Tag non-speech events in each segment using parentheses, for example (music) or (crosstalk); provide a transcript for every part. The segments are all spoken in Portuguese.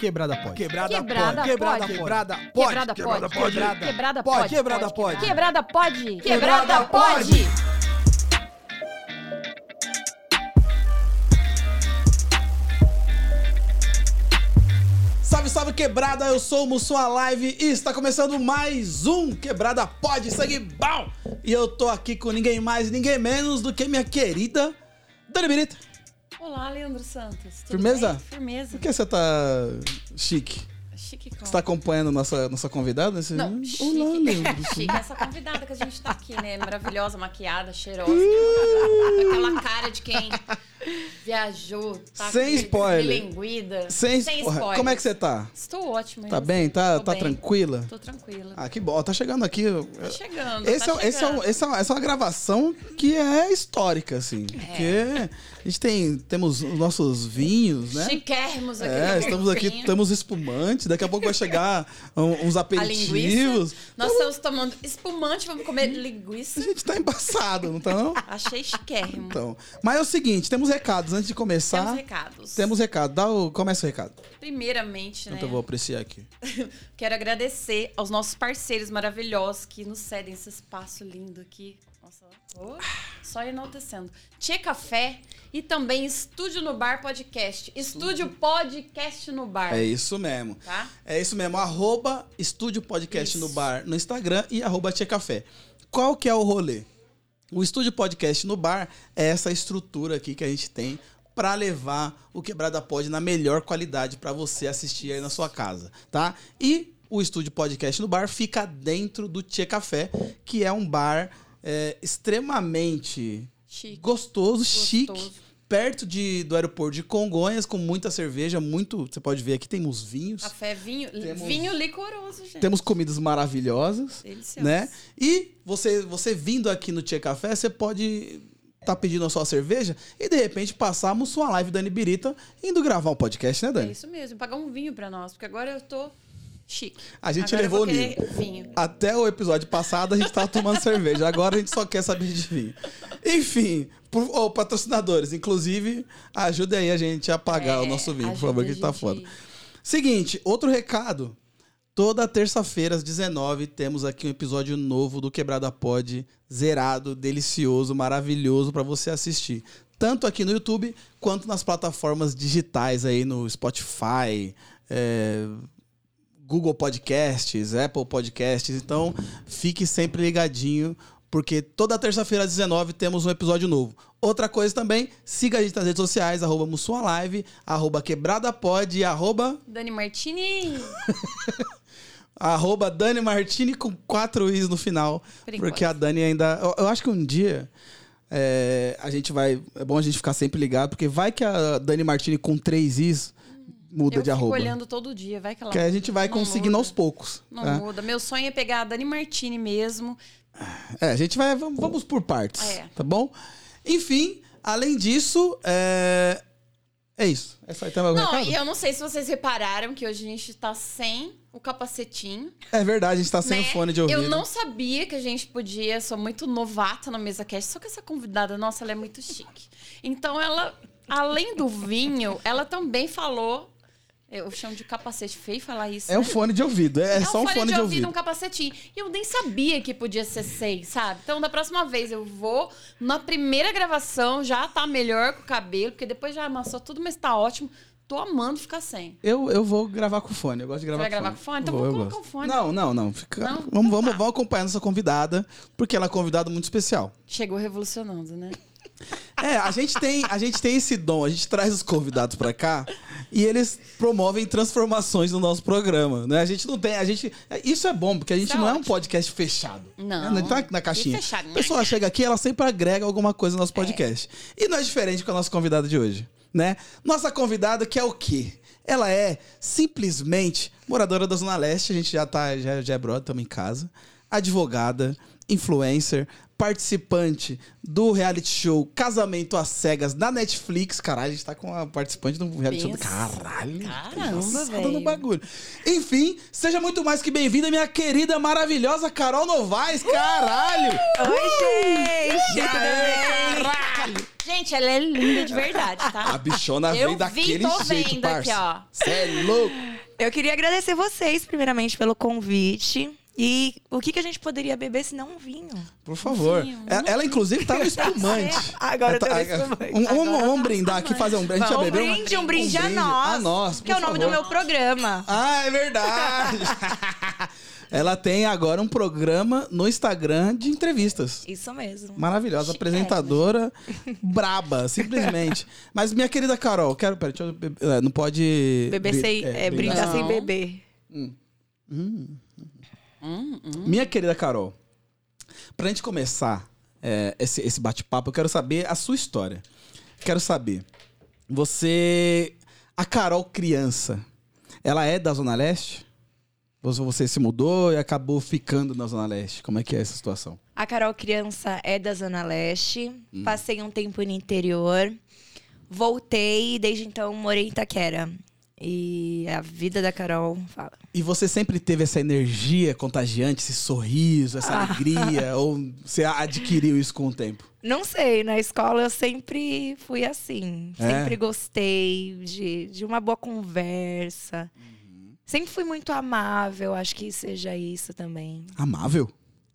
Quebrada pode. Quebrada, Quebrada pode. Quebrada pode. Quebrada pode. Quebrada pode. Quebrada Quebrada pode. pode. Quebrada pode. Quebrada pode. Quebrada pode. Salve, salve, quebrada! Eu sou o Mussum Live e está começando mais um Quebrada Pode Sangue Bom! E eu tô aqui com ninguém mais, ninguém menos do que minha querida Dani Birita. Olá, Leandro Santos. Tudo Firmeza? bem? Firmeza. Por que você tá chique? Chique como? Você tá acompanhando nossa, nossa convidada? nesse Não, vídeo? chique. (laughs) Olá, Leandro. Chique essa convidada que a gente tá aqui, né? Maravilhosa, maquiada, cheirosa. com aquela cara de quem viajou, tá Sem spoiler. Linguida. Sem, spoiler. Como é que você tá? Estou ótima. e Tá você? bem? Tá, Tô tá bem. tranquila? Tô tranquila. Ah, que bom. Tá chegando aqui. Tá chegando. Esse tá é, esse é um- chegando. esse é um- essa é uma gravação que é histórica, assim. É. Porque a gente tem, temos os nossos vinhos, né? Chiquérrimos aqui. É, no estamos aqui, corpinho. estamos espumantes. Daqui a pouco vai chegar um- uns (laughs) A aperitivos. linguiça. Nós estamos tomando espumante, vamos comer linguiça. A gente tá embaçado, não tá (laughs) não? Achei chiquérrimo. Então, mas é o seguinte, temos recados antes de começar. Temos Temos, recados. recado. Dá o, começa o recado. Primeiramente, né? Então eu vou apreciar aqui. Quero agradecer aos nossos parceiros maravilhosos que nos cedem esse espaço lindo aqui. Nossa, ô, só enaltecendo. Tchê Café e também Estúdio no Bar Podcast. Estúdio Podcast no Bar, É isso mesmo. tá? É isso mesmo, arroba Estúdio Podcast Isso. no bar no Instagram e arroba Tia Café. Qual que é o rolê? O Estúdio Podcast no bar é essa estrutura aqui que a gente tem pra levar o Quebrada Pod na melhor qualidade pra você assistir aí na sua casa, tá? E o Estúdio Podcast no bar fica dentro do Tia Café, que é um bar é, extremamente Chique. gostoso, Gostoso. chique, perto de, do aeroporto de Congonhas, com muita cerveja, muito. Você pode ver aqui, temos vinhos. Café, vinho, Temos- vinho licoroso, gente. Temos comidas maravilhosas, Delicioso. né? E você, você vindo aqui no Tia Café, você pode tá pedindo a sua cerveja e de repente passarmos sua live Dani Birita indo gravar um podcast, né, É Dani? isso mesmo, pagar um vinho pra nós, porque agora eu tô chique. A gente Agora eu levou vou o nível. querer vinho. Até o episódio passado a gente tava tomando cerveja, agora a gente só quer saber de vinho. Enfim, por, ô, patrocinadores, inclusive, ajudem aí a gente a pagar o É, nosso vinho, por ajuda favor, a que a gente tá gente- foda. Seguinte, outro recado. Toda terça-feira, às 19 temos aqui um episódio novo do Quebrada Pod, zerado, delicioso, maravilhoso pra você assistir. Tanto aqui no YouTube, quanto nas plataformas digitais aí no Spotify, é, Google Podcasts, Apple Podcasts. Então, fique sempre ligadinho, porque toda terça-feira às 19 temos um episódio novo. Outra coisa também, siga a gente nas redes sociais, arroba Mussum Live, arroba QuebradaPod e arroba, Dani Martini. arroba Dani Martini com quatro Is no final. Por enquanto. porque a Dani ainda... Eu, eu acho que um dia... é, a gente vai... É bom a gente ficar sempre ligado, porque vai que a Dani Martini com três Is muda eu de fico arroba. olhando todo dia, vai que ela Que a gente vai Não conseguindo muda. aos poucos. Não né? muda. Meu sonho é pegar a Dani Martini mesmo. É, a gente vai. Vamos, vamos por partes. É. Tá bom? Enfim, além disso, é. É isso. É só então, algum não, recado? e eu não sei se vocês repararam que hoje a gente tá sem o capacetinho. É verdade, a gente tá sem né? o fone de ouvido. Eu não sabia que a gente podia. Sou muito novata no mesa cast, só que essa convidada, nossa, ela é muito chique. Então ela, além do vinho, ela também falou. Eu chamo de capacete feio falar isso. É um né? fone de ouvido. É, É só um fone, de, ouvido. um capacetinho. E eu nem sabia que podia ser seis, sabe? Então, da próxima vez eu vou, na primeira gravação, já tá melhor com o cabelo, porque depois já amassou tudo, mas tá ótimo. Tô amando ficar sem. Eu, eu vou gravar com o fone. Eu gosto de gravar vai com gravar com fone? Então Vou, vamos eu colocar gosto. o fone. Não, não, não. Fica- Não? Tá. Vamos, vamos, vamos acompanhar nossa convidada, porque ela é uma convidada muito especial. Chegou revolucionando, né? É, a gente tem, a gente tem esse dom, a gente traz os convidados pra cá e eles promovem transformações no nosso programa, né? A gente não tem, a gente, isso é bom porque a gente Isso é não é um ótimo. podcast fechado. Não. né? Não tá na caixinha. E fechado, né? A pessoa chega aqui, ela sempre agrega alguma coisa no nosso podcast. E não é diferente com a nossa convidada de hoje, né? Nossa convidada que é o quê? Ela é simplesmente moradora da Zona Leste, a gente já tá, já, já é brother, estamos em casa. Advogada, influencer, participante do reality show Casamento às Cegas na Netflix. Caralho, a gente tá com a participante do reality show. Pensa. Caralho, Caramba, passada velho. no bagulho. Enfim, seja muito mais que bem-vinda, minha querida, maravilhosa Carol Novaes. Caralho! Oi, gente! E Tudo aí, bem? caralho! Gente, ela é linda de verdade, (laughs) A tá? bichona vem Eu vi, daquele tô jeito, vendo aqui, parça. Você é louco. Eu queria agradecer vocês, primeiramente, pelo convite. E o que, que a gente poderia beber se não um vinho? Por favor. Vinho, É- ela, inclusive, (laughs) tá no espumante. um é- Agora eu tô Ela tá- no espumante. Um, um- Agora vamos tá brindar aqui, fazer um brinde. A gente Vamos, já Um bebeu? brinde, um brinde a brinde. nós. A nós, que é o por nome do favor. meu programa. Ah, é (laughs) verdade. ela tem agora um programa no Instagram de entrevistas. Isso mesmo. Maravilhosa, Chiquérrima. apresentadora, braba, (laughs) simplesmente. Mas, minha querida Carol, quero. Peraí, deixa eu beber- é, Não pode. Beber bri- sem. é, é, brindar brindar. sem Não. beber. Hum, hum. Minha querida Carol, pra gente começar é, esse, esse bate-papo, eu quero saber a sua história. Quero saber, você. A Carol criança, ela é da Zona Leste? Ou Você se mudou e acabou ficando na Zona Leste? Como é que é essa situação? A Carol Criança é da Zona Leste. Hum. Passei um tempo no interior. Voltei e desde então morei em Itaquera. E a vida da Carol fala. E você sempre teve essa energia contagiante, esse sorriso, essa alegria? Ou você adquiriu isso com o tempo? Não sei, na escola eu sempre fui assim. É? Sempre gostei de, de uma boa conversa. Uhum. Sempre fui muito amável, acho que seja isso também. Amável?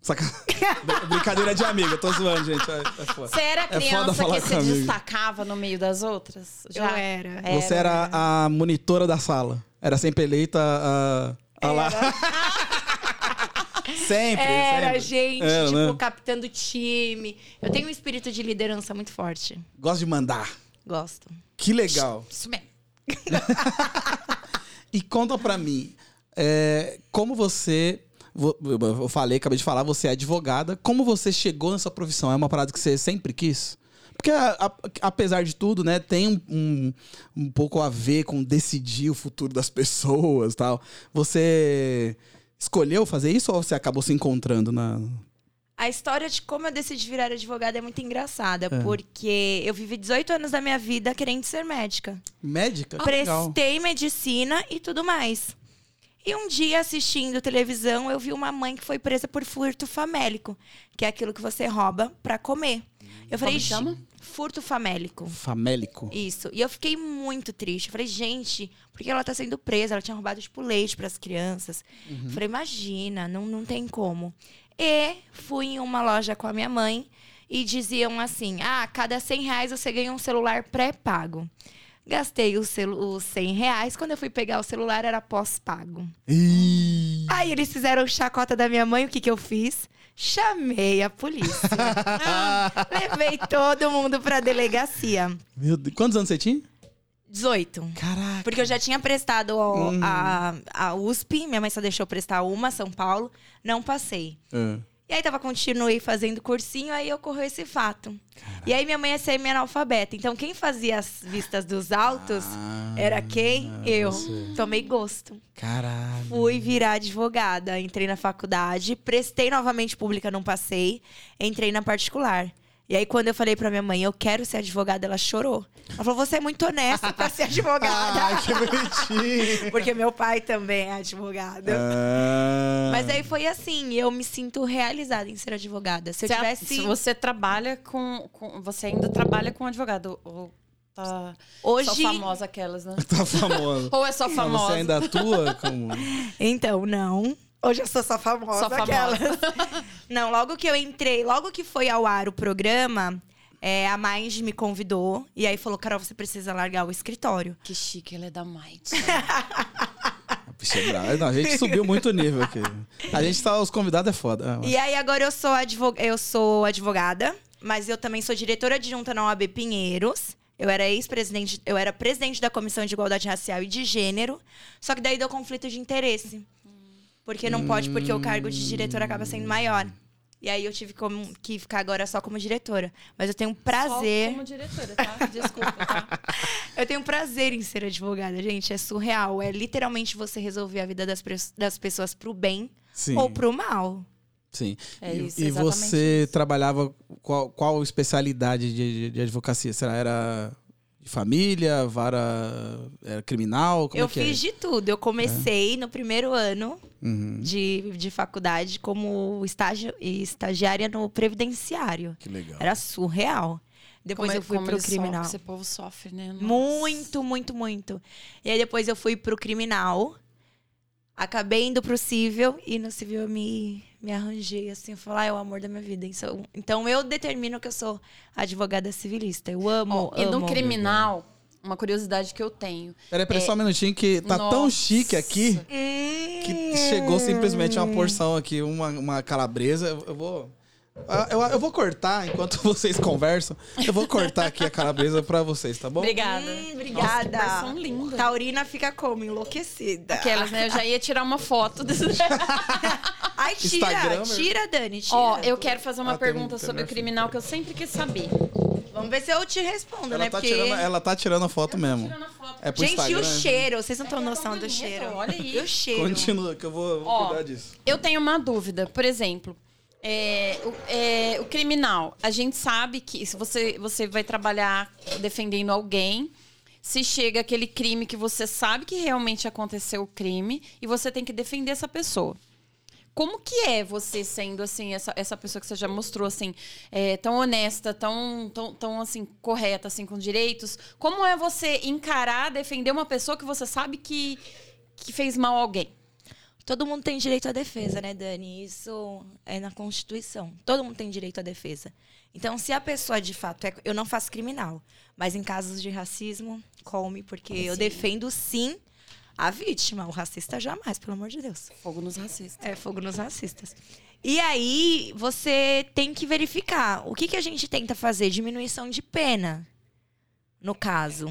Saca... (laughs) Brincadeira de amiga, tô zoando, gente. É- é foda. Você era foda criança falar que com se amigo. destacava no meio das outras? Já Eu era. Você era a monitora da sala. Era sempre eleita a. a lá. (laughs) sempre, É, Era, sempre. gente, Era, tipo, né? captando time. Eu tenho um espírito de liderança muito forte. Gosto de mandar. Gosto. Que legal. Isso mesmo. E conta pra mim, é, como você. vo- Eu falei, acabei de falar, você é advogada. Como você chegou nessa profissão? É uma parada que você sempre quis? Porque, a- a- apesar de tudo, né, tem um, um, um pouco a ver com decidir o futuro das pessoas e tal. Você escolheu fazer isso ou você acabou se encontrando na. A história de como eu decidi virar advogada é muito engraçada, porque eu vivi 18 anos da minha vida querendo ser médica. Médica? Que Ah, legal. Prestei medicina e tudo mais. E um dia, assistindo televisão, eu vi uma mãe que foi presa por furto famélico, que é aquilo que você rouba pra comer. Eu falei, Como chama? furto famélico. Famélico. Isso. E eu fiquei muito triste. Eu falei, gente, por que ela tá sendo presa? Ela tinha roubado, tipo, leite pras crianças. Eu Falei, imagina, não, não tem como. E fui em uma loja com a minha mãe e diziam assim: ah, a cada 100 reais você ganha um celular pré-pago. Gastei os, celu os 100 reais. Quando eu fui pegar o celular, era pós-pago. Ih, Aí eles fizeram chacota da minha mãe. O que, que eu fiz? Chamei a polícia. Ah, Levei todo mundo pra delegacia. Meu Deus. Quantos anos você tinha? 18. Caraca. Porque eu já tinha prestado ao- a, a USP, minha mãe só deixou eu prestar uma, São Paulo, não passei. Ah. E aí tava, continuei fazendo cursinho, aí ocorreu esse fato. E aí minha mãe é semi-analfabeta, então quem fazia as vistas dos autos Ah, era quem? Eu. Tomei gosto. Caralho. Fui virar advogada, entrei na faculdade, prestei novamente pública, não passei, entrei na particular. E aí, quando eu falei pra minha mãe, eu quero ser advogada, ela chorou. Ela falou, você é muito honesta pra ser advogada. Ai, que bonitinho. Porque meu pai também é advogado. Ah. (laughs) Mas aí foi assim, eu me sinto realizada em ser advogada. Se eu Você- é tivesse. se você trabalha com, com- Você ainda trabalha com advogado. Ou tá só Hoje. famosa aquelas, né? Tá famoso. Ou é só Mas famosa? Você ainda atua como... Então, não. Hoje eu sou só famosa. Só famosa. (laughs) aquelas. não, logo que eu entrei, logo que foi ao ar o programa, é, a Mind me convidou. E aí falou: Carol, você precisa largar o escritório. Que chique, ela é da (laughs) Might. Bicho, é bravo. Não, a gente subiu muito o nível aqui. A gente tá... Os convidados é foda. Ah, E aí agora eu sou, advog... eu sou advogada, mas eu também sou diretora adjunta na OAB Pinheiros. Eu era ex-presidente, eu era presidente da Comissão de Igualdade Racial e de Gênero, só que daí deu conflito de interesse. Porque não pode, porque o cargo de diretora acaba sendo maior. E aí eu tive como- que ficar agora só como diretora. Mas eu tenho um prazer. Só como diretora, (laughs) tá? Desculpa, tá? Eu tenho prazer em ser advogada, gente. É surreal. É literalmente você resolver a vida das, pres- das pessoas pro bem Sim, ou pro mal. sim. É E- isso, e exatamente você tá- isso. trabalhava... Qual, qual especialidade de, de- de advocacia? Será era... de Família, vara era criminal, como eu é que é? fiz de tudo. Eu comecei no primeiro ano Uhum. de, de faculdade como estágio, estagiária no previdenciário. Que legal. Era surreal. Depois Como- é eu fui como pro eles criminal. sofrem, Esse povo sofre, né? Nossa. Muito, muito, muito. E aí depois eu fui pro criminal. Acabei indo pro civil e no civil eu me, me arranjei, assim, eu falei, ah, é o amor da minha vida. Então, então eu determino que eu sou advogada civilista. Eu amo, Ó, e no amo. criminal, uma curiosidade que eu tenho. Peraí, peraí, só um minutinho que tá tão Nossa. chique aqui Hum. que chegou simplesmente uma porção aqui, uma, uma calabresa. Eu, eu vou. ah, Eu, eu vou cortar enquanto (laughs) vocês conversam. Eu vou cortar aqui a calabresa pra vocês, tá bom? Obrigada. Tá Hum, obrigada. Nossa, que porção linda. Taurina fica como? Enlouquecida. Aquelas, né? Eu já ia tirar uma foto. (laughs) desse- Ai, tira, Instagramer. tira, Dani, tira. Ó, eu quero fazer uma Ah, tem um- pergunta tem sobre o um- criminal que eu sempre quis saber. Vamos ver se eu te respondo, Ela né? tá, porque... tirando, ela tá tirando a foto mesmo. Tirando a foto. É pro Gente, e Instagram. o cheiro? Vocês não É estão que é noção tão do bonito, cheiro. olha aí. E o cheiro? Continua, que eu vou, eu vou Ó. cuidar disso. Eu tenho uma dúvida, por exemplo. é, o, é, o criminal, a gente sabe que se você, você vai trabalhar defendendo alguém, se chega aquele crime que você sabe que realmente aconteceu o crime e você tem que defender essa pessoa. Como que é você sendo assim, essa, essa pessoa que você já mostrou assim, é, tão honesta, tão, tão, tão assim, correta assim, com direitos? Como é você encarar, defender uma pessoa que você sabe que, que fez mal a alguém? Todo mundo tem direito à defesa, né, Dani? Isso é na Constituição. Todo mundo tem direito à defesa. Então, se a pessoa de fato é. Eu não faço criminal, mas em casos de racismo, come, porque eu defendo sim a vítima. O racista jamais, pelo amor de Deus. Fogo nos racistas. É, fogo nos racistas. E aí, você tem que verificar. O que, que a gente tenta fazer? Diminuição de pena, no caso.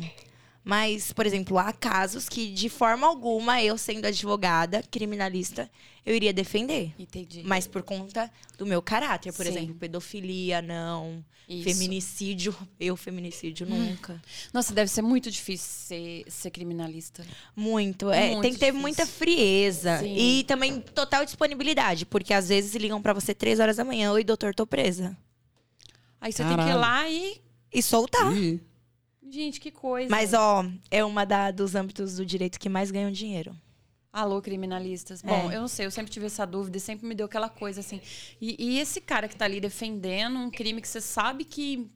Mas, por exemplo, há casos que, de forma alguma, eu sendo advogada, criminalista, eu iria defender. Entendi. Mas por conta do meu caráter, por Sim. exemplo, pedofilia, não. Isso. Uhum. Feminicídio, eu feminicídio nunca. Nossa, deve ser muito difícil ser, ser criminalista. Muito. É, Muito tem que ter difícil. muita frieza. Sim. E também total disponibilidade. Porque às vezes ligam pra você três horas da manhã. Oi, doutor, tô presa. Aí você tem que Caralho. ir lá e. E soltar. Ih, Gente, que coisa. Mas, ó, é uma da, dos âmbitos do direito que mais ganham dinheiro. Alô, criminalistas. É. Bom, eu não sei, eu sempre tive essa dúvida e sempre me deu aquela coisa assim. E, e esse cara que tá ali defendendo um crime que você sabe que.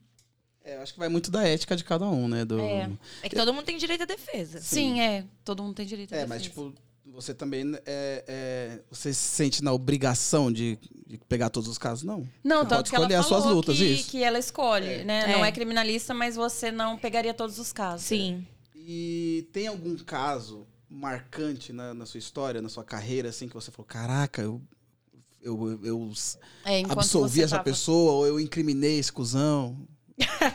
é, eu acho que vai muito da ética de cada um, né? Do... É. É que todo mundo tem direito à defesa. Sim, é. Todo mundo tem direito a É, mas defesa. tipo, você também é, é, você se sente na obrigação de, de pegar todos os casos, não? Não, Você tanto pode que ela escolher falou as suas lutas, que, isso. que ela escolhe, né? É. Não é criminalista, mas você não pegaria todos os casos. Sim. E tem algum caso marcante na, na sua história, na sua carreira, assim, que você falou, caraca, eu, eu, eu, eu s- É, enquanto absolvi você essa tava- pessoa, ou eu incriminei esse (laughs) cuzão.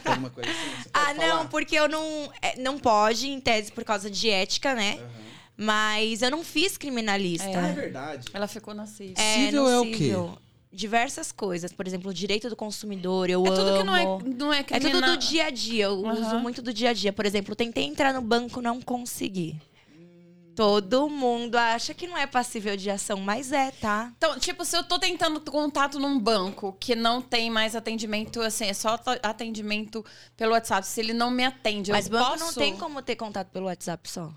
Alguma coisa assim. Você Ah, pode não, um falar? porque eu não. é, não pode, em tese, por causa de ética, né? Aham. Mas eu não fiz criminalista. Ah, é verdade. Ela ficou na cesta. É, Cível no é o quê? cível, Diversas coisas. Por exemplo, o direito do consumidor, eu É tudo amo. que não é, não é É tudo criminal. do dia a dia. Eu uso Aham. muito do dia a dia. Por exemplo, tentei entrar no banco, não consegui. Todo mundo acha que não é passível de ação, mas é, tá? Então, tipo, se eu tô tentando contato num banco que não tem mais atendimento, assim, é só to- atendimento pelo WhatsApp, se ele não me atende, mas eu banco posso... não tem como ter contato pelo WhatsApp só.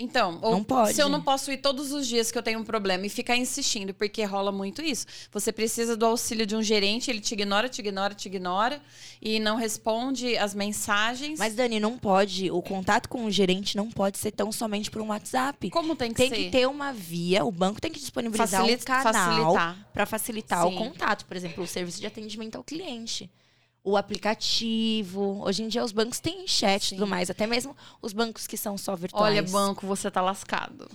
Então, ou Não pode. se eu não posso ir todos os dias que eu tenho um problema e ficar insistindo, porque rola muito isso. Você precisa do auxílio de um gerente, ele te ignora, te ignora, te ignora e não responde as mensagens. Mas, Dani, não pode. O contato com o gerente não pode ser tão somente por um WhatsApp. como tem que Tem ser? que ter uma via, o banco tem que disponibilizar Facilita- um canal facilitar. para facilitar o Sim. contato, por exemplo, o serviço de atendimento ao cliente, o aplicativo. Hoje em dia os bancos têm chat e Sim. tudo mais, até mesmo os bancos que são só virtuais. Olha, banco, você tá lascado.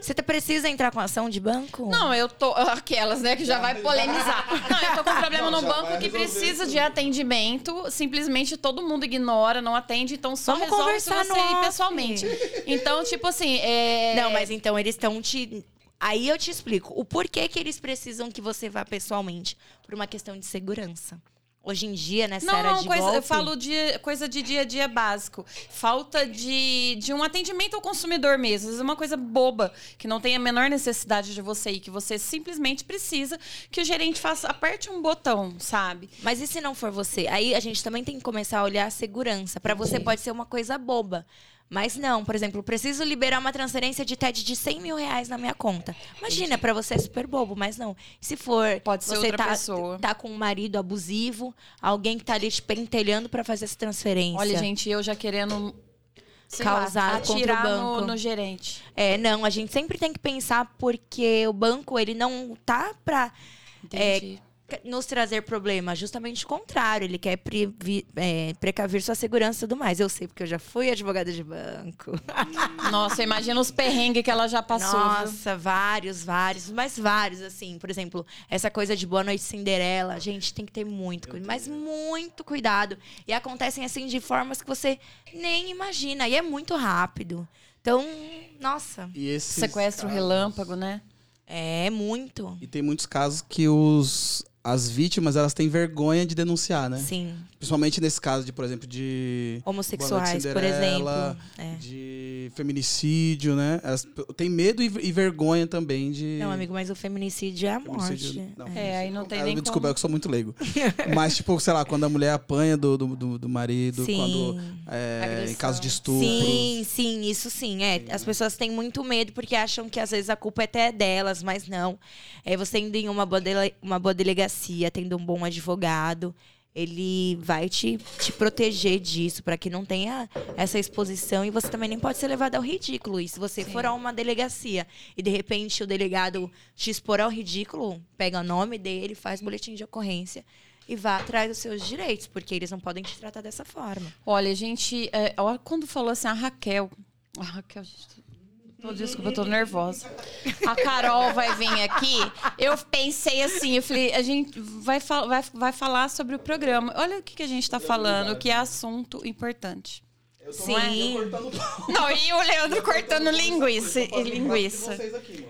Você te- precisa entrar com ação de banco? Não, eu tô. (laughs) Aquelas, né, que já vai polemizar. Não, eu tô com um problema Não, no já banco vai que resolver precisa isso. de atendimento. Simplesmente todo mundo ignora, não atende, então só Vamos resolve se conversar você no ir off. pessoalmente. Então, tipo assim, é. Não, mas então eles estão te. Aí eu te explico o porquê que eles precisam que você vá pessoalmente. Por uma questão de segurança. Hoje em dia, nessa Não, era não, de coisa, eu golpe- falo de coisa de dia a dia básico. Falta de, de um atendimento ao consumidor mesmo. Às vezes é uma coisa boba, que não tem a menor necessidade de você ir, que você simplesmente precisa que o gerente faça, aperte um botão, sabe? Mas e se não for você? Aí a gente também tem que começar a olhar a segurança. Pra você pode ser uma coisa boba, Mas não, por exemplo, preciso liberar uma transferência de TED de 100 mil reais na minha conta. Imagina, pra você é super bobo, mas não. Se for, Pode ser você outra tá, pessoa. tá com um marido abusivo, alguém que tá ali te pentelhando pra fazer essa transferência. Olha, gente, eu já querendo sei lá, Causar contra o atirar banco. No, no gerente. É, não, a gente sempre tem que pensar porque o banco, ele não tá pra Entendi. nos trazer problemas, justamente o contrário, ele quer previ- é, precaver sua segurança e tudo mais. Eu sei, porque eu já fui advogada de banco. Nossa, imagina os perrengues que ela já passou. viu? Nossa, vários, vários, mas vários, assim. Por exemplo, essa coisa de Boa Noite Cinderela, gente, tem que ter muito, cu- mas muito cuidado. E acontecem, assim, de formas que você nem imagina, e é muito rápido. Então, nossa, E esses Sequestro casos- relâmpago, né? é muito. E tem muitos casos que os, as vítimas elas têm vergonha de denunciar, né? Sim, Principalmente nesse caso de, por exemplo, de homossexuais, Boa por Noite exemplo. Cinderela, É. de feminicídio, né? Elas p- têm medo e, e vergonha também de. Não, um amigo, mas o feminicídio é a Feminicídio- morte. não, É. É, aí não tem Ah, nem me desculpa, como. é que eu sou muito (laughs) leigo. Mas, tipo, sei lá, quando a mulher apanha do, do, do- do marido, Sim. quando. é, em Agressão. caso de estupro. Sim, sim, isso sim. É, as pessoas têm muito medo porque acham que às vezes a culpa é até delas, mas não. É, você indo em uma boa, dele- uma boa delegacia, tendo um bom advogado, ele vai te, te proteger disso, para que não tenha essa exposição. E você também nem pode ser levado ao ridículo. E se você Sim. for a uma delegacia e de repente o delegado te expor ao ridículo, pega o nome dele, faz boletim de ocorrência. E vá atrás dos seus direitos, porque eles não podem te tratar dessa forma. Olha, gente, é, ó, quando falou assim, a Raquel. A Raquel, gente. tô- tô- Desculpa, eu tô nervosa. A Carol vai vir aqui. Eu pensei assim, eu falei, a gente vai, fal- vai, vai falar sobre o programa. Olha o que, que a gente tá falando, que é assunto importante. é? Eu tô- Sim. eu Não, e o Leandro cortando linguiça. e (laughs) linguiça.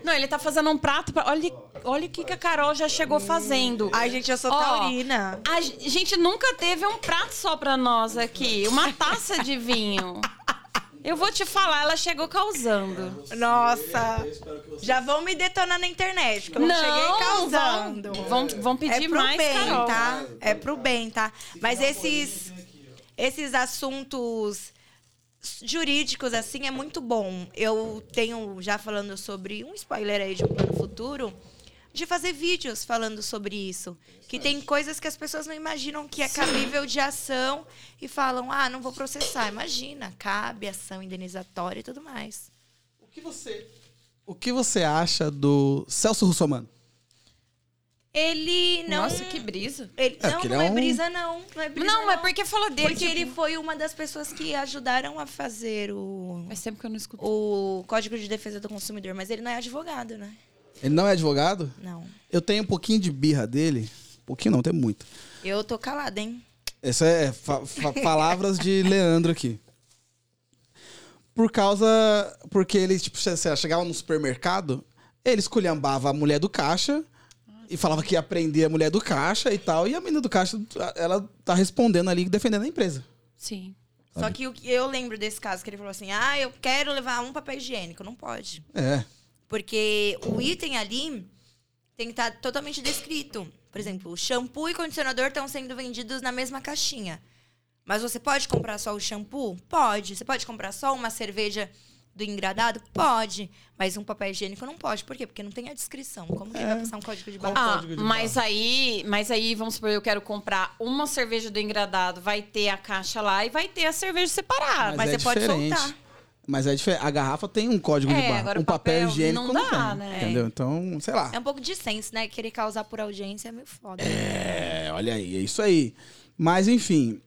Não, ele tá fazendo um prato pra. Olha, olha o que, que a Carol já chegou fazendo. Ai, gente, eu sou Ó, taurina. A g- gente nunca teve um prato só pra nós aqui. Uma taça de vinho. Eu vou te falar, ela chegou causando. Nossa. Já vão me detonar na internet, porque eu não, Não, cheguei causando. vão- vão- vão pedir é pro mais, bem, Carol. tá? É pro bem, tá? Mas esses esses assuntos jurídicos assim é muito bom. Eu tenho já falando sobre um spoiler aí de um plano futuro de fazer vídeos falando sobre isso, que tem coisas que as pessoas não imaginam que é cabível de ação e falam: "Ah, não vou processar". Imagina, cabe ação indenizatória e tudo mais. O que você. O que você acha do Celso Russomano? Ele não Nossa, que brisa. Ele, É, não, porque não ele é, é um- brisa, não. Não é brisa, Não, mas porque falou dele. Porque tipo, ele foi uma das pessoas que ajudaram a fazer o, Faz tempo É que eu não escuto. o Código de Defesa do Consumidor. Mas ele não é advogado, né? Ele não é advogado? Não. Eu tenho um pouquinho de birra dele. Um Pouquinho não, tem muito. Eu tô calada, hein? Essa é fa- fa- palavras de Leandro aqui. Por causa. Porque ele, tipo, sei lá, chegava no supermercado, ele esculhambava a mulher do caixa e falava que ia prender a mulher do caixa e tal. E a menina do caixa, ela tá respondendo ali, defendendo a empresa. Sim. Só que o que eu lembro desse caso que ele falou assim: ah, eu quero levar um papel higiênico. Não pode. É. Porque o item ali tem que estar totalmente descrito. Por exemplo, o shampoo e condicionador estão sendo vendidos na mesma caixinha. Mas você pode comprar só o shampoo? Pode. Você pode comprar só uma cerveja do engradado? Pode. Mas um papel higiênico não pode. Por quê? Porque não tem a descrição. Como que ele É. vai passar um código de barra? Ah, código de mas aí, mas aí, vamos supor, eu quero comprar uma cerveja do engradado, vai ter a caixa lá e vai ter a cerveja separada. mas você pode soltar. é Mas é diferente. A garrafa tem um código É, de barra. agora um o papel, papel higiênico não não, dá, tem, né? Entendeu? Então, sei lá. É um pouco de senso, né? Querer causar por audiência é meio foda. É, olha aí, é isso aí. Mas enfim,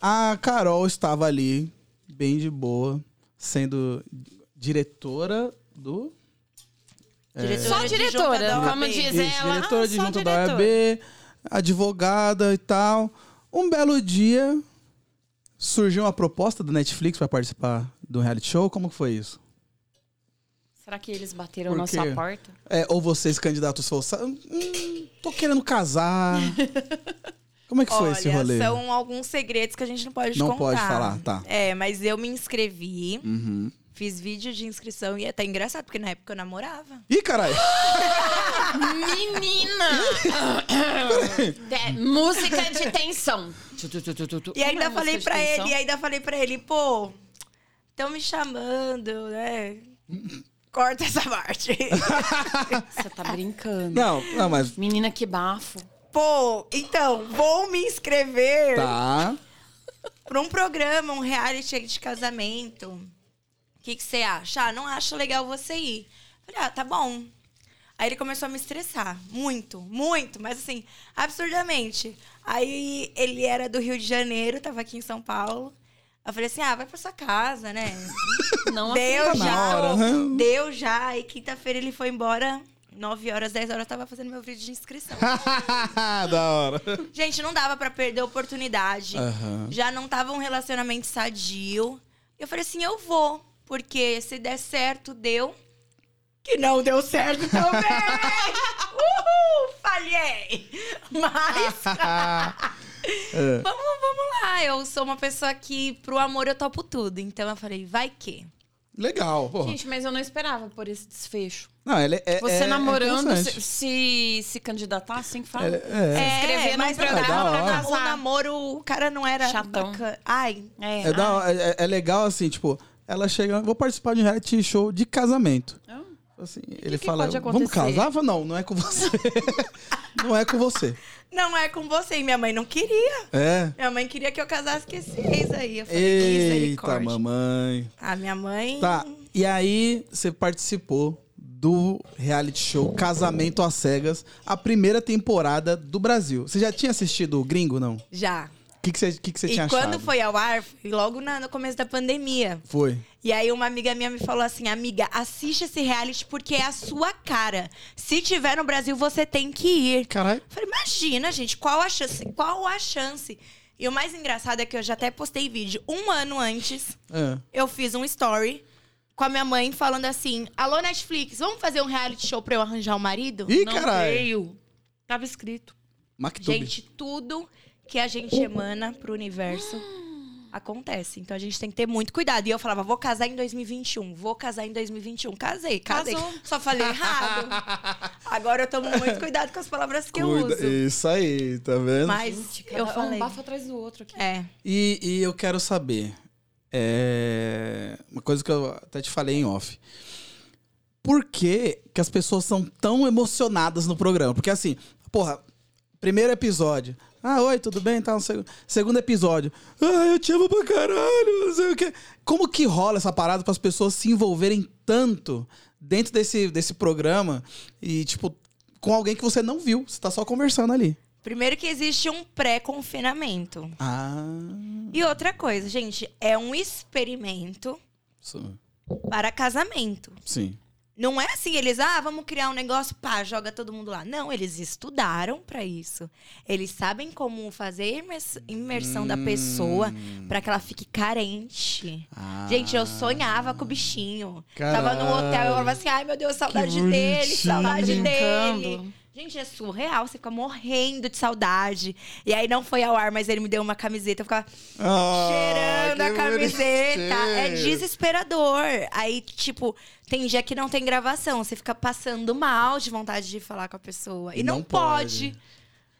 a Carol estava ali, bem de boa, sendo diretora do. Só de diretora, junta da como OAB. diz Isso, ela. diretora ah, de só junta da diretora. OAB, advogada e tal. Um belo dia surgiu uma proposta da Netflix para participar do reality show. Como que foi isso? Será que eles bateram Por nossa quê? porta? É, ou vocês candidatos forçados? Hum, tô querendo (laughs) casar. Como é que foi Olha, esse rolê? são alguns segredos que a gente não pode Não contar. pode falar, tá. É, mas eu me inscrevi, Uhum. fiz vídeo de inscrição e é até engraçado, porque na época eu namorava. Ih, caralho! Menina! É, música de tensão. E ainda falei pra ele, e ainda falei para ele, pô, Estão me chamando, né? Corta essa (laughs) parte. Você tá brincando. Não, não, mas. Menina, que bafo. Pô, então, vou me inscrever Tá. pra um programa, um reality de casamento. O que que você acha? Ah, não acho legal você ir. Falei, ah, tá bom. Aí ele começou a me estressar. Muito, muito, mas assim, absurdamente. Aí ele era do Rio de Janeiro, tava aqui em São Paulo. Eu falei assim: ah, vai pra sua casa, né? Não Deu aceito. já. hora, né? Deu já. E quinta-feira ele foi embora. 9 horas, 10 horas, eu tava fazendo meu vídeo de inscrição. (laughs) da hora. Gente, não dava pra perder a oportunidade. É. Aham. Já não tava um relacionamento sadio. Eu falei assim, eu vou. Porque se der certo, deu. Que não deu certo também! (laughs) Uhul! Falhei! Mas É. vamos, vamos lá. Ah, Eu sou uma pessoa que, pro amor, eu topo tudo. Então eu falei, vai que. Legal, porra. Gente, mas eu não esperava por esse desfecho. Não, ele é. Você é- namorando, é se, interessante. se, se candidatar, assim que fala. É, é. Se inscrever num mas não programa dava pra pra- casar. O namoro, o cara não era Chatão. bacana. Ai, É. É da hora- é- é legal assim, tipo, ela chega, vou participar de um reality show de casamento. Ah, Assim, ele que fala, pode vamos acontecer?" casar? Eu falo, Não, não é com você. (laughs) não é com você. não é com você. E minha mãe não queria. É. Minha mãe queria que eu casasse com esse ex aí. Eu falei, Eita, misericórdia. mamãe. A minha mãe. Tá, e aí você participou do reality show Casamento às Cegas, a primeira temporada do Brasil. Você já tinha assistido o Gringo, não? O Já. que, que você, que que você E tinha quando achado? foi ao ar, foi logo na- no começo da pandemia. Foi. E aí uma amiga minha me falou assim: amiga, assiste esse reality porque é a sua cara. Se tiver no Brasil, você tem que ir. Caralho. Eu Falei, imagina, gente, qual a chance? Qual a chance? E o mais engraçado é que eu já até postei vídeo. Um ano antes, É. eu fiz um story com a minha mãe falando assim: Alô, Netflix, vamos fazer um reality show pra eu arranjar um marido? Ih, não caralho. veio. Tava escrito. Mactube. Gente, tudo que a gente emana pro universo acontece. Então a gente tem que ter muito cuidado. E eu falava, vou casar em 2021, vou casar em 2021. Casei, casei. Casou. (laughs) Só falei errado. Agora eu tomo muito cuidado com as palavras que eu Cuida- uso. Isso aí, tá vendo? Mas eu Cada- falei. Um bafo atrás do outro aqui. É. E, e eu quero saber. é, Uma coisa que eu até te falei em off. Por que, que as pessoas são tão emocionadas no programa? Porque assim, porra, primeiro episódio. Ah, oi, tudo bem? Tá, não sei o- Segundo episódio. Ah, eu te amo pra caralho, não sei o quê. Como que rola essa parada para as pessoas se envolverem tanto dentro desse, desse programa e, tipo, com alguém que você não viu? Você tá só conversando ali. Primeiro que existe um pré-confinamento. Ah. E outra coisa, gente, é um experimento isso- para casamento. Sim. Não é assim, eles, ah, vamos criar um negócio, pá, joga todo mundo lá. Não, eles estudaram pra isso. Eles sabem como fazer a imers- imersão da pessoa pra que ela fique carente. Ah. Gente, eu sonhava com o bichinho. Tava no hotel, eu falava assim, ai meu Deus, saudade dele, bonitinho. saudade Brincando. dele. Gente, é surreal, você fica morrendo de saudade. E aí não foi ao ar, mas ele me deu uma camiseta, eu ficava Ah, cheirando a camiseta. É desesperador. Aí, tipo, tem dia que não tem gravação. Você fica passando mal de vontade de falar com a pessoa. E não, Não pode. pode.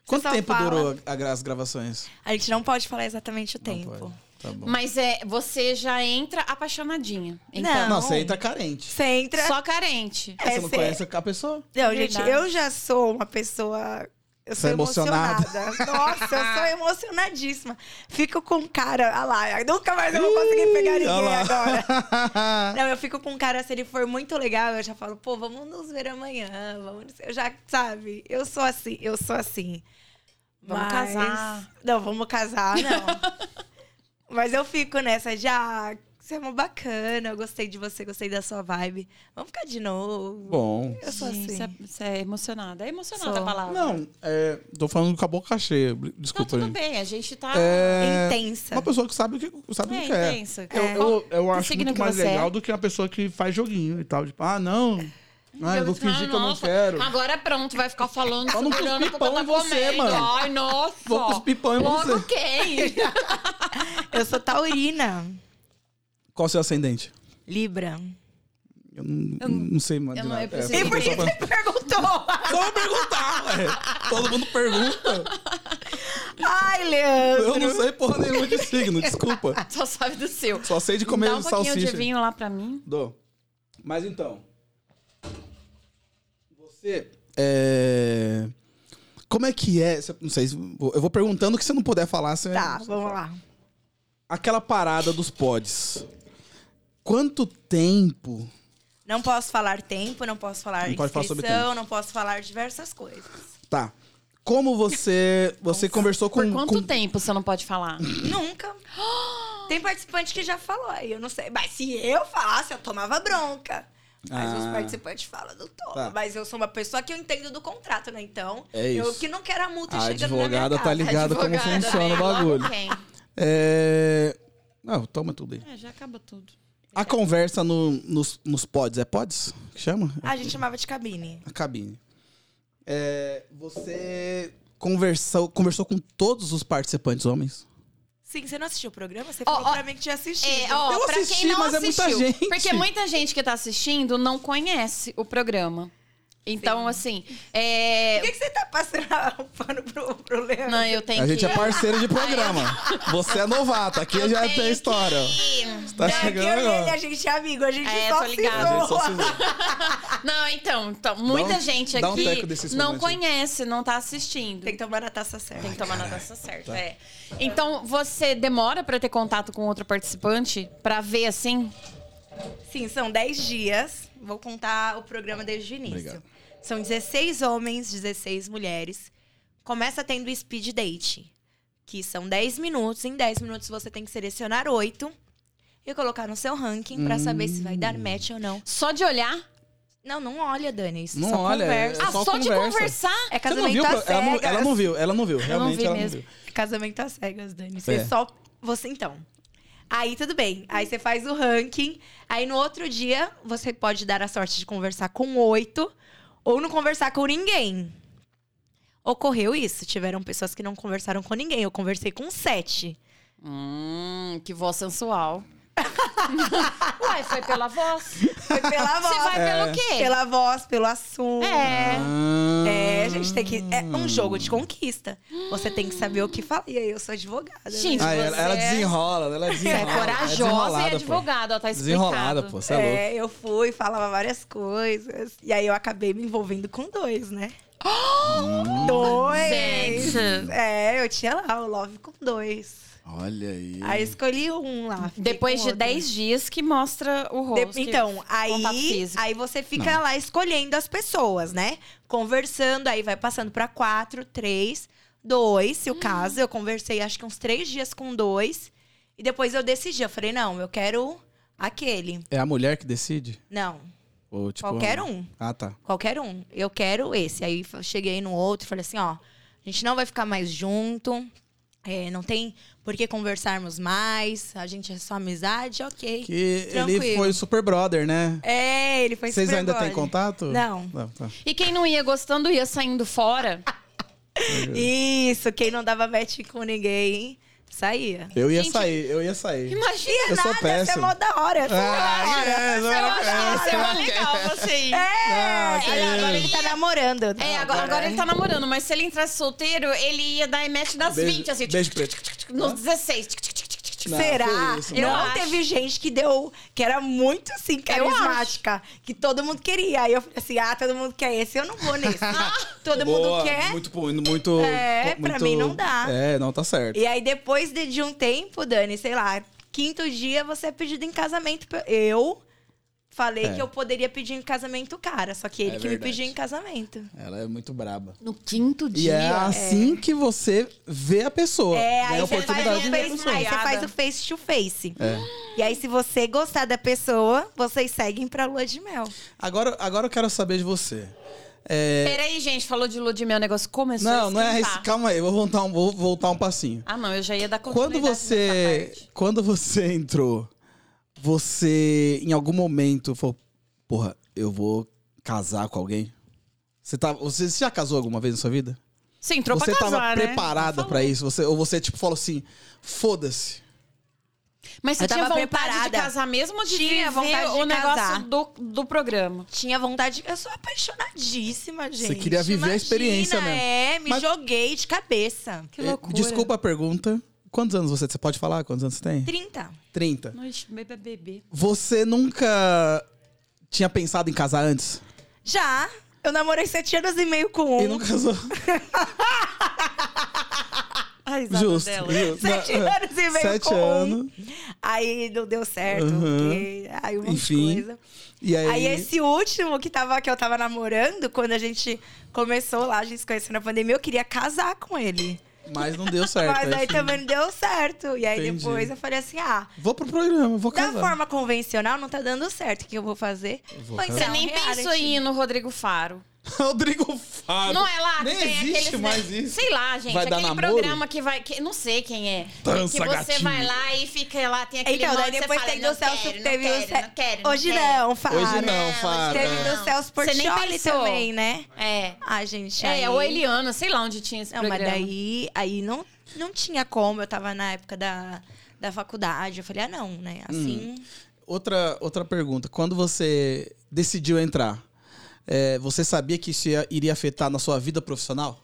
Quanto Você só tempo fala. durou a gra- as gravações? A gente não pode falar exatamente o Não tempo. pode. Tá bom. Mas é, você já entra apaixonadinha. Então, Não. Não, você aí tá carente. Você entra. só carente. É, você não você- conhece a pessoa? Não, gente, Verdade. eu já sou uma pessoa. Eu Você sou é emocionada. emocionada. Nossa, eu (laughs) sou emocionadíssima. Fico com cara. Ah lá, nunca mais eu vou conseguir pegar ninguém agora. (laughs) Não, eu fico com um cara, se ele for muito legal, eu já falo, pô, vamos nos ver amanhã, vamos. nos- Eu já, sabe, eu sou assim, eu sou assim. Vamos casar. Não, vamos casar, não. (laughs) Mas eu fico nessa de, ah, você é muito bacana, eu gostei de você, gostei da sua vibe. Vamos ficar de novo. Bom. eu sou Gente, assim. Você é, você é emocionada. É emocionada Sou. a palavra. Não, é, tô falando com a boca cheia. Não, Desculpa, tudo gente. bem. A gente tá É, Intensa. uma pessoa que sabe o que, sabe o é, que é. intensa. Eu- É. Eu, eu Que acho signo muito que mais você é? legal do que uma pessoa que faz joguinho e tal. Tipo, ah, não. Ah, eu vou fingir que eu não Nossa, quero. tá Agora pronto, vai ficar falando, Só não cuspir segurando porque eu pão tô em você, comendo. mano. Ai, nossa. Vou cuspir pão em Logo você. (laughs) quem? Eu sou taurina, Qual o seu ascendente? Libra. Eu não, não sei, mano. eu de não- eu nada. preciso É, E por que só pra- você perguntou? Só pra perguntar, ué. Todo mundo pergunta. Ai, Leandro. Eu não sei porra nenhuma de signo, desculpa. Só sabe do seu. Só sei de comer Dá um pouquinho salsicha. de vinho lá pra mim. Dou. Mas então. Você. É... Como é que é? Cê- Não sei. Eu vou perguntando o que você não puder falar. Você Tá, vamos lá. Aquela parada dos pods. Quanto tempo? Não posso falar tempo, não posso falar Não pode falar sobre inscrição, não posso falar diversas coisas. (gasps) Tá. Como você. Você conversou com. Por quanto com- tempo você não pode falar? (gasps) Nunca. Tem participante que já falou aí, eu não sei. Mas se eu falasse, eu tomava bronca. Mas os Ah. participantes falam, não toma. Tá. Mas eu sou uma pessoa que eu entendo do contrato, né? Então, É eu isso. que não quero a multa A chegando na minha advogada casa. tá ligada como Advogada, funciona o né? Logo bagulho. quem? É. Não, toma tudo aí. É, já acaba tudo. A conversa no- nos, nos pods. É pods? Que chama? A gente chamava de cabine. a cabine. É, você conversou, conversou com todos os participantes homens? Sim, você não assistiu o programa? Você Ó, falou ó. pra mim que tinha assistido. É, ó, Eu pra assisti, quem não mas é muita assistiu, gente. Porque muita gente que tá assistindo não conhece o programa. Então, assim, é... Por que, que você tá passando (laughs) o pano pro, pro Leandro? Não, eu tenho a gente que... é (laughs) parceiro de programa. você é novato, aqui já tenho tem história. que- Você tá Não, é que chegando eu e ele, agora. a gente é amigo, a gente É, só tô ligada. se A gente só se zoa. Tá vê. Não, então, então muita um- gente dá um aqui teco desses não momentos aí. conhece, não tá assistindo. Tem que tomar na taça certa. Tem que tomar na taça certa, Tá. é. Então, você demora pra ter contato com outro participante? pra ver, assim? Sim, são 10 dias. Vou contar o programa desde o início. Obrigado. São 16 homens, 16 mulheres. Começa tendo speed date, que são 10 minutos. Em 10 minutos você tem que selecionar 8 e colocar no seu ranking pra saber se vai Hum. dar match ou não. Só de olhar? Não, não olha, Dani. Isso Não só olha, conversa. É ah, só só conversa. de conversar? É Você não casamento Tá viu? às pro- Ela não, cegas. ela não viu, ela não viu. Realmente vi ela mesmo. não viu. Casamento às cegas, Dani. Você É. só. Você então. Aí tudo bem. Aí você faz o ranking. Aí no outro dia, você pode dar a sorte de conversar com oito ou não conversar com ninguém. Ocorreu isso. Tiveram pessoas que não conversaram com ninguém. Eu conversei com sete. Hum, que voz sensual. (laughs) Uai, foi pela voz? Foi (laughs) pela Você vai voz. É. pelo quê? Pela voz, pelo assunto. É. Ah. É, a gente tem que. É Hum. um jogo de conquista. Você tem que saber o que fala. E aí, eu sou advogada. né? Gente, Ah, ela, ela Você- desenrola, ela Você é desenrola. corajosa e desenrolada, pô. advogada, ó, tá explicado. Desenrolada, pô, você é, louco. É, eu fui, falava várias coisas. E aí eu acabei me envolvendo com (gasps) dois, né? dois! Gente. É, eu tinha lá o Love com dois. Olha aí. Aí eu escolhi um lá. fiquei Depois com de outro. 10 dias que mostra o De- rosto. Então, contato aí, físico. aí você fica lá escolhendo as pessoas, né? Conversando, aí vai passando pra quatro, três, dois, se o Hum. caso. Eu conversei acho que uns três dias com dois. E depois eu decidi. Eu falei, não, eu quero aquele. É a mulher que decide? Não, Ou, tipo, qualquer um. Ah, tá. qualquer um. Eu quero esse. Aí f- cheguei no outro e falei assim, ó, a gente não vai ficar mais junto. é, não tem por que conversarmos mais. A gente é só amizade, ok. Que ele Tranquilo. foi o super brother, né? É, ele foi Vocês super ainda têm gole. contato? Não. tá. E quem não ia gostando ia saindo fora. Isso, quem não dava match com ninguém, saía. Eu ia Gente, sair, eu ia sair. Imagina! Eu sou Essa é péssimo. mó da hora. essa é mó da Ah, hora. é, não Eu era acho que ia ser péssimo. mais legal você ir. Ah, que É, agora ele tá namorando. É, agora, agora ele tá namorando, mas se ele entrasse solteiro, ele ia dar match das Beijo- 20, assim, Beijo preto. nos 16. Não, Será? que isso, não mano. teve gente que deu, que era muito assim, carismática, que todo mundo queria. Aí eu falei assim: ah, todo mundo quer esse, eu não vou (laughs) nesse. todo Boa, mundo quer. Muito, po- muito, É, po- pra muito- mim não dá. É, não tá certo. E aí depois de, de um tempo, Dani, sei lá, quinto dia você é pedido em casamento. pe- Eu falei É. que eu poderia pedir em casamento o cara, só que ele É que me verdade. pediu em casamento. Ela é muito braba. No quinto E é assim que você vê a pessoa. né? É, a aí você faz, oportunidade o de ver a face, pessoa. aí você faz o face to face. É. E aí, se você gostar da pessoa, vocês seguem pra lua de mel. Agora, agora eu quero saber de você. É, Peraí, gente, falou de lua de mel, o negócio começou a não, não é esse. esquentar. Calma aí, eu vou voltar um, vou voltar um passinho. Ah, não, eu já ia dar Quando continuidade você, nessa parte. quando você entrou, você em algum momento falou, porra, eu vou casar com alguém? Você, tá, você já casou alguma vez na sua vida? Você entrou você pra casar, tava né? preparada pra isso? Você, ou você tipo falou assim, foda-se. Mas você Eu tinha tava vontade de preparada. casar mesmo ou de viver Tinha vontade de o casar. negócio do, do programa? Tinha vontade. Eu sou apaixonadíssima, gente. queria viver a Imagina, experiência mesmo. É, me Mas- joguei de cabeça. Que Eh, loucura. Desculpa a pergunta. Quantos anos você, você pode falar? Quantos anos você tem? 30. 30. Noite, bebê, bebê. Você nunca tinha pensado em casar antes? Já. Eu namorei sete anos e meio com um. E não casou? A risada Justo. dela. justo. (laughs) Sete Não, é. anos e meio Sete com um. anos. Aí não deu certo. Uhum. porque- Aí um monte Enfim. é de coisa. E aí... Aí esse último que, tava, que eu tava namorando, quando a gente começou lá, a gente se conheceu na pandemia, eu queria casar com ele. Mas não deu certo. Mas aí enfim. também não deu certo. E aí É, Entendi. depois eu falei assim, ah... Vou pro programa, vou Da casar. forma convencional, não tá dando certo. O que eu vou fazer? Vou Vou Você entrar nem num reality. pensou em ir no Rodrigo Faro. (laughs) Rodrigo Fábio. Não é lá que Ah, Nem tem existe aqueles, mais isso. Sei lá, gente. Vai dar aquele namoro? programa que vai. Que, não sei quem é. Dança, que você gatinho. vai lá e fica lá, tem aquele Então, daí modo que depois você fala, teve o Celso quero, teve não o quero, Cel- não quero, não Hoje quero. não, Fara. Hoje não, Fara. Teve Não. do Celso Você nem Portioli pensou. também, né? É. Ah, gente, aí... É, ou Eliana, sei lá onde tinha esse Não, mas programa. daí aí não, não tinha como. Eu tava na época da, da faculdade. Eu falei, ah, não, Hum. né? Assim... Outra, outra pergunta. Quando você decidiu entrar, é, você sabia que isso ia- iria afetar na sua vida profissional?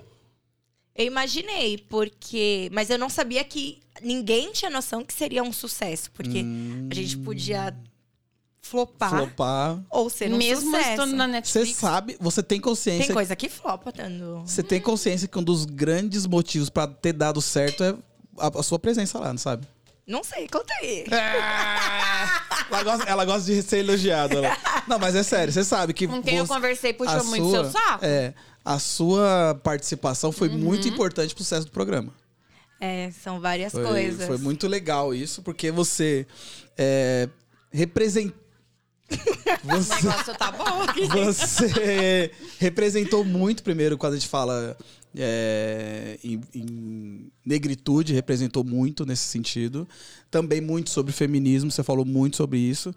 Eu imaginei, porque... Mas eu não sabia que... Ninguém tinha noção que seria um sucesso. Porque Hum. a gente podia flopar Flopar. ou ser um Mesmo sucesso. estando na Você Netflix. sabe, você tem Tem consciência. coisa que flopa tendo. Você tem consciência que um dos grandes motivos pra ter dado certo é a, a sua presença lá, não sabe? Não sei, conta aí. É. Ela gosta, ela gosta de ser elogiada. ela. Não, mas é sério, você sabe que. Com quem eu você- conversei a puxou muito seu (laughs) saco. É, a sua participação foi Uhum. muito importante pro sucesso do programa. É, são várias Foi, coisas. foi muito legal isso, porque você é, (laughs) represent- O Você, negócio tá bom aqui. você representou muito primeiro quando a gente fala é, em, em negritude, representou muito nesse sentido. Também muito sobre feminismo, você falou muito sobre isso.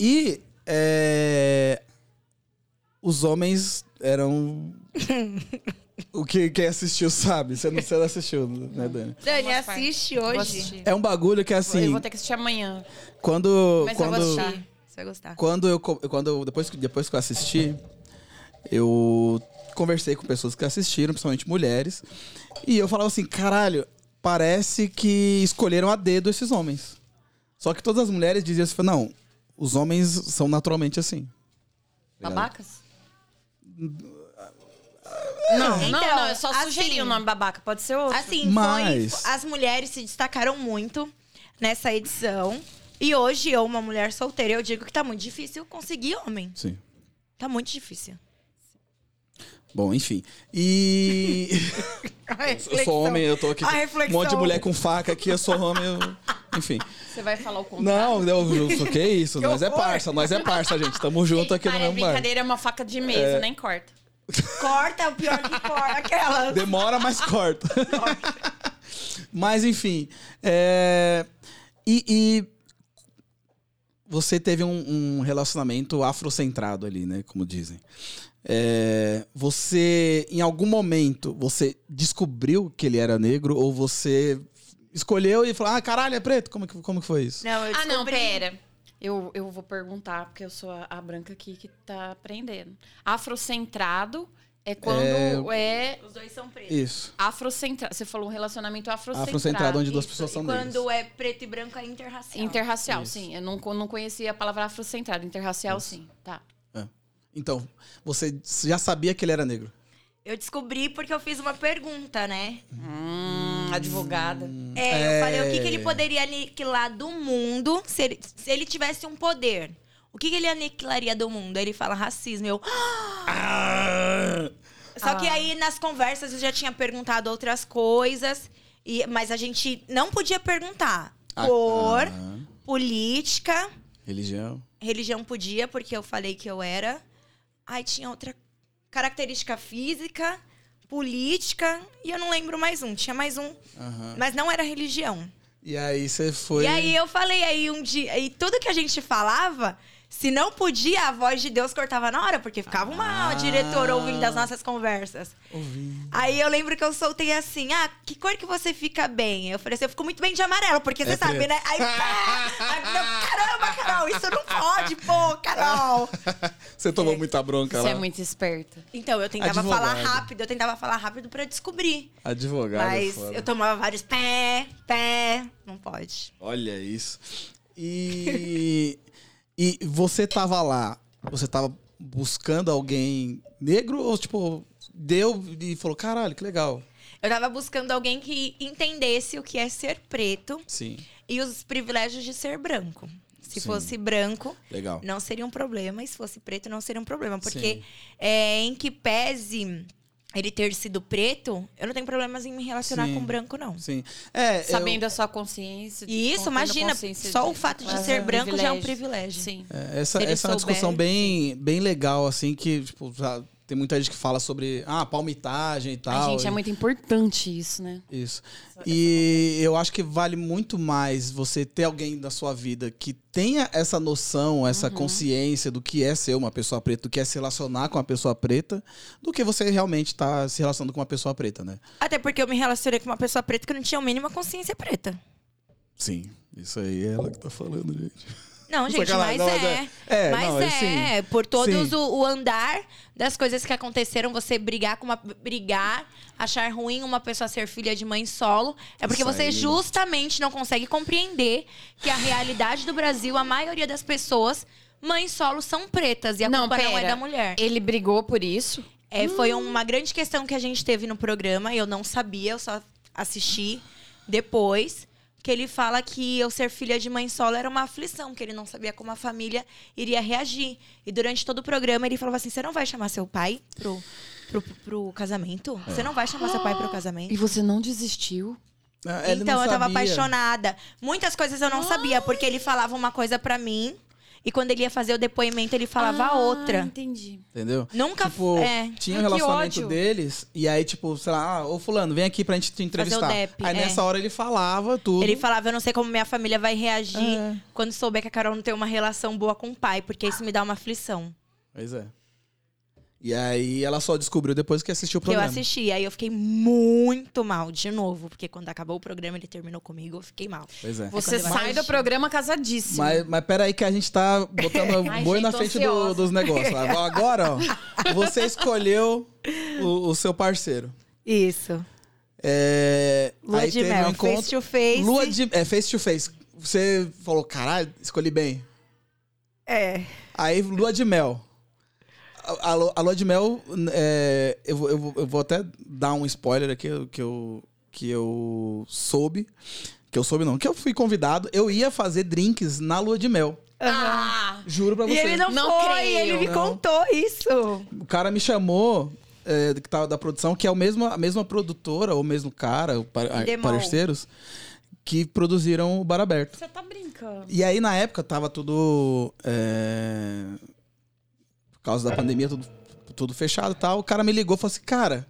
E é, os homens eram. o que quem assistiu sabe. Você não, você não assistiu, né, Dani? Dani, Umas partes. assiste Vou hoje. assistir. É um bagulho que assim. Eu vou ter que assistir amanhã. Quando. Mas eu quando, vou assistir. Tá, você vai gostar. quando eu. co- Quando eu- depois, que- depois que eu assisti, eu conversei com pessoas que assistiram, principalmente mulheres. E eu falava assim, caralho, parece que escolheram a dedo esses homens. Só que todas as mulheres diziam assim, não, os homens são naturalmente assim. Babacas? Não, não, Então, não. Eu só sugeri assim- o nome babaca. Pode ser outro. Assim, Mas- foi, as mulheres se destacaram muito nessa edição. E hoje, eu, uma mulher solteira, eu digo que tá muito difícil conseguir homem. Sim. Tá (laughs) muito difícil. Bom, enfim. E. eu sou homem, eu tô aqui. A com Um reflexão. monte de mulher com faca aqui, eu sou homem, eu... enfim. Você vai falar o contrário. Não, eu, eu sou que isso. Que nós é horror. parça, nós é parça, gente. Tamo junto aqui no Para, é mesmo bar. brincadeira, é uma faca de mesa, nem corta. Corta o pior que corta. (laughs) Aquela. Demora, mas corta. (laughs) mas enfim. é, E, e você teve um, um relacionamento afrocentrado ali, né? Como dizem. É, Você, em algum momento, você descobriu que ele era negro ou você escolheu e falou: Ah, caralho, é preto? Como que, como que foi isso? Não, eu Ah, não, descobri. pera. Eu, eu vou perguntar, porque eu sou a, a branca aqui que tá aprendendo. Afrocentrado é quando é, Os dois são pretos. Isso. afrocentrado. Você falou um relacionamento afrocentrado. Afrocentrado, onde duas Isso, pessoas são e negras. quando é preto e branco, é interracial. Interracial, Isso. sim. Eu não, co- não conhecia a palavra afrocentrado. Interracial, Isso. sim. Tá. Então, você já sabia que ele era negro? Eu descobri porque eu fiz uma pergunta, né? Hum, advogada. É, É. eu falei o que, que ele poderia aniquilar do mundo se ele, se ele tivesse um poder. O que, que ele aniquilaria do mundo? Aí Ele fala racismo. Eu. (gasps) Só que Ah. aí nas conversas eu já tinha perguntado outras coisas, e, mas a gente não podia perguntar. Ah, Cor, ah, política, religião. religião podia, porque eu falei que eu era. Aí tinha outra característica física, política, e eu não lembro mais um. Tinha mais um, Aham. mas não era religião. E aí você foi. E aí eu falei aí um dia, e tudo que a gente falava Se não podia, a voz de Deus cortava na hora, porque ficava uma Ah. diretora ouvindo as nossas conversas. Ouvi. Aí eu lembro que eu soltei assim: ah, que cor que você fica bem? Eu falei assim: eu fico muito bem de amarelo, porque você É sabe, preto. né? Aí, pá! Aí, não, caramba, Carol, isso não pode, pô, Carol. (laughs) Você tomou muita bronca Você lá. é muito esperta. Então, eu tentava falar Advogado. rápido, eu tentava falar rápido pra descobrir. Advogado. é Mas foda. eu tomava vários pé, pé. Não pode. Olha isso. E, e você tava lá, você tava buscando alguém negro ou tipo, deu e falou, caralho, que legal. Eu tava buscando alguém que entendesse o que é ser preto Sim, e os privilégios de ser branco. Se Sim. fosse branco, legal. não seria um problema. E se fosse preto, não seria um problema. Porque Sim. é, em que pese ele ter sido preto, eu não tenho problemas em me relacionar Sim. com branco, não. Sim. É, Sabendo a sua consciência. de- E isso, tendo imagina, consciência só de- o fato de Aham. ser branco já é um privilégio. Sim. eu- é, essa se ele essa é uma souber, discussão bem, bem legal, assim, que tipo, já tem muita gente que fala sobre ah, palmitagem e Ai, tal. gente, é e- muito importante isso, né? Isso. E eu acho que vale muito mais você ter alguém da sua vida que tenha essa noção, essa Uhum. consciência do que é ser uma pessoa preta, do que é se relacionar com uma pessoa preta, do que você realmente estar se relacionando com uma pessoa preta, né? Até porque eu me relacionei com uma pessoa preta que não tinha a mínima consciência preta. Sim. Isso aí é ela que tá falando, gente. Não, gente, mas, Sacanagem, não, mas é. é- é, mas não, é é, por todos Sim. o, o andar das coisas que aconteceram, você brigar com uma. brigar, achar ruim uma pessoa ser filha de mãe solo, é porque Isso você aí. justamente não consegue compreender que a realidade do Brasil, a maioria das pessoas, mães solo são pretas e a Não, culpa não é pera. da mulher. Ele brigou por isso. É, foi uma grande questão que a gente teve no programa. Eu não sabia, eu só assisti depois. Que ele fala que eu ser filha de mãe solo era uma aflição, que ele não sabia como a família iria reagir. E durante todo o programa ele falava assim: você não vai chamar seu pai pro, pro, pro casamento? É. Você não vai chamar seu pai pro casamento? E você não desistiu. Ah, ele não Então eu sabia. tava apaixonada. Muitas coisas eu não sabia, porque ele falava uma coisa pra mim e quando ele ia fazer o depoimento ele falava Ah, outra. Entendi. Entendeu? Nunca Tipo, é. tinha o Ai, que relacionamento ódio. deles, e aí, tipo, sei lá, ah, ô fulano, vem aqui pra gente te entrevistar. dep, aí é. nessa hora ele falava tudo. Ele falava, eu não sei como minha família vai reagir É. quando souber que a Carol não tem uma relação boa com o pai, porque isso me dá uma aflição. Pois é. E aí ela só descobriu depois que assistiu o Que eu programa. assisti, aí eu fiquei muito mal, de novo, porque quando acabou o programa, ele terminou comigo, eu fiquei mal. Pois é. Você quando eu sai imagino. do programa casadíssimo. Mas, mas peraí que a gente tá (laughs) botando Ai, boi gente, na tô frente do- ansiosa. dos negócios. Agora, ó, você escolheu o, o seu parceiro. Isso. É, Lua aí de teve mel, um encontro. face to face. Lua de... É, face to face. Você falou, caralho, escolhi bem. É. Aí, lua de mel. A, a lu- a lua de mel, é, eu, vou- eu vou- eu vou até dar um spoiler aqui que eu, que eu soube. Que eu soube, não, que eu fui convidado. Eu ia fazer drinks na lua de mel. Ah! Juro pra você. E ele não, Não foi, creio. ele me Não. contou isso. O cara me chamou, é, que tava da produção, que é o mesmo, a mesma produtora, ou o mesmo cara, o par- a- Endemol. parceiros, que produziram o Bar Aberto. Você tá brincando. E aí, na época, tava tudo. é, Por causa da pandemia, tudo, tudo fechado e tal. O cara me ligou e falou assim: Cara,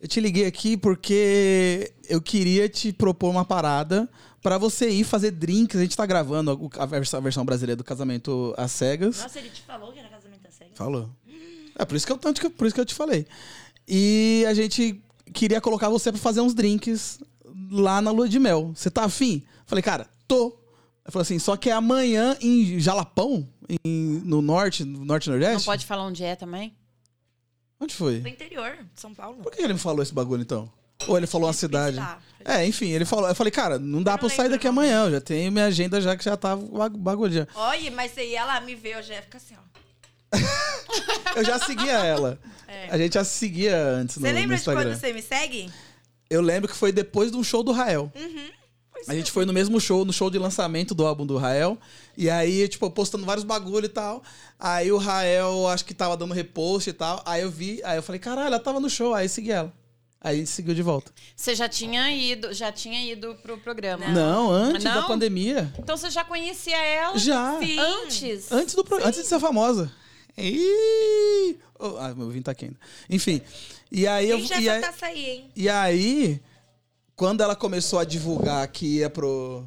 eu te liguei aqui porque eu queria te propor uma parada pra você ir fazer drinks. A gente tá gravando o- a vers- a versão brasileira do casamento às cegas. Nossa, ele te falou que era casamento sério? Falou. É por isso que eu tanto que por isso que eu te falei. E a gente queria colocar você pra fazer uns drinks lá na lua de mel. Você tá afim? Falei, cara, tô. Ele falou assim, só que é amanhã em Jalapão, em- no norte, no norte e Não nordeste. pode falar onde é também? Onde foi? Do interior, de São Paulo. Por que ele me falou esse bagulho então? Ou ele falou uma cidade? Tá. É, enfim, ele falou. Eu falei, cara, não dá Eu pra eu não sair lembro daqui o nome. amanhã. Eu já tenho minha agenda já que já tá bagulho. já. Olha, mas aí ela me vê, eu já fica assim, ó. Eu já seguia (laughs) ela. A gente já se seguia antes no, É. Você no lembra de Instagram. quando você me segue? Eu lembro que foi depois de um show do Rael. Pois A gente foi no mesmo show, no show de lançamento do álbum do Rael. E aí, tipo, eu postando vários bagulho e tal. Aí o Rael, acho que tava dando repost e tal. Aí eu vi, aí eu falei, caralho, ela tava no show. Aí eu segui ela. Aí a gente seguiu de volta. Você já tinha ido, já tinha ido pro programa. Não, antes Não? da pandemia. Então você já conhecia ela Já. Sim. antes? Antes do pro- antes de ser famosa. Ih! Oh, ah, meu vinho tá quente. Enfim. E aí eu. Quem já tá e aí- essa taça aí, hein? E aí, quando ela começou a divulgar que ia pro.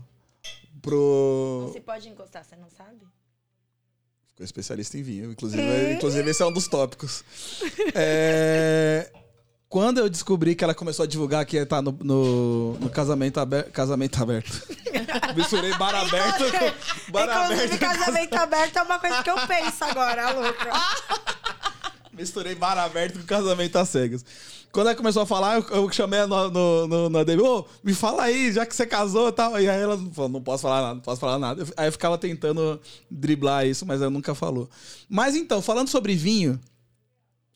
Não pro. se pode encostar, você não sabe? Ficou especialista em vinho. Inclusive, inclusive esse é um dos tópicos. É, Quando eu descobri que ela começou a divulgar que ia estar no, no- no casamento aberto. Casamento aberto. Misturei bar aberto. com- Bar Inclusive, aberto. né? casamento aberto é uma coisa que eu penso agora, (laughs) louca. Misturei bar aberto com casamento às cegas. Quando ela começou a falar, eu, eu chamei ela no, no, no, na DM, ô, me fala aí, já que você casou e tal. E aí ela falou, não posso falar nada, não posso falar nada. Eu- Aí eu ficava tentando driblar isso, mas ela nunca falou. Mas então, falando sobre vinho,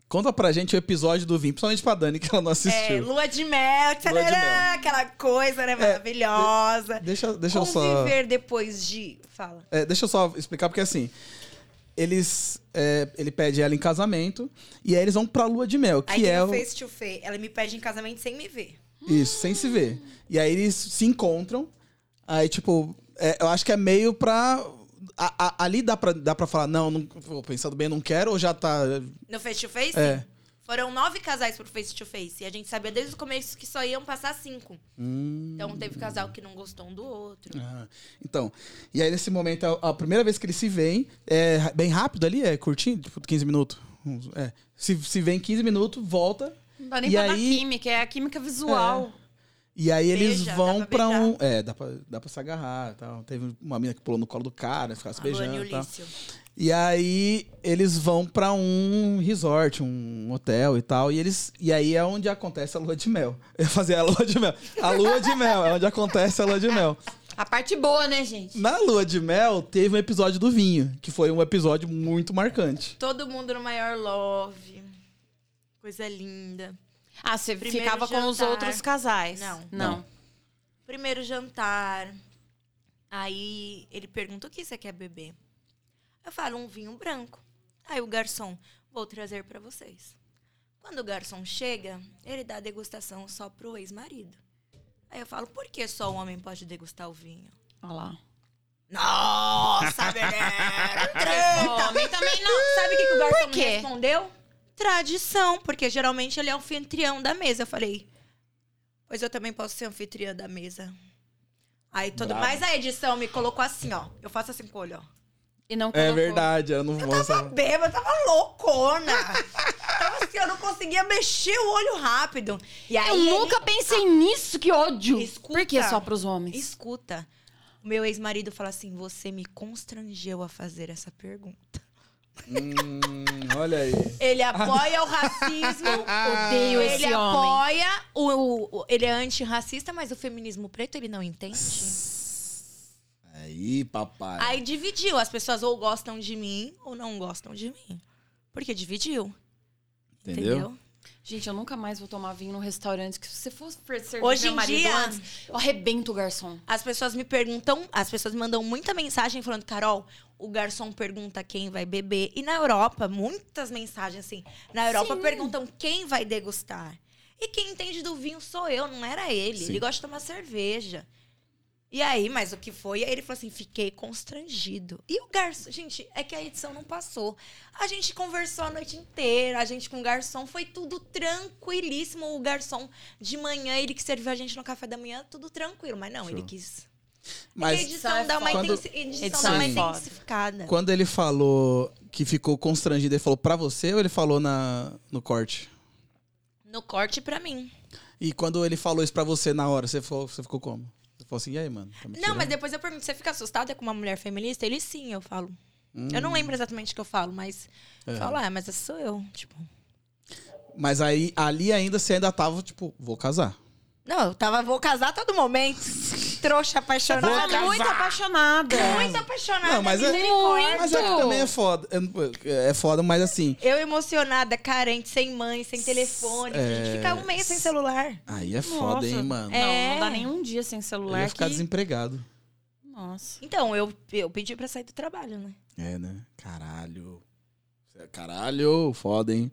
conta pra gente o episódio do vinho, principalmente pra Dani, que ela não É, assistiu. lua de mel, tcharará, Lua de mel. aquela coisa, né? Maravilhosa. Deixa, deixa eu só... Conviver depois de. Fala. É, deixa eu só explicar, porque assim. Eles. é, ele pede ela em casamento. E aí eles vão pra lua de mel, que Aí tem é. o o- face to face. Ela me pede em casamento sem me ver. Isso, sem se ver. E aí eles se encontram. Aí, tipo, é, eu acho que é meio pra. a- a- ali dá pra, dá pra falar, não, não, pô, pensando bem, não quero, ou já tá. No face to face? É. Foram nove casais pro face to face. E a gente sabia desde o começo que só iam passar cinco. Hum. Então teve casal que não gostou um do outro. Ah, Então, e aí nesse momento, a, a primeira vez que eles se veem, é ra- bem rápido ali, é curtinho, tipo 15 minutos. uns- É. Se, se vê em 15 minutos, volta. Não dá nem E pra dar aí- É. química, é a química visual. E aí eles Beija, dá vão pra pra um. É, dá pra, dá pra se agarrar e tal. Teve uma mina que pulou no colo do cara, ficava se Luana e beijando tá. e tal. Ulício. E aí eles vão pra um resort, um hotel e tal. E, eles, e aí é onde acontece a lua de mel. (laughs) Eu ia fazer a lua de mel. A lua de mel é onde acontece a lua de mel. A parte boa, né, gente? Na lua de mel teve um episódio do vinho, que foi um episódio muito marcante. Todo mundo no maior love. Coisa linda. Ah, você Primeiro ficava com os jantar. outros casais. Não. Não. Primeiro jantar. Aí ele pergunta o que você quer beber. Eu falo um vinho branco. Aí o garçom, vou trazer pra vocês. Quando o garçom chega, ele dá a degustação só pro ex-marido. Aí eu falo, por que só o homem pode degustar o vinho? Olha lá. Nossa, (laughs) galera! Homem também não. Sabe o que, que o garçom Por me quê? respondeu? Tradição, porque geralmente ele é anfitrião da mesa. Eu falei, pois eu também posso ser anfitriã da mesa. Aí tudo Bravo. mais a edição me colocou assim, ó. Eu faço assim com o olho, ó. E não É colocou. verdade, ela não Tava mostra. bêbada, tava (laughs) loucona. tava assim, eu não conseguia mexer o olho rápido. E aí Eu ele- nunca pensei nisso, que ódio. Escuta. Por que só pros homens? Escuta. O meu ex-marido fala assim: você me constrangeu a fazer essa pergunta. Hum, olha aí. Ele apoia o racismo. (laughs) Odeio esse ele homem. apoia o, o- o- Ele é antirracista, mas o feminismo preto ele não entende. Aí, papai. Aí dividiu. As pessoas ou gostam de mim ou não gostam de mim. Porque dividiu. Entendeu? Gente, eu nunca mais vou tomar vinho num restaurante. Que se você fosse servir Hoje meu em marido dia- antes, eu arrebento o garçom. As pessoas me perguntam, as pessoas me mandam muita mensagem falando, Carol, o garçom pergunta quem vai beber. E na Europa, muitas mensagens assim. Na Europa Sim. perguntam quem vai degustar. E quem entende do vinho sou eu, não era ele. Sim. Ele gosta de tomar cerveja. E aí, mas o que foi? Aí ele falou assim: fiquei constrangido. E o garçom. Gente, é que a edição não passou. A gente conversou a noite inteira, a gente com o garçom, foi tudo tranquilíssimo. O garçom de manhã, ele que serviu a gente no café da manhã, tudo tranquilo. Mas não, Show. ele quis. Mas a edição é dá uma, foda. intensi- edição Edição dá uma é foda. intensificada. Quando ele falou que ficou constrangido, ele falou pra você ou ele falou na, no corte? No corte pra mim. E quando ele falou isso pra você na hora, você, falou, você ficou como? Você falou assim, e aí, mano? Tá me é- Não, mas tirando? depois eu pergunto: você fica assustada com uma mulher feminista? Ele sim, eu falo. Eu não lembro exatamente o que eu falo, mas. Hum. É. Eu falo, ah, mas essa sou eu. Tipo. Mas aí, ali ainda, você ainda tava, tipo, vou casar. Não, eu tava, vou casar a todo momento. (laughs) Trouxa apaixonada. Tava muito apaixonada. Muito apaixonada. Não, mas é- misericórdia. Mas é que também é foda. É, é foda, mas assim... Eu emocionada, carente, sem mãe, sem telefone. É. A gente fica um mês sem celular. Aí é foda, Nossa. hein, mano? Não, É. não dá nenhum dia sem Eu celular. ia ficar que- desempregado. Nossa. Então, eu, eu pedi pra sair do trabalho, né? É, né? Caralho. Caralho, foda, hein?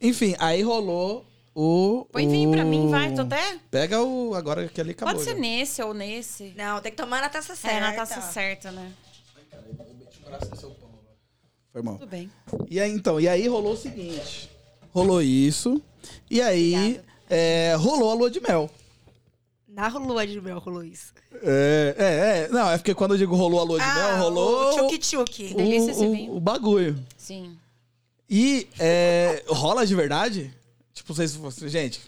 Enfim, aí rolou o... É. Põe o... vinho pra mim, vai. Tô até... Pega o... Agora que ali acabou. Pode ser já. nesse ou nesse. Não, tem que tomar na taça É, certa. na taça certa, né? Foi mal. Tudo bem. E aí, então, e aí rolou o seguinte. Rolou isso. E aí, é, rolou a lua de mel. Na lua de mel rolou isso. É, é, é. Não, é porque quando eu digo rolou a lua Ah, de mel, rolou. Ah, O tchuki-tchuki. o- delícia esse o- vinho. o bagulho. Sim. E é, rola de verdade? Tipo, vocês. vocês- Gente,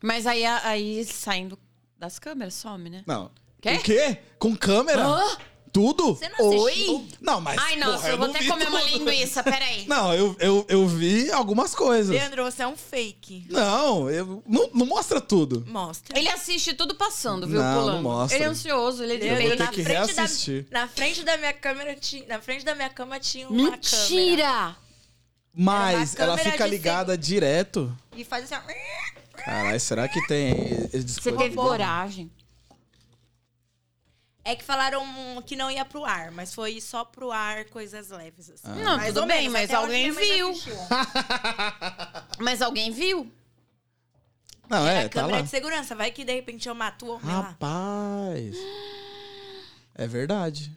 Mas aí, aí saindo das câmeras, some, né? não. Quê? O quê? Com câmera? Hã? Tudo? Você não assistiu? Oi? Não, Ah, mas. Ai, nossa, porra, eu vou não até vi comer uma tudo. linguiça, (laughs) peraí. Não, eu, eu, eu vi algumas coisas. Leandro, você é um fake. Não, eu, não, não mostra tudo. Mostra. Ele assiste tudo passando, viu, Não, não pulando. mostra. Ele é ansioso, ele Eu ele vou na ter que frente da- reassistir. Na frente da minha câmera tinha. Na frente da minha cama tinha uma câmera. Mentira! Mas ela câmera fica de ligada direto. E faz assim. ó. Caralho, será que tem esse Você dispositivo? teve coragem. É que falaram que não ia pro ar, mas foi só pro ar coisas leves. Assim. Ah. Não, Mais tudo ou bem, menos, mas até onde alguém minha mãe viu. assistiu. Mas alguém viu? Não, Era é, a tá câmera lá. de segurança, vai que de repente eu mato o homem lá. Rapaz. É verdade.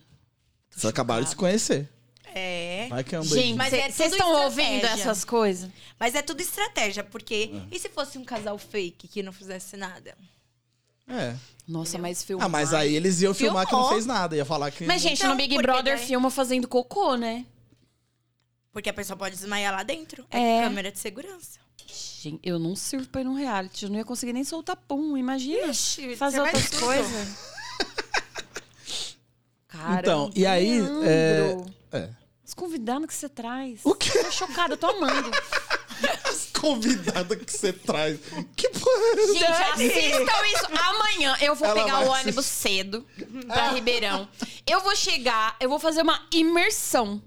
Vocês acabaram de se conhecer. É. Vai que é um Gente, beijinho. Mas é vocês tudo estão estratégia. ouvindo essas coisas? Mas é tudo estratégia, porque. E se fosse um casal fake que não fizesse nada? É. Nossa, mas filmar. Ah, mas aí eles iam filmar que não Filmou. fez nada. Ia falar que. Mas, gente, Então, no Big porque Brother daí- filma fazendo cocô, né? Porque a pessoa pode desmaiar lá dentro. É. É. Câmera de segurança. Gente, eu não sirvo pra ir num reality. Eu não ia conseguir nem soltar pum, imagina. Ixi, fazer você vai outras tudo. coisas. Cara, Então, e aí, é, Leandro, É. Os convidados que você traz. O quê? Tô chocada, tô (laughs) amando. As convidadas que você traz. Que porra. é Gente, assistam isso. Amanhã eu vou Ela pegar vai o (laughs) ônibus cedo pra Ribeirão. Eu vou chegar, eu vou fazer uma imersão.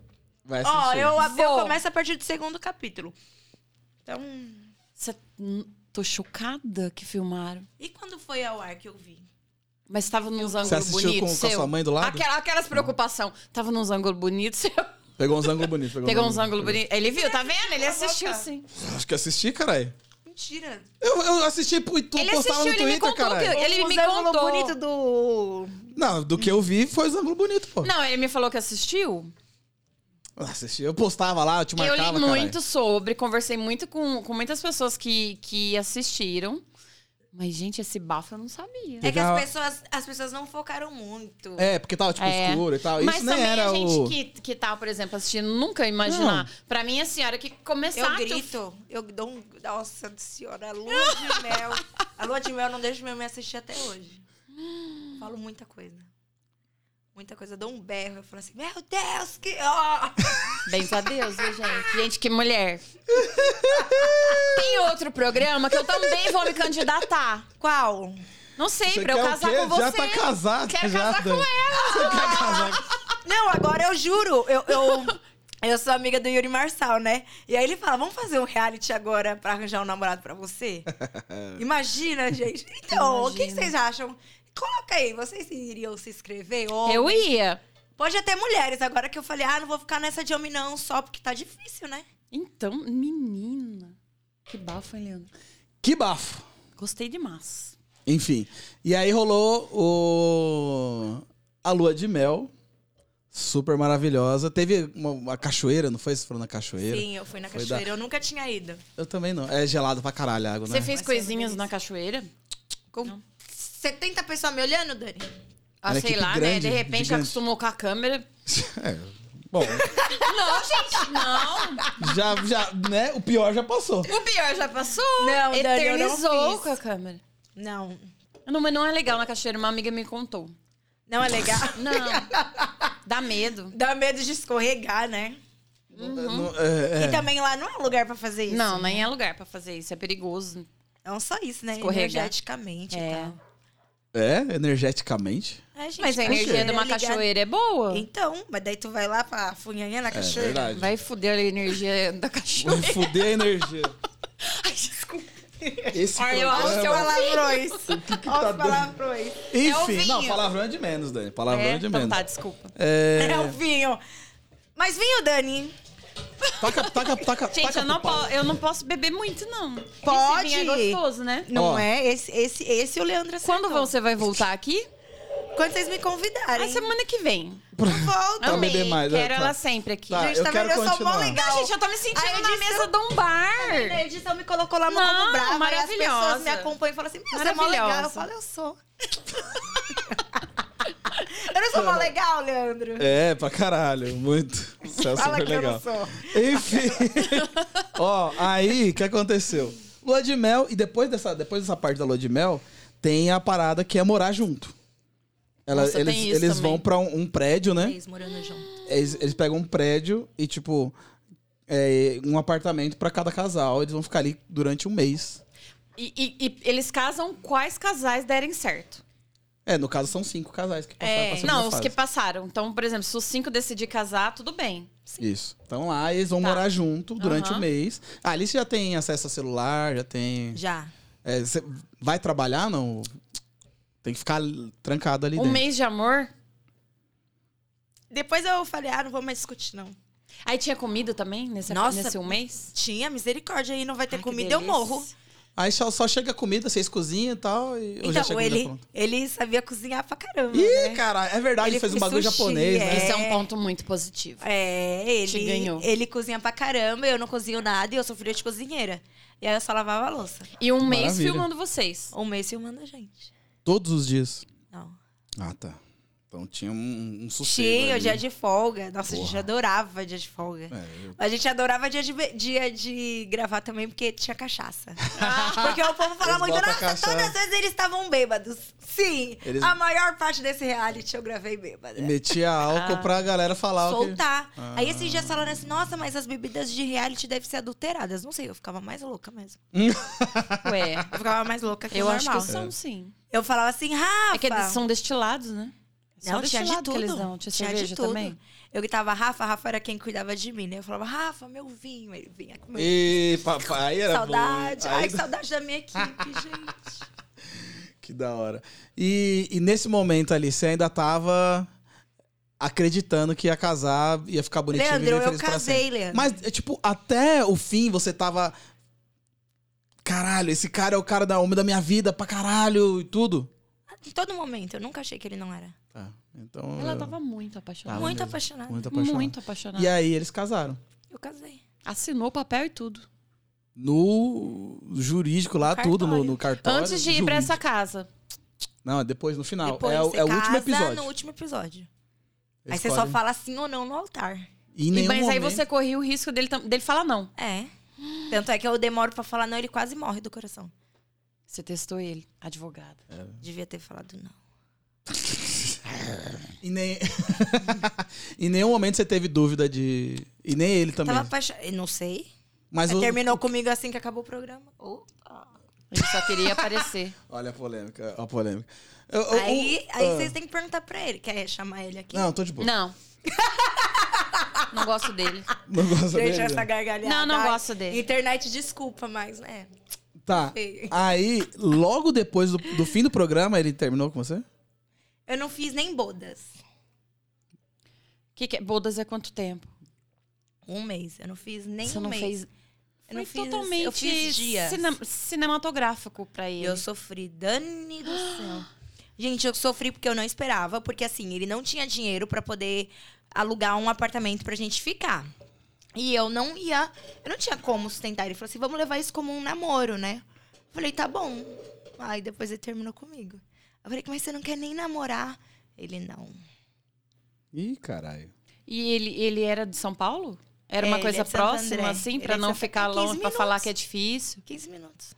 Vai Ó, assistir. eu, eu Vou. começo a partir do segundo capítulo. Então. Cê- hum, Tô chocada que filmaram. E quando foi ao ar que eu vi? Mas tava nos ângulos assistiu com- bonitos. com a seu. sua mãe do lado? Aquela- aquelas preocupação. Tava nos ângulos bonitos. seu. Pegou uns ângulos bonitos. Pegou, Pegou uns ângulos bonitos. Ele viu, tá vendo? Ele Eu assistiu vou botar. sim. Acho que assisti, caralho. Mentira. Eu, eu assisti e tu Ele postava assistiu, ele me no Twitter, contou caralho. que- Ele Os me ângulos contou. bonito do. Não, do que eu vi foi os ângulos bonitos, pô. Não, ele me falou que assistiu. Eu assisti, eu postava lá, eu te eu marcava, li caralho. muito sobre, conversei muito com, com muitas pessoas que, que assistiram. Mas, gente, esse bafo eu não sabia. É que Legal. as pessoas, as pessoas não focaram muito. É, porque tava, tipo, É. escuro e tal. Mas Isso nem também era a gente o... que, que tá, por exemplo, assistindo, nunca ia imaginar. Pra mim, assim, a hora que começar... Eu a- grito, eu dou um. Nossa senhora, a lua de mel. A lua de mel não deixa minha mãe assistir até hoje. Eu falo muita coisa. Muita coisa. Eu dou um berro. Eu falo assim, meu Deus, que. ó! Bens a Deus, viu, gente? Gente, que mulher. (laughs) Tem outro programa que eu também vou me candidatar. Qual? Não sei, Você pra eu quer o casar quê? com você. Já tá casado. Quero já, casar com Dani. Você quer casar Não, agora eu juro. Eu, eu, eu sou amiga do Yuri Marçal, né? E aí ele fala: vamos fazer um reality agora pra arranjar um namorado pra você? Imagina, gente. Então, o que que Imagina. vocês acham? Coloca aí, vocês iriam se inscrever? Ou... Eu ia. Pode até mulheres, agora que eu falei, ah, não vou ficar nessa de homem não, só porque tá difícil, né? Então, menina. Que bafo, hein, Leandro? Que bafo. Gostei demais. Enfim. E aí rolou o... A lua de mel. Super maravilhosa. Teve uma, uma cachoeira, não foi? Você falou na cachoeira? Sim, eu fui na Foi cachoeira, eu nunca tinha ido. Eu também não. É gelado pra caralho a água, Você né? é fez Vai ser uma coisinhas delícia. na cachoeira? Com Não. 70 pessoas me olhando, Dani? Ah, Era sei equipe lá, né? grande, De repente gigante. acostumou com a câmera. (laughs) É. Bom, Não, gente, não. já, já, né? O pior já passou. O pior já passou. Não, Dani, eu não Eternizou fiz. com a câmera. Não. Não, mas não é legal na cachoeira. Uma amiga me contou. Não é legal. (laughs) Não. Dá medo. Dá medo de escorregar, né? Uhum. Não- é, é. E tá- também lá não é lugar pra fazer isso. Não, nem é lugar pra fazer isso. É perigoso. Não só isso, né? Escorregar. Energeticamente É. e tal. É, energeticamente. É, gente, Mas a cachoeira energia de uma é ligada- cachoeira é boa. Então, mas daí tu vai lá pra funhanhã na É cachoeira. verdade. Vai foder a energia da cachoeira. Vai fuder a energia. (laughs) Ai, desculpa. Esse Ai, eu acho que eu- programa- Palavrões. (laughs) tá Olha os dando? palavrões. É o Enfim, vinho. não, palavrão é de menos, Dani. Palavrão é, É? de Então menos. tá, desculpa. É, É o vinho. Mas vinho, Dani. taca, taca, taca, (laughs) Gente, taca eu não, pro pau. po- eu não posso beber muito, não. Pode. Esse vinho é gostoso, né? Não Ó. é? Esse, esse, esse o Leandro acertou. Quando você vai voltar aqui? Quando vocês me convidarem. A semana que vem. volta. Pra beber mais, né? é, Quero Tá. ela sempre aqui. Tá, Gente, eu tá quero vendo? Eu sou mó continuar. legal. Ah, gente, eu tô me sentindo Aí eu na disse- mesa de um bar. A edição me colocou lá no Não, Como Brava. E as maravilhosa. pessoas me acompanham e falam assim, "Meu, você é mó legal. Eu Maravilhosa. falo, eu sou. (laughs) eu não sou mó legal, Leandro. É, pra caralho, muito. Isso é Fala super que eu legal. não sou. Enfim. (laughs) Ó, aí, o que aconteceu? Lua de mel, e depois dessa, depois dessa parte da lua de mel, tem a parada que é morar junto. Ela- Nossa, eles tem isso eles também. vão pra um, um prédio, né? Vocês morando junto. Eles, eles pegam um prédio e, tipo, é, um apartamento pra cada casal. Eles vão ficar ali durante um mês. E, e- e eles casam quais casais derem certo. Tá, É, no caso, são cinco casais que passaram pra segunda É, Não, os fase. que passaram. Então, por exemplo, se os cinco decidir casar, tudo bem. Isso. Então lá eles vão Tá. morar junto durante o Aham. mês. Ah, ali você já tem acesso a celular, já tem. Já. É, você vai trabalhar, não? Tem que ficar l- trancado ali Um dentro. mês de amor. Depois eu falei, ah, não vou mais discutir, não. Aí tinha comida também nesse, Nossa. nesse um mês? Tinha, misericórdia, aí não vai ter Ai, que comida, eu delícia. morro. Aí só, só chega comida, vocês cozinham e tal. E ou já Então, chega ele, comida pronta? ele sabia cozinhar pra Hum, caramba, Ih, né? caralho, é verdade, ele Ele fez um fez bagulho sushi, japonês, né? Esse é um ponto muito positivo. É, Te ele, ganhou. ele cozinha pra caramba, eu não cozinho nada e eu sou filha de cozinheira. E aí eu só lavava a louça. E um mês Maravilha. filmando vocês. Um mês filmando a gente. Todos os dias. Não. Ah, tá. Então tinha um, um sossego Tinha o ali. dia de folga. Nossa, a gente Porra. adorava dia de folga. É, eu- A gente adorava dia de, be- dia de gravar também, porque (laughs) tinha cachaça. porque o povo fala Eles muito, botam nossa, cachaça." todas as vezes eles estavam bêbados. Sim, Eles- a maior parte desse reality eu gravei bêbada. Metia Ah, álcool pra galera falar o que... soltar. Ah. Aí esses dias falaram assim, nossa, mas as bebidas de reality devem ser adulteradas. Não sei, eu ficava mais louca mesmo. (laughs) Ué, Eu ficava mais louca que eu o acho normal. que são sim. Eu falava assim, Rafa. É que eles são destilados, né? São Não, tinha de destilado tudo. que eles dão. Tinha, cerveja também? Eu gritava, Rafa, Rafa era quem cuidava de mim, né? Eu falava, Rafa, meu vinho. Ele vinha com meu E papai era bom, hein? saudade. Aí- Ai, que saudade da minha equipe, gente. (laughs) Que da hora. E, e nesse momento ali, você ainda tava acreditando que ia casar, ia ficar bonitinho, Leandro, viver eu feliz pra casei, sempre. Leandro. Mas, é, tipo, até o fim você tava... Caralho, esse cara é o cara da, homem da minha vida pra caralho e tudo. Em todo momento, eu nunca achei que ele não era. Tá, então... Ela eu- tava muito apaixonada. Tava muito mesmo. apaixonada. Tá, Muito apaixonado. Muito apaixonada. E aí eles casaram. Eu casei. Assinou o papel e tudo. No jurídico lá, No tudo, no, cartório. no cartório. Antes de ir pra essa casa. Não, é depois, no final. Depois é o- você é o último casa episódio. um. no último episódio. Eles Aí você só escolhem. fala sim ou não no altar. E em E, nenhum mas aí momento- você corria o risco dele, tam- dele falar não. É. Tanto é que eu demoro pra falar não, ele quase morre do coração. Você testou ele, advogada. Devia ter falado não. E nem... (laughs) em nenhum momento você teve dúvida de. E nem ele também. Tava apaixonada. Não sei. Mas Aí o... Terminou comigo assim que acabou o programa. Opa. Ele só queria aparecer. Olha a polêmica, olha a polêmica. Eu- eu- Aí, eu- aí ah. vocês têm que perguntar pra ele. Quer chamar ele aqui? Não, tô de (laughs) boa. Não. Não gosto dele. Não, gosto dele. Deixa essa gargalhada. Não, não Ai, gosto dele. Internet, desculpa, mas, né? Tá. Feio. Aí, logo depois do, do fim do programa, ele terminou com você? Eu não fiz nem bodas. Que que é? Bodas é quanto tempo? Um mês. Eu não fiz nem Você um não mês. fez. Eu não Foi fiz, totalmente Eu fiz dias. cine- cinematográfico pra E ele. eu sofri, Dani do céu. (gasps) Gente, eu sofri porque eu não esperava, porque assim, ele não tinha dinheiro pra poder alugar um apartamento pra gente ficar. E eu não ia, eu não tinha como sustentar. Ele falou assim: vamos levar isso como um namoro, né? Eu falei, tá bom. Aí depois ele terminou comigo. Eu falei, mas você não quer nem namorar? Ele não. Ih, caralho. E ele, ele era de São Paulo? Era É, uma ele coisa é de Santo próxima, André. assim, Ele pra é de não Santo- ficar 15 longe, pra minutos. falar que é difícil? 15 minutos.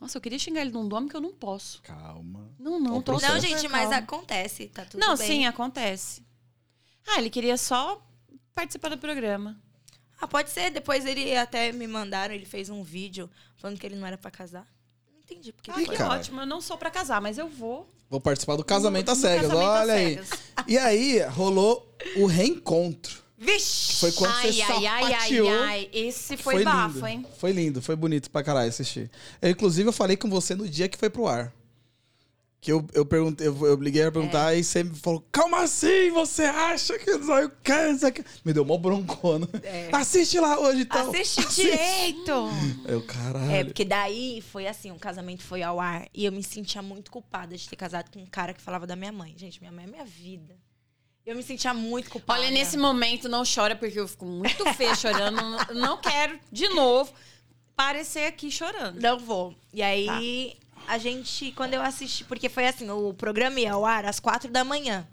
Nossa, eu queria xingar ele num nome que eu não posso. Calma. Não, não, Ó, tô processo. Não, super gente, mas calma. acontece, tá tudo Não, bem. sim, é. acontece. Ah, ele queria só participar do programa. Ah, pode ser. Depois ele até me mandaram, ele fez um vídeo falando que ele não era pra casar. Não entendi porque Ah, ele que Ih, cara. ótimo. Eu não sou pra casar, mas eu vou. Vou participar do casamento No- às no cegas, casamento às olha aí. cegas. E aí, rolou o reencontro. Vixe! Foi quando você ai, ai, ai, sapateou. ai. Esse foi, bafo, lindo. hein? Foi lindo, foi bonito pra caralho assistir. Eu, inclusive, eu falei com você no dia que foi pro ar. Que eu, eu perguntei, eu, eu liguei pra É. perguntar e você me falou, calma assim, você acha que não sei o que, não sei o que. Me deu mó broncona. É. Assiste lá hoje, então. Assiste assim, direito! Eu, caralho. É, porque daí foi assim, o casamento foi ao ar e eu me sentia muito culpada de ter casado com um cara que falava da minha mãe. Gente, minha mãe é minha vida. Eu me sentia muito culpada. Olha, nesse momento não chora, porque eu fico muito feia chorando. Não- não quero, de novo, parecer aqui chorando. Não vou. E aí, a gente, quando eu assisti, porque foi assim, o programa ia ao ar às quatro da manhã.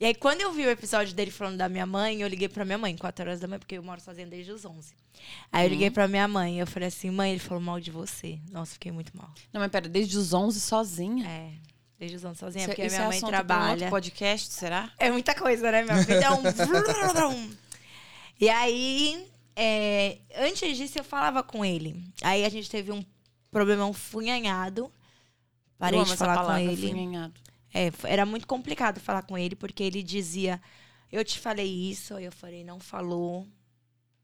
E aí, quando eu vi o episódio dele falando da minha mãe, eu liguei pra minha mãe, quatro horas da manhã, porque eu moro sozinha desde os 11. Aí eu liguei pra minha mãe, eu falei assim, mãe, ele falou mal de você. Nossa, fiquei muito mal. Não, mas pera, desde os 11 sozinha? É, desde os 11 sozinha, Isso é- porque a isso minha é mãe assunto pra um outro trabalha. podcast, será? É muita coisa, né? Minha vida é um. (laughs) vrrrrum. e aí, é, antes disso, eu falava com ele. Aí a gente teve um problemão funhanhado. Parei Eu amo de essa falar palavra, com ele. funhanhado. É, f- era muito complicado falar com ele, porque ele dizia: Eu te falei isso, aí eu falei, não falou.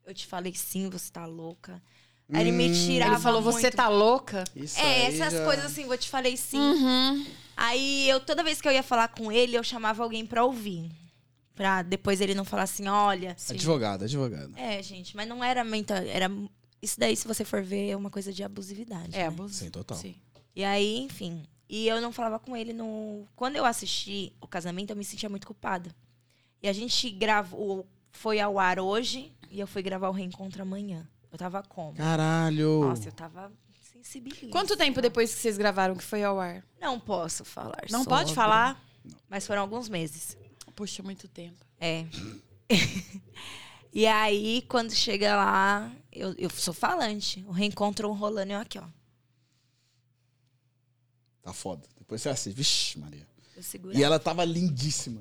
Eu te falei sim, você tá louca. Aí ele me tirava. Hum, Ele falou, você muito. tá louca? Isso É, aí essas já- coisas assim, eu te falei sim. Uhum. Aí eu toda vez que eu ia falar com ele, eu chamava alguém pra ouvir. Pra depois ele não falar assim, É olha. Advogado, advogado. É, gente, mas não era mental. Era... Isso daí, se você for ver, é uma coisa de abusividade. É, né? abuso. Sim, total. Sim. E aí, enfim. E eu não falava com ele no. Quando eu assisti o casamento, eu me sentia muito culpada. E a gente gravou. Foi ao ar hoje e eu fui gravar o reencontro amanhã. Eu tava como? Caralho. Nossa, eu tava sensibilíssima. uh. Quanto tempo depois que vocês gravaram que foi ao ar? Não posso falar. Não sobre, pode falar? Mas foram alguns meses. Puxa, muito tempo. É. (laughs) e aí, quando chega lá, eu, eu sou falante. O reencontro um rolando eu aqui, ó. Tá foda. Depois você assiste. Vixe, Maria. Eu seguro. E ela tava lindíssima.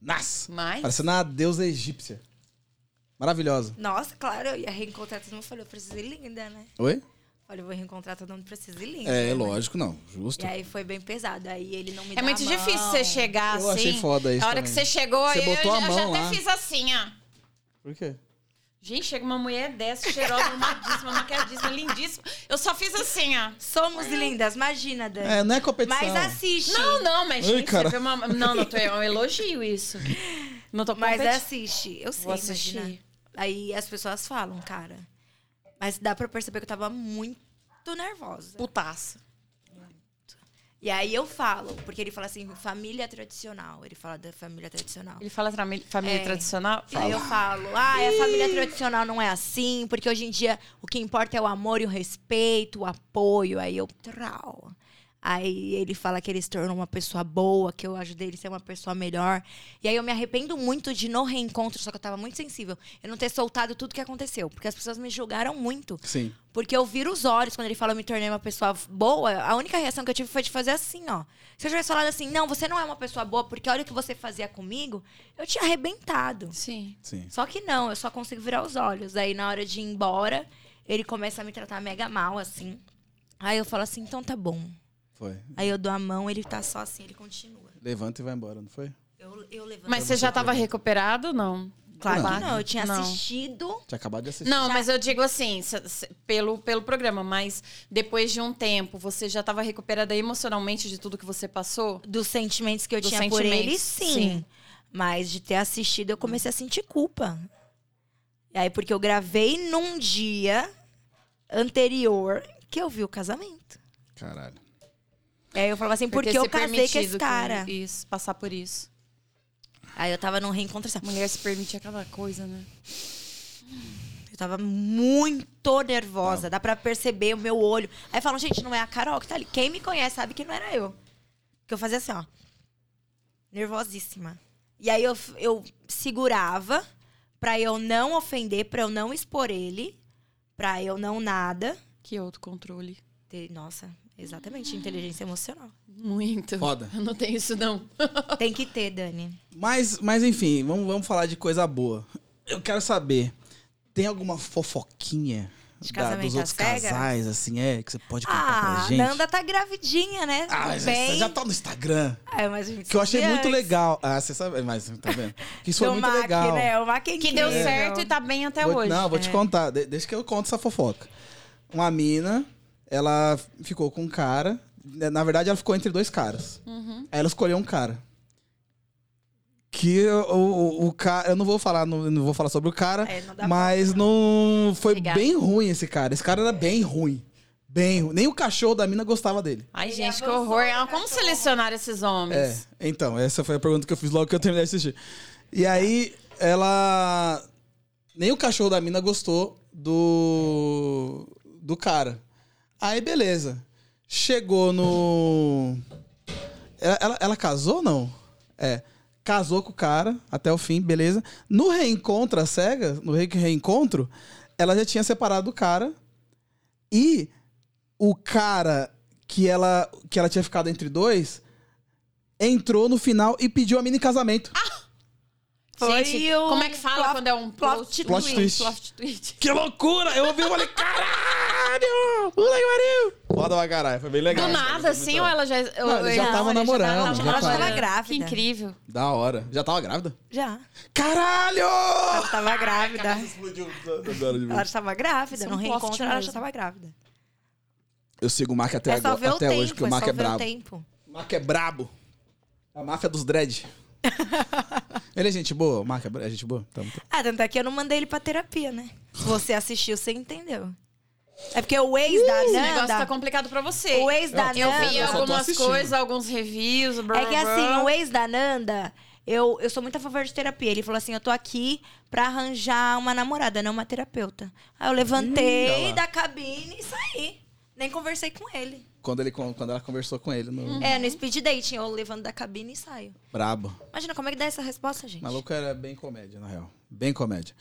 Nossa. Mas... Parecendo a deusa egípcia. Maravilhosa. Nossa, claro, eu ia reencontrar todo mundo. Eu falei, eu preciso ir linda, né? Oi? Olha, eu vou reencontrar todo mundo, preciso ir linda. É, né? lógico, não. Justo. E aí foi bem pesado. Aí ele não me É dá muito a mão. difícil você chegar Eu assim. achei foda isso A hora também. que você chegou, Você eu, botou eu a já- mão já lá. até fiz assim, ó. Por quê? Gente, chega uma mulher dessa, cheirosa, arrumadíssima, maquiadíssima, lindíssima. Eu só fiz assim, ó. Somos lindas, imagina, Dani. É, não é competição. Mas assiste. Não, não, mas Ai, gente, cara. você vê uma... Não, não, tô... é um elogio isso. Não tô Mas competindo. assiste. Eu sei, é Vou assistir. imagina. Aí as pessoas falam, cara. Mas dá pra perceber que eu tava muito nervosa. Putaça. E aí eu falo, porque ele fala assim, família tradicional. Ele fala da família tradicional. Ele fala trami- família É. tradicional? Aí eu falo, ah, a família tradicional não é assim, porque hoje em dia o que importa é o amor e o respeito, o apoio. Aí eu, trau. Aí ele fala que ele se tornou uma pessoa boa, que eu ajudei ele a ser uma pessoa melhor. E aí eu me arrependo muito de no reencontro, só que eu tava muito sensível, eu não ter soltado tudo que aconteceu, porque as pessoas me julgaram muito. Sim. Porque eu viro os olhos quando ele fala eu me tornei uma pessoa boa. A única reação que eu tive foi de fazer assim, ó. Se eu tivesse falado assim, não, você não é uma pessoa boa porque olha o que você fazia comigo, eu tinha arrebentado. Sim. Sim. Só que não, eu só consigo virar os olhos. Aí na hora de ir embora, ele começa a me tratar mega mal, assim. Aí eu falo assim, então tá bom. Foi. Aí eu dou a mão, ele tá só assim, ele continua. Levanta e vai embora, não foi? Eu, eu levanto. Mas você já tava recuperado ou não? Claro Não. que não, eu tinha Não. assistido. Tinha acabado de assistir. Não, mas eu digo assim, se- se- pelo, pelo programa, mas depois de um tempo, você já estava recuperada emocionalmente de tudo que você passou? dos sentimentos que eu Dos tinha por ele, sentimentos, sim. sim. Mas de ter assistido, eu comecei a sentir culpa. E aí, porque eu gravei num dia anterior que eu vi o casamento. Caralho. E aí eu falava assim, Por porque ter eu se casei com permitido esse que- cara. Isso, passar por isso. Aí eu tava num reencontro assim. A mulher se permite aquela coisa, né? Eu tava muito nervosa. Dá pra perceber o meu olho. Aí falam, gente, não é a Carol que tá ali. Quem me conhece sabe que não era eu. Que eu fazia assim, ó. Nervosíssima. E aí eu, f- eu segurava pra eu não ofender, pra eu não expor ele, pra eu não nada. Que autocontrole. Te- Nossa, exatamente, inteligência emocional. Muito. Foda. Eu não tenho isso, não. Tem que ter, Dani. Mas, mas enfim, vamos, vamos falar de coisa boa. Eu quero saber, tem alguma fofoquinha De da, dos casamento outros às cegas? casais, assim, é, que você pode contar Ah, pra a gente? Nanda tá gravidinha, né? Ah, Tudo mas bem. você já tá no Instagram. É, mas a gente Que eu achei sabia muito antes. legal. Ah, você sabe, mas tá vendo? Que isso Do foi muito Mac, legal. Né? é. O Mac é Que deu incrível. certo e tá bem até Vou- hoje. Não, vou te contar. De- deixa que eu conto essa fofoca. Uma mina, ela ficou com um cara, Na verdade, ela ficou entre dois caras. Hum? Uhum. Aí ela escolheu um cara. Que o, o, o cara. Eu não vou falar, não, não vou falar sobre o cara, É, não dá pra mas não. Foi Obrigada. bem ruim esse cara. Esse cara era bem ruim. Bem ruim. Nem o cachorro da mina gostava dele. Ai, Ele gente, que avançou horror. no Ah, Como cachorro. selecionar esses É, homens? então, essa foi a pergunta que eu fiz logo que eu terminei de assistir. E aí, ela. Nem o cachorro da mina gostou do. do cara. Aí, beleza. Chegou no. Ela, ela, ela casou ou não? É. Casou com o cara até o fim, beleza. No reencontro, a cega, no re- reencontro, ela já tinha separado do cara. E o cara que ela, que ela tinha ficado entre dois entrou no final e pediu a mina em casamento. Foi Gente, o como é que fala plot- quando é um plot, twist. plot twist. Plot twist. Que loucura! Eu ouvi e falei, caralho! Puta que pariu! Foda pra caralho, foi bem legal. é Do nada, assim, ou ela já. ou- Não, ele já ou- tava ele namorando, já namorando. tava Que grávida. incrível. Da hora. Já tava grávida? Já. Caralho! Ela tava grávida. Explodiu agora de Ela vez. estava grávida. é Isso é No um plot reencontro, ela já mesmo. estava grávida. Eu sigo o Mac até, É só ver agora, o até tempo. hoje, porque o é Mac só é ver o brabo. tempo. O Mac é brabo. A máfia dos (laughs) dread. Ele é gente boa? O Mac é bra- é gente boa? Tamo, tamo. Ah, tanto é que eu não mandei ele pra terapia, né? Se você assistiu, você entendeu. É porque o ex da Esse negócio tá Nanda... complicado pra você. o ex da Eu vi Eu só tô Nanda... algumas assistindo. coisas, alguns reviews, blá, É que blá, assim, blá. o ex da Nanda... Eu, eu sou muito a favor de terapia. Ele falou assim, eu tô aqui pra arranjar uma namorada, não uma terapeuta. Aí eu Olha levantei lá. da cabine e saí. Nem conversei com ele. Quando, ele, con- quando ela conversou com ele, no... É, no speed dating, eu levanto da cabine e saio. brabo. Imagina como é que dá essa resposta, gente. O maluco era bem comédia, na real. Bem comédia.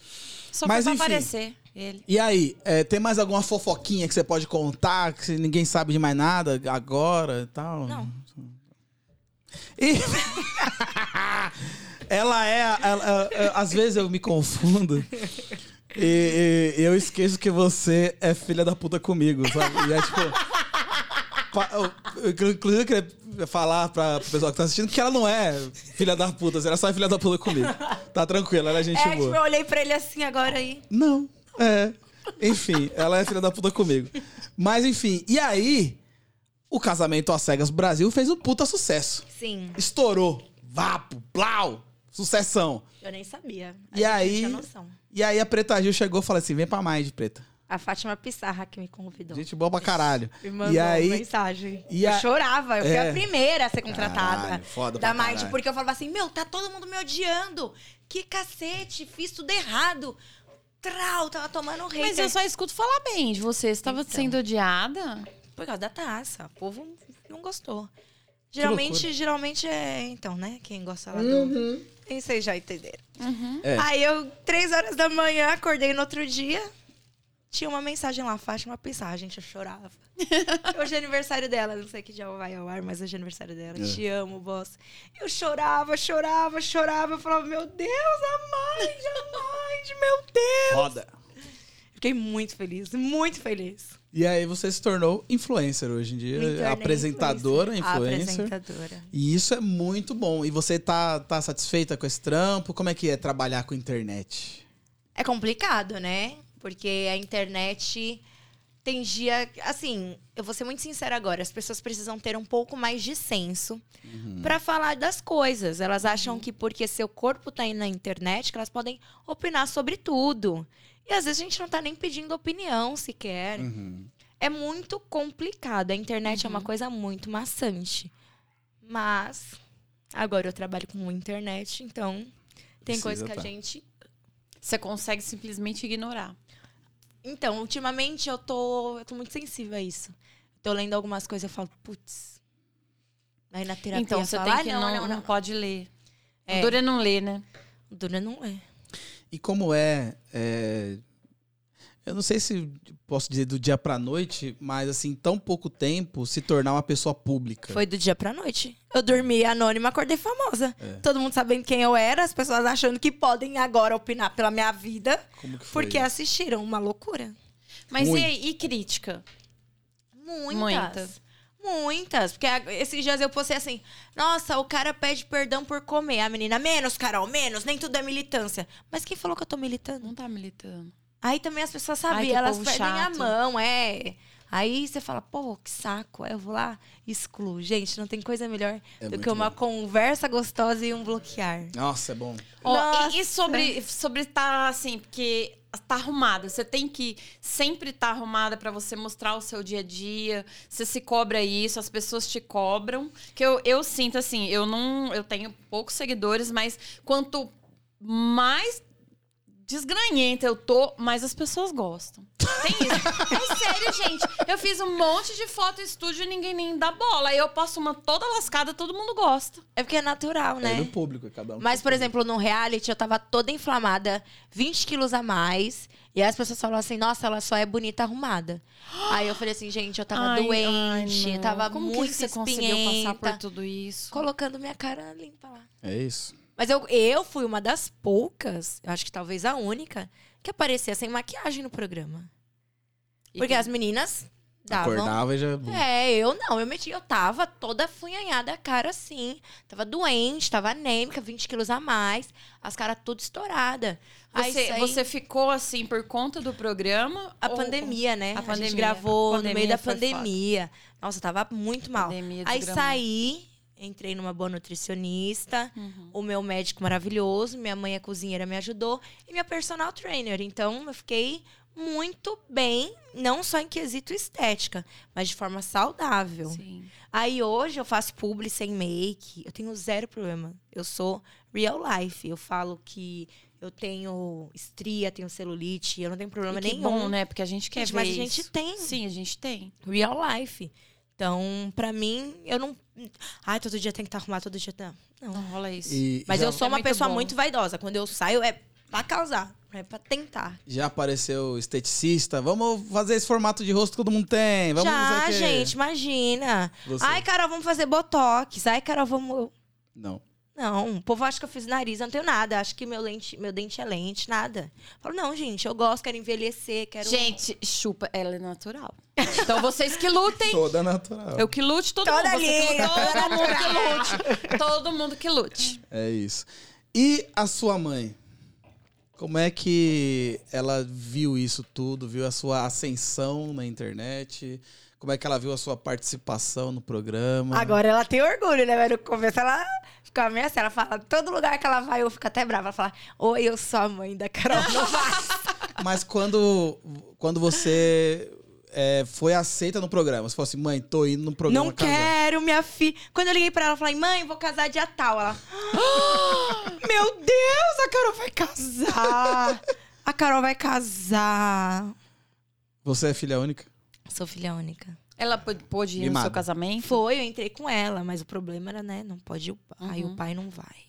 Só Mas, foi pra enfim. aparecer ele. E aí, é, tem mais alguma fofoquinha que você pode contar, que ninguém sabe de mais nada agora e tal? Não. E... (laughs) ela é. a- ela- ela- é, às vezes eu me confundo. E, e eu esqueço que você é filha da puta comigo, sabe? E é tipo. pa- eu- eu, Inclusive, eu queria falar pra pessoal que tá assistindo que ela não é filha da puta, ela só é filha da puta comigo. Tá tranquilo, ela é gente É, boa. tipo, eu olhei pra ele assim agora aí. Não. É. Enfim, ela é filha da puta comigo. Mas enfim, e aí, o casamento às cegas Brasil fez um puta sucesso. Sim, Estourou. Vapo, blau, sucessão. eu nem sabia. A E gente não aí- tinha noção. E aí a Preta Gil chegou e falou assim: vem pra mais de preta. A Fátima Pissarra que me convidou. Gente boa pra caralho. Me mandou e aí. mensagem. e a- Eu chorava, eu fui É. a primeira a ser contratada. Caralho, foda pra da Mind, caralho. porque eu falava assim, meu, tá todo mundo me odiando. Que cacete, fiz tudo errado. Trau, tava tomando rei. Mas eu só escuto falar bem de você. Você tava Então. sendo odiada? Por causa da taça. O povo não gostou. Geralmente, geralmente é, então, né? Quem gosta lá do. Quem vocês já entenderam. É. Aí eu, três horas da manhã, acordei no outro dia. Tinha uma mensagem lá, Fátima Pissar, gente, eu chorava. hoje é aniversário dela, não sei que dia vai ao ar, mas hoje é aniversário dela. É. Te amo, boss. Eu chorava, chorava, chorava. Eu falava, meu Deus, a mãe, a mãe, meu Deus. Foda. Fiquei muito feliz, muito feliz. E aí você se tornou influencer hoje em Me dia. tornei É, Ah, Apresentadora, influencer. Apresentadora. E isso é muito bom. E você tá, tá satisfeita com esse trampo? Como é que é trabalhar com internet? É complicado, né? Porque a internet tem dia. Assim, eu vou ser muito sincera agora. As pessoas precisam ter um pouco mais de senso Uhum. pra falar das coisas. Elas acham que porque seu corpo tá aí na internet, que elas podem opinar sobre tudo. E às vezes a gente não tá nem pedindo opinião sequer. Uhum. É muito complicado. A Uhum. internet é uma coisa muito maçante. Mas agora eu trabalho com internet, então tem Precisa coisa que tá. a gente Você consegue simplesmente ignorar. Então, ultimamente eu tô, eu tô muito sensível a isso. Tô lendo algumas coisas e falo, putz. Aí na terapia então eu você falo, tem "Ah, que não, não, não, não, não pode ler. É. O Dura não lê, né? Dura não é. E como é, é, eu não sei se posso dizer do dia pra noite, mas assim, em tão pouco tempo se tornar uma pessoa pública. Foi do dia pra noite. Eu dormi anônima, acordei famosa. É. Todo mundo sabendo quem eu era, as pessoas achando que podem agora opinar pela minha vida, Como que É porque é assistiram uma loucura. Mas e, Muito. aí, e crítica? Muitas. Muitas. Muitas. Muitas. Porque a- esses dias eu postei assim: nossa, o cara pede perdão por comer. A menina, menos, Carol, menos, nem tudo é militância. Mas quem falou que eu tô militando? Não tá militando. Aí também as pessoas Ai, sabem, que elas povo perdem a chato. mão, é. Aí você fala, pô, que saco. Aí eu vou lá, excluo. Gente, não tem coisa melhor É do muito que uma bom. conversa gostosa e um bloquear. Nossa, é bom. Ó, Nossa. e, e sobre sobre tá assim, porque tá arrumada, você tem que sempre estar arrumada pra você mostrar o seu dia a dia, você se cobra isso, as pessoas te cobram, que eu, eu sinto assim, eu não, eu tenho poucos seguidores, mas quanto mais desgranhenta eu tô, mais as pessoas gostam. Tem isso. (laughs) É sério, gente. Eu fiz um monte de foto em estúdio e ninguém nem dá bola. Aí eu posto uma toda lascada, todo mundo gosta. É porque é natural, É do né? público, é cada um. Mas, por exemplo, no reality eu tava toda inflamada, 20 quilos a mais. E aí as pessoas falavam assim, nossa, ela só é bonita arrumada. aí eu falei assim, gente, eu tava Ai, doente, ai, não. tava Como muito que você conseguiu espinhenta, passar por tudo isso? Colocando minha cara limpa lá. É isso. Mas eu, eu fui uma das poucas, eu acho que talvez a única, que aparecia sem maquiagem no programa. E Porque que- as meninas davam. Acordava e já. Tá, Hum. É, eu não, eu meti, eu tava toda funhanhada, a cara assim, tava doente, tava anêmica, 20 quilos a mais, as caras tudo estourada. Aí Você, ah, isso aí, você ficou assim por conta do programa? a ou- pandemia, né? a A, pandemia. gente gravou A no meio pandemia da foi pandemia. Nossa, tava muito mal. Pandemia Aí desgramou. saí, entrei numa boa nutricionista, Uhum. o meu médico maravilhoso, minha mãe é cozinheira me ajudou e minha personal trainer. Então eu fiquei muito bem, não só em quesito estética, mas de forma saudável. Sim. Aí hoje eu faço publi sem make, eu tenho zero problema. Eu sou real life, eu falo que eu tenho estria, tenho celulite, eu não tenho problema E que nenhum. bom, né? Porque a gente quer Gente, ver mas a gente isso. tem. Sim, a gente tem. Real life. Então, pra mim, eu não. Ai, todo dia tem que estar arrumado, todo dia tá. Não rola isso. E Mas já, eu sou É uma muito pessoa bom. muito vaidosa. Quando eu saio é pra causar, é pra tentar. já apareceu esteticista. Vamos fazer esse formato de rosto que todo mundo tem. Vamos Já, fazer que... gente, imagina. Você. Ai, Carol, vamos fazer botox. Ai, Carol, vamos. Não. Não, o povo acha que eu fiz nariz, eu não tenho nada. Acho que meu, lente, meu dente é lente, nada. Eu falo, não, gente, eu gosto, quero envelhecer, quero. um. Gente, chupa, ela é natural. Então vocês que lutem. Toda natural. Eu que lute, todo Toda mundo. Você que linda, lute, todo mundo que lute. Todo mundo que lute. É isso. E a sua mãe? Como é que ela viu isso tudo? Viu a sua ascensão na internet? Como é que ela viu a sua participação no programa? Agora ela tem orgulho, né? Mas no começo ela ficava meio assim, ela fala, todo lugar que ela vai, eu fico até brava. Ela fala, oi, eu sou a mãe da (laughs) Carol. Mas quando, quando você é, foi aceita no programa, você falou assim, mãe, tô indo no programa. Não casar." quero, minha filha. Quando eu liguei pra ela, eu falei, mãe, vou casar dia tal. Ela, "Ah, meu Deus, a Carol vai casar. A Carol vai casar. Você é filha única? Sou filha única. Ela pôde- pôde ir no Mimada. seu casamento? Foi, eu entrei com ela, mas o problema era, né, não pode ir o pai, Uhum. o pai não vai.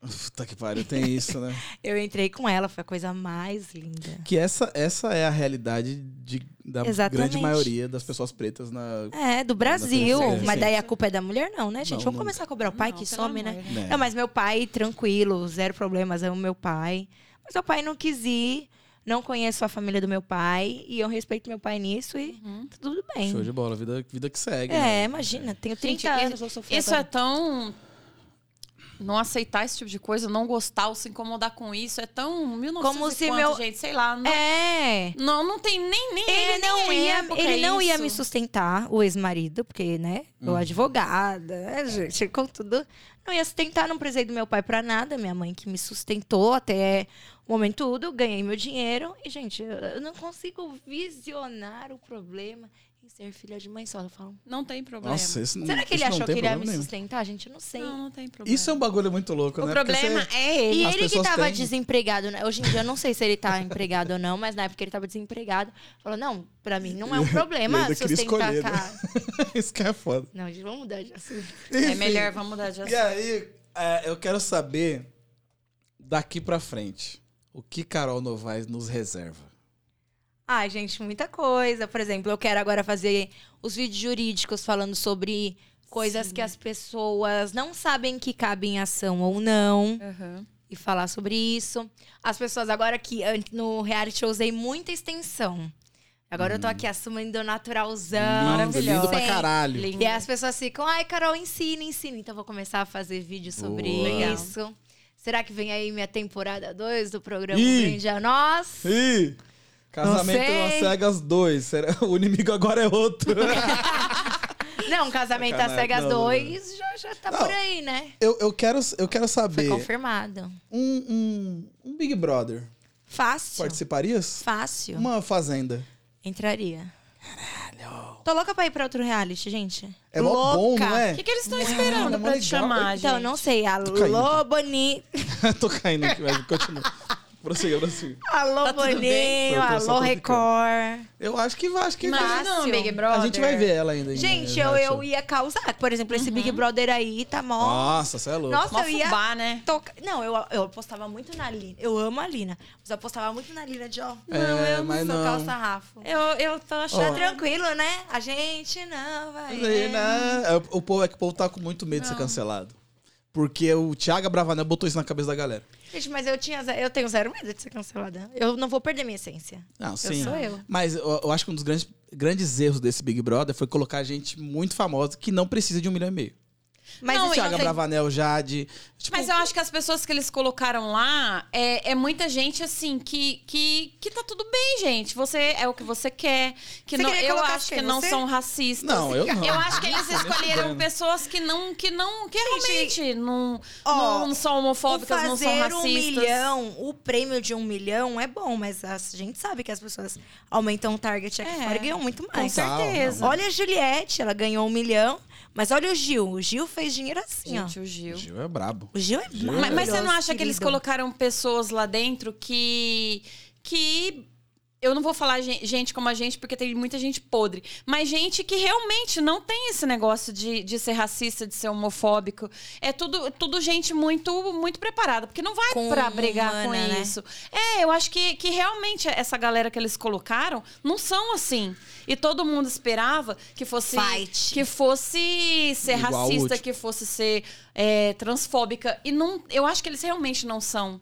Puta que pariu, tem isso, (laughs) né? Eu entrei com ela, foi a coisa mais linda. Que essa, essa é a realidade de, da Exatamente. grande maioria das pessoas pretas na. É, do Brasil. Sim, sim. Mas daí a culpa é da mulher, não, né, gente? assim. Não, Vamos não. começar a cobrar o pai Não, que pelo some, amor, né? né? Não, mas meu pai, tranquilo, zero problemas, amo meu pai. Mas meu pai não quis ir, não conheço a família do meu pai, e eu respeito meu pai nisso e Uhum. tá tudo bem. Show de bola, vida, vida que segue. É, né? imagina, tenho 30 Gente, anos, vou sofrer. Isso é tão. Não aceitar esse tipo de coisa, não gostar ou se incomodar com isso, é tão. 1900 Como e se quanto, meu- gente, sei lá. Não, É. não, não tem nem. nem Ele nem não, é ia, época, ele é não ia isso. me sustentar, o ex-marido, porque, né, Uhum. eu advogada, né, gente, (laughs) contudo, não ia sustentar, não precisei do meu pai pra nada, minha mãe que me sustentou até o momento tudo, ganhei meu dinheiro, e, gente, eu- eu não consigo visionar o problema em ser filha de mãe só, eu falo... Não tem problema. Nossa, isso não- Será que ele Hum, isso não achou que tem ele é ia me problema nenhum. sustentar? Gente, eu não sei. Não, não tem problema. Isso é um bagulho muito louco, o né? Porque problema você- é ele. E As ele que pessoas tava têm. desempregado, né? Hoje em dia eu não sei se ele tá (laughs) empregado ou não, mas na época ele tava desempregado. Falou, não, pra mim não é (laughs) um E problema ainda queria sustentar escolher, né? cara. (laughs) isso que é foda. Não, gente, vamos mudar de assunto. É melhor, vamos mudar de E assunto. aí, é, eu quero saber daqui pra frente. O que Carol Novaes nos reserva? Ai, gente, muita coisa. Por exemplo, eu quero agora fazer os vídeos jurídicos falando sobre coisas que as pessoas não sabem que cabem em ação ou não. Aham. E falar sobre isso. As pessoas agora que an- no reality eu usei muita extensão. Agora eu tô aqui assumindo o naturalzão. Maravilhosa. Hum. Lindo pra Sim. caralho. Lindo. E as pessoas ficam, ai, Carol, ensina, ensina. Então eu vou começar a fazer vídeo sobre Boa. Legal. isso. Será que vem aí minha temporada 2 do programa Ih! (laughs) Brinde a Nós? Ih, Casamento sei. às cegas 2. Será- (laughs) O inimigo agora é (laughs) outro. Não, casamento às Sacanagem. cegas Não, não, 2 já, já tá Não. por aí, né? eu, eu quero, eu quero Foi saber. confirmado. Um, um, um Big Brother. Fácil. Participarias? Fácil. Uma fazenda. (laughs) Entraria. Tô louca pra ir pra outro reality, gente. É mó bom, Louca. não O é? que, que eles estão Mano, esperando mó pra te legal. chamar, gente? Então, não sei. caindo. Alô, Boninho. Tô caindo aqui, mas (laughs) continua. Prossiga, prossiga. Alô, Tá tudo bem? Boninho. Tô- tô só Alô, tô Record. Eu acho que vai, acho que vai. né? Imagina um é Fácil. Big Brother. A gente vai ver ela ainda. né, em- Gente, em eu, reality eu show. ia causar. Por exemplo, esse Big Brother aí tá mó... Nossa, você é louco. Nossa, Mó eu ia fubá, né? toca- Não, eu, eu apostava muito na Lina. Eu amo a Lina. Mas eu apostava muito na Lina de, ó... É, não, eu mas não sou não. calça Rafa. Eu, eu tô achando... Tá tranquilo, né? A gente não vai... né? né? Lena. É, O povo é que o povo tá com muito medo de ser cancelado. Porque o Thiago Bravanel botou isso na cabeça da galera. Gente, mas eu, tinha, ze- eu tenho zero medo de ser cancelada. Eu não vou perder minha essência. Não, sim. sou eu. Mas eu, eu acho que um dos grandes, grandes erros desse Big Brother foi colocar gente muito famosa que não precisa de um milhão e meio. Mas assim, Não, isso é e Thiago tem- Bravanel, Jade. Tipo, Mas eu acho que as pessoas que eles colocaram lá é, é muita gente assim que, que que tá tudo bem, gente. Você é o que você quer. Que Você não, queria eu colocar acho quem? que não Você? são racistas. Não, eu não. Eu acho que eles Nem escolheram fudendo. pessoas que não que não que realmente não, Ó, não são homofóbicas, não são fazer um racistas. milhão, o prêmio de um milhão é bom, mas a gente sabe que as pessoas aumentam o target aqui É. fora e ganham muito Com mais. Total, certeza. Olha a Juliette, ela ganhou um milhão, mas olha o Gil. O Gil fez dinheiro assim, ó. Gente, o Gil. Gil é brabo. O Gil é Gil- Mas, mas você não maravilhoso, acha que eles querido. colocaram pessoas lá dentro que. que. Eu não vou falar gen- gente como a gente, porque tem muita gente podre. Mas gente que realmente não tem esse negócio de, de ser racista, de ser homofóbico. É tudo, tudo gente muito muito preparada, porque não vai Com pra brigar com humana, né? isso. É, eu acho que, que realmente essa galera que eles colocaram não são assim. E todo mundo esperava que fosse. Fight. assim, Que fosse ser Igual ao racista, último. que fosse ser é, transfóbica. E não, eu acho que eles realmente não são.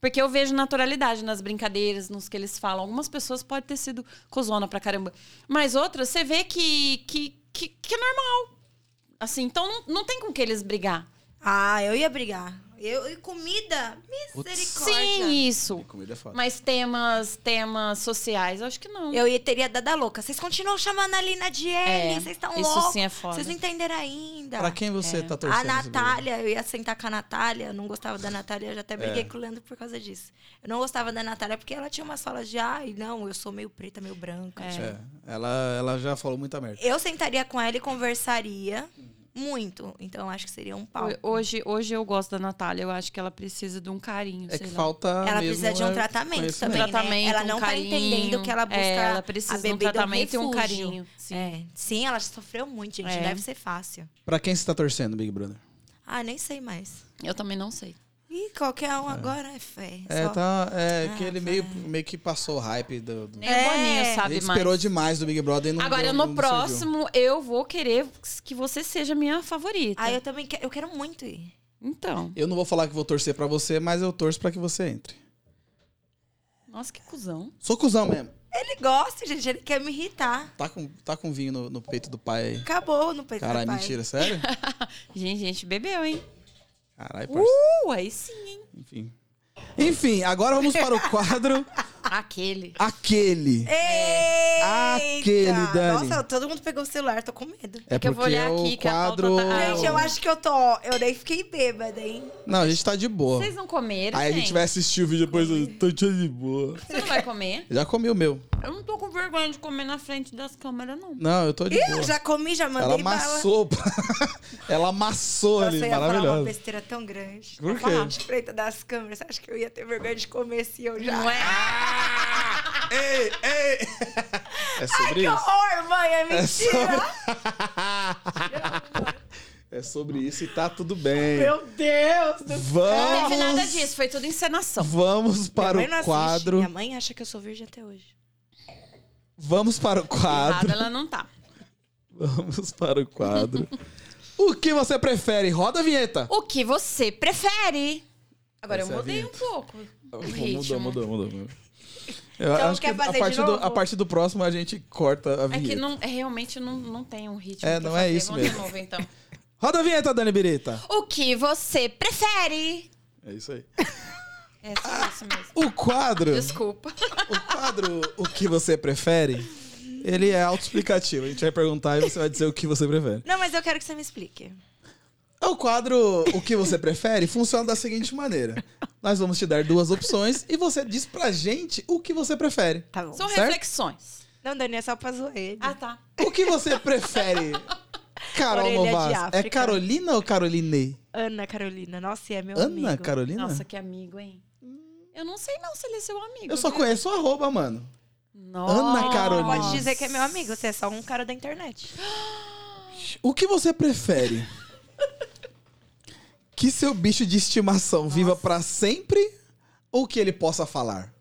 Porque eu vejo naturalidade nas brincadeiras, nos que eles falam. Algumas pessoas podem ter sido cozona pra caramba. Mas outras, você vê que, que, que, que é normal. Assim, então não, não tem com que eles brigar. Ah, eu ia brigar. Eu, e comida? Misericórdia. Sim, isso. Comida é foda. Mas temas, temas sociais, eu acho que não. Eu ia, teria dado a louca. Vocês continuam chamando a Lina de É, N, vocês estão isso loucos. sim é foda. Vocês não entenderam ainda. Pra quem você tá torcendo? É. A esse Big Brother? Natália, eu ia sentar com a Natália, eu não gostava da Natália, eu já até briguei com o Leandro por causa disso. Eu não gostava da Natália porque ela tinha umas falas de, ai, não, eu sou meio preta, meio branca. tipo. É, ela, ela já falou muita merda. Eu sentaria com ela e conversaria muito. Então acho que seria um pau. Ho- Hoje, hoje eu gosto da Natália, eu acho que ela precisa de um carinho. É sei que lá. falta. Ela mesmo precisa de um é tratamento conhecimento. também. né? tratamento, Ela não um tá carinho. entendendo que ela busca É, ela a precisa de um bebê do tratamento e um refúgio. carinho. Sim. É. Sim, ela sofreu muito, gente. É. Deve ser fácil. Pra quem você tá torcendo, Big Brother? Ah, nem sei mais. Eu também não sei. Ih, qualquer um agora é fé. É, Só- tá. É que ele Ah, meio, meio que passou o hype do. do... Nem É. o Boninho sabe Ele mais. esperou demais do Big Brother e não Agora, deu- no não surgiu. próximo, eu vou querer que você seja minha favorita. né? Ah, eu também quero. Eu quero muito ir. Então. Eu não vou falar que vou torcer pra você, mas eu torço pra que você entre. Nossa, que (laughs) cuzão. Sou cuzão mesmo. Ele gosta, gente. Ele quer me irritar. Tá com, tá com vinho no, no peito do pai aí. Acabou no peito Caralho, do pai. mentira, sério? Gente, gente, bebeu, hein? Caralho, parceiro. Uh, aí sim, hein? Enfim. Enfim, agora vamos para o quadro Aquele. Aquele. Eita! Aquele, Dani. Nossa, todo mundo pegou o celular, tô com medo. É que eu vou olhar aqui, que a pauta tá- Ah, Gente, eu acho que eu tô. Eu nem fiquei bêbada, hein? Não, a gente tá de boa. Vocês não comeram, Aí a gente vai assistir o vídeo depois. eu Tô de boa. Você não vai comer? Já comi o meu. Eu não tô com vergonha de comer na frente das câmeras, não. Não, eu tô de Ih, boa. eu já comi, já mandei Ela bala. amassou. (laughs) Ela amassou Nossa, ali. eu ia falar uma Maravilhosa. besteira tão grande. Por quê? Falar de frente das câmeras. Acho que eu ia ter vergonha de comer se eu já. Não é? Ah! Ei, ei! É Ai, sobre que isso? horror, mãe, é É mentira. sobre... (laughs) é sobre isso e tá tudo bem. Meu Deus do céu. Não teve nada Vamos... disso, foi tudo encenação. Vamos para Minha mãe não o assiste. quadro. Minha mãe acha que eu sou virgem até hoje. Vamos para o quadro. (laughs) Errada ela não tá. Vamos para o (laughs) quadro. o que você prefere? Roda a vinheta. O que você prefere? Agora Essa é eu a mudei um vinheta. pouco. o Mudou, ritmo. mudou, mudou. mudou. Eu Então, acho que quer a fazer partir, de do, novo? a partir do próximo a gente corta a É que vinheta. não, é, realmente não, não tem um ritmo. É, pra não é fazer. isso Vamos mesmo. De novo, então. Roda a vinheta, Dani Birita. O que você prefere? É isso aí. É, só isso mesmo. O quadro, Desculpa. o quadro O que você prefere, ele é autoexplicativo. A gente vai perguntar e você vai dizer o que você prefere. Não, mas eu quero que você me explique. O quadro O que você prefere funciona da seguinte maneira. Nós vamos te dar duas opções e você diz pra gente o que você prefere. Tá bom. São Certo? reflexões. Não, Dani, é só pra zoar ele. Ah, tá. O que você prefere? Carol Orelha de Novas. É África. Carolina ou Caroline? Ana Carolina, nossa, e é meu amigo. Ana Carolina? Nossa, que amigo, hein? Eu não sei não se ele é seu amigo. Hum. Eu só viu? conheço o arroba, mano. Nossa. Ana Carolina. Pode dizer que é meu amigo, você é só um cara da internet. O que você prefere? que seu bicho de estimação viva pra sempre ou que ele possa falar?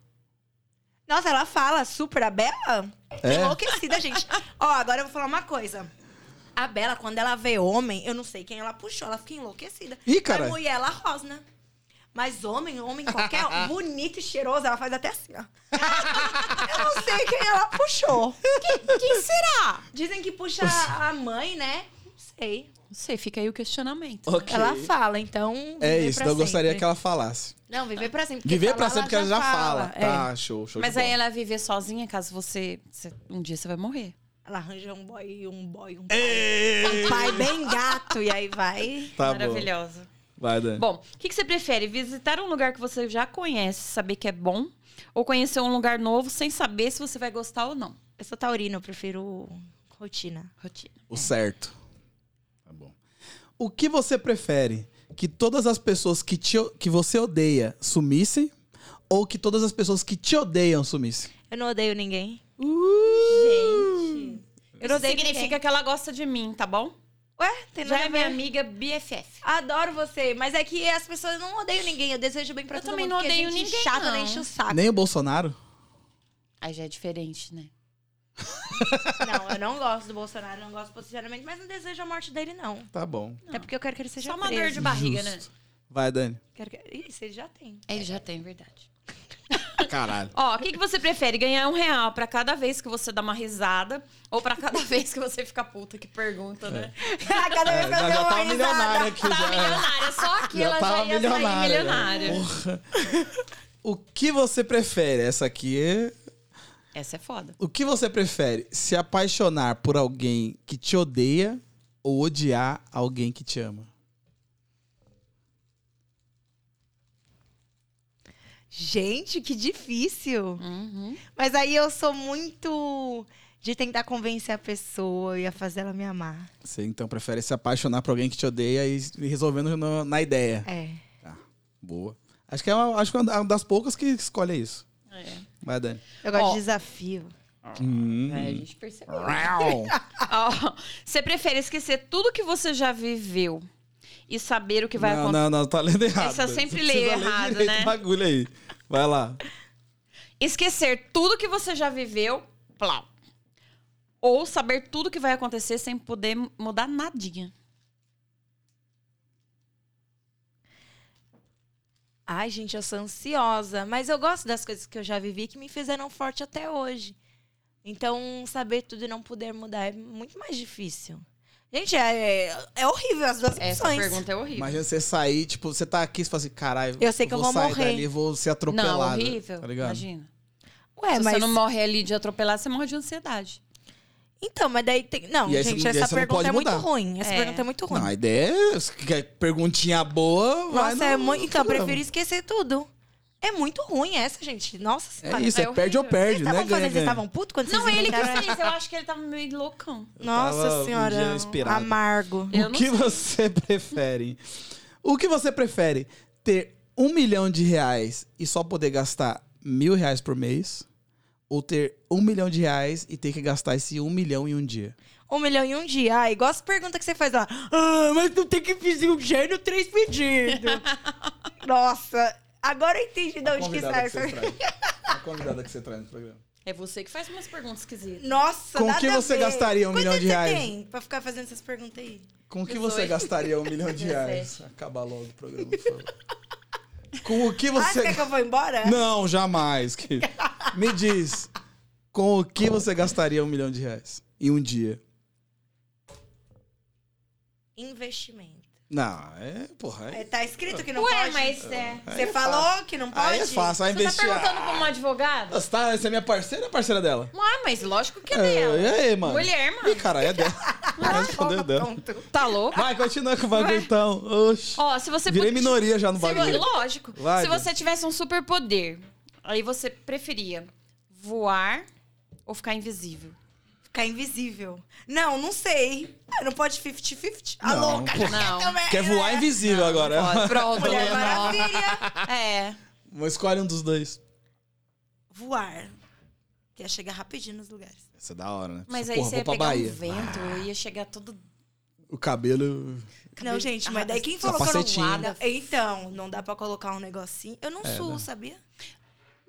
Nossa, ela fala super a Bela? É? Enlouquecida, gente. Ó, agora eu vou falar uma coisa. A Bela, quando ela vê homem, eu não sei quem ela puxou, ela fica enlouquecida. Ih, cara. A mulher, ela rosna. Mas homem, homem (laughs) qualquer, bonito e cheiroso, ela faz até assim, ó. Eu não sei quem ela puxou. Quem, quem será? Dizem que puxa a mãe, né? Não sei. Não sei, fica aí o questionamento. Ok. Ela fala, então. É viver isso, pra então eu gostaria sempre. que ela falasse. Não, viver pra sempre. porque Viver falar, pra sempre, porque ela já fala. É. Tá, show, show. de Mas aí bola. ela vai viver sozinha, caso você... você- Um dia você vai morrer. Ela arranja um boy, um boy, um pai. Um pai bem gato, e aí vai. Tá bom. Maravilhosa. Vai, Dani. Bom, o que, que você prefere? Visitar um lugar que você já conhece, saber que é bom? Ou conhecer um lugar novo sem saber se você vai gostar ou não? Eu sou taurina, eu prefiro rotina. Rotina. O certo. Tá bom. O que você prefere? Que todas as pessoas que, te, o- que você odeia sumissem? Ou que todas as pessoas que te odeiam sumissem? Eu não odeio ninguém. Gente. Eu Isso não odeio significa ninguém. que ela gosta de mim, tá bom? Ué, tem nada Já é a minha ver. amiga BFF. Adoro você, mas é que as pessoas eu não odeiam ninguém. Eu desejo bem pra Eu todo também mundo. não porque odeio gente ninguém, chata, não. nem enche o saco. Nem o Bolsonaro? Aí já é diferente, né? Não, eu não gosto do Bolsonaro, não gosto posicionamento, mas não desejo a morte dele, não. Tá bom. Até porque eu quero que ele seja Só uma preso. dor de barriga, Justo. né? Vai, (laughs) Dani. Quero que... Ih, você já tem. Ele É, já tem, verdade. Caralho. Ó, o que, que você prefere? Ganhar um real pra cada vez que você dá uma risada ou pra cada (laughs) vez que você fica puta? Que pergunta, né? (laughs) Cada vez que eu já dou já uma tá milionária risada. aqui. Tá Já, milionária, só aqui ela tava já ia sair né? milionária. Porra. O que você prefere? Essa aqui é... Essa é foda. O que você prefere? Se apaixonar por alguém que te odeia ou odiar alguém que te ama? Gente, que difícil. Uhum. Mas aí eu sou muito de tentar convencer a pessoa e a fazer ela me amar. Você então prefere se apaixonar por alguém que te odeia e e resolvendo no- na ideia. É. Boa. Acho que é uma, acho que é uma das poucas que escolhe isso. É. Vai, Dani. Hum. Eu gosto Ó. de desafio. É, a gente percebeu. (laughs) Ó, você prefere esquecer tudo que você já viveu e saber o que vai não, acontecer? não, não, tá lendo errado. Essa eu Você sempre precisa leio ler errado, direito né? o bagulho aí. Vai lá. Esquecer tudo que você já viveu, plau. Ou saber tudo que vai acontecer sem poder mudar nadinha. Ai, gente, eu sou ansiosa, mas eu gosto das coisas que eu já vivi que me fizeram forte até hoje. Então, saber tudo e não poder mudar é muito mais difícil. Gente, é, é, é horrível as duas Essa opções. pergunta é horrível. Imagina você sair, tipo, você tá aqui e fala assim, caralho, Eu sei que eu vou vou sair morrer. dali, vou ser não, atropelado. horrível. Tá ligado? Imagina. Ué, Se mas. você não morre ali de atropelar, você morre de ansiedade. Então, mas daí tem. Não, E aí você gente, não- e aí essa você não pergunta pode é muito mudar. ruim. Essa É. pergunta é muito ruim. Não, a ideia é, se quer perguntinha boa, vai Nossa, é no- muito. Então, eu no programa. prefiro esquecer tudo. É muito ruim essa, gente. Nossa É senhora. isso, é, é perde ou horrível. Vocês perde, né? estavam Ganha, fazendo, vocês ganha. estavam putos quando Não, é vocês ele que inventaram essa- fez. Eu acho que ele tava meio loucão. tava Nossa um senhora. dia inspirado. Amargo. Eu o não que você (laughs) prefere? O que você prefere? Ter um milhão de reais e só poder gastar mil reais por mês? Ou ter um milhão de reais e ter que gastar esse um milhão em um dia? Um milhão em um dia. Ah, igual as perguntas que você faz lá. Ah, mas tu tem que pedir um gênio três (laughs) pedidos. Nossa, agora eu entendi de onde que sai essa. A convidada que você traz no programa. É você que faz umas perguntas esquisitas. (laughs) Nossa, Com nada que a você ver. gastaria um Quanto milhão de você reais? tem pra ficar fazendo essas perguntas aí? Com o que Dezoito. você gastaria um milhão de reais? Acaba logo o programa, por favor. Com o que Ah, você você... quer que eu vou embora? (laughs) Não, jamais. que- Me diz, com o que você gastaria um milhão de reais em um dia? Investimento. Não, é, porra, É, aí, tá escrito que não Ué, pode. mas é. Você falou que não pode? aí é fácil, aí Você tá investir. perguntando pra uma advogada? Você, tá, você é minha parceira ou é parceira dela? Ah, mas lógico que é É, e dela. aí, mano? Mulher, mano. Ih, cara, (laughs) é dela. Respondeu dela. Ah, Pronto. Tá louco? Vai, continua com o bagulho então. Oxi. Ó, se você Virei pudi- minoria já Tá no se vo- bagulho. Lógico. Vai, se Bia. você tivesse um superpoder, aí você preferia voar ou ficar invisível? Ficar invisível. Não, não sei. Ah, Não pode 50-50? A Não, louca. pô. Não. (laughs) também. Quer né? voar Então, né? invisível agora. (laughs) Ó, Pronto. Mulher não. Maravilha. É. Mas escolhe um dos dois. Voar. Quer chegar rapidinho nos lugares. Essa é da hora, né? Mas aí Porra, você vou ia pra pegar Bahia. um vento, ia chegar todo... O cabelo. Não, gente, mas daí quem Só falou que eu facetinho. não voava? Então, não dá pra colocar um negocinho. Eu não suo, sabia? É,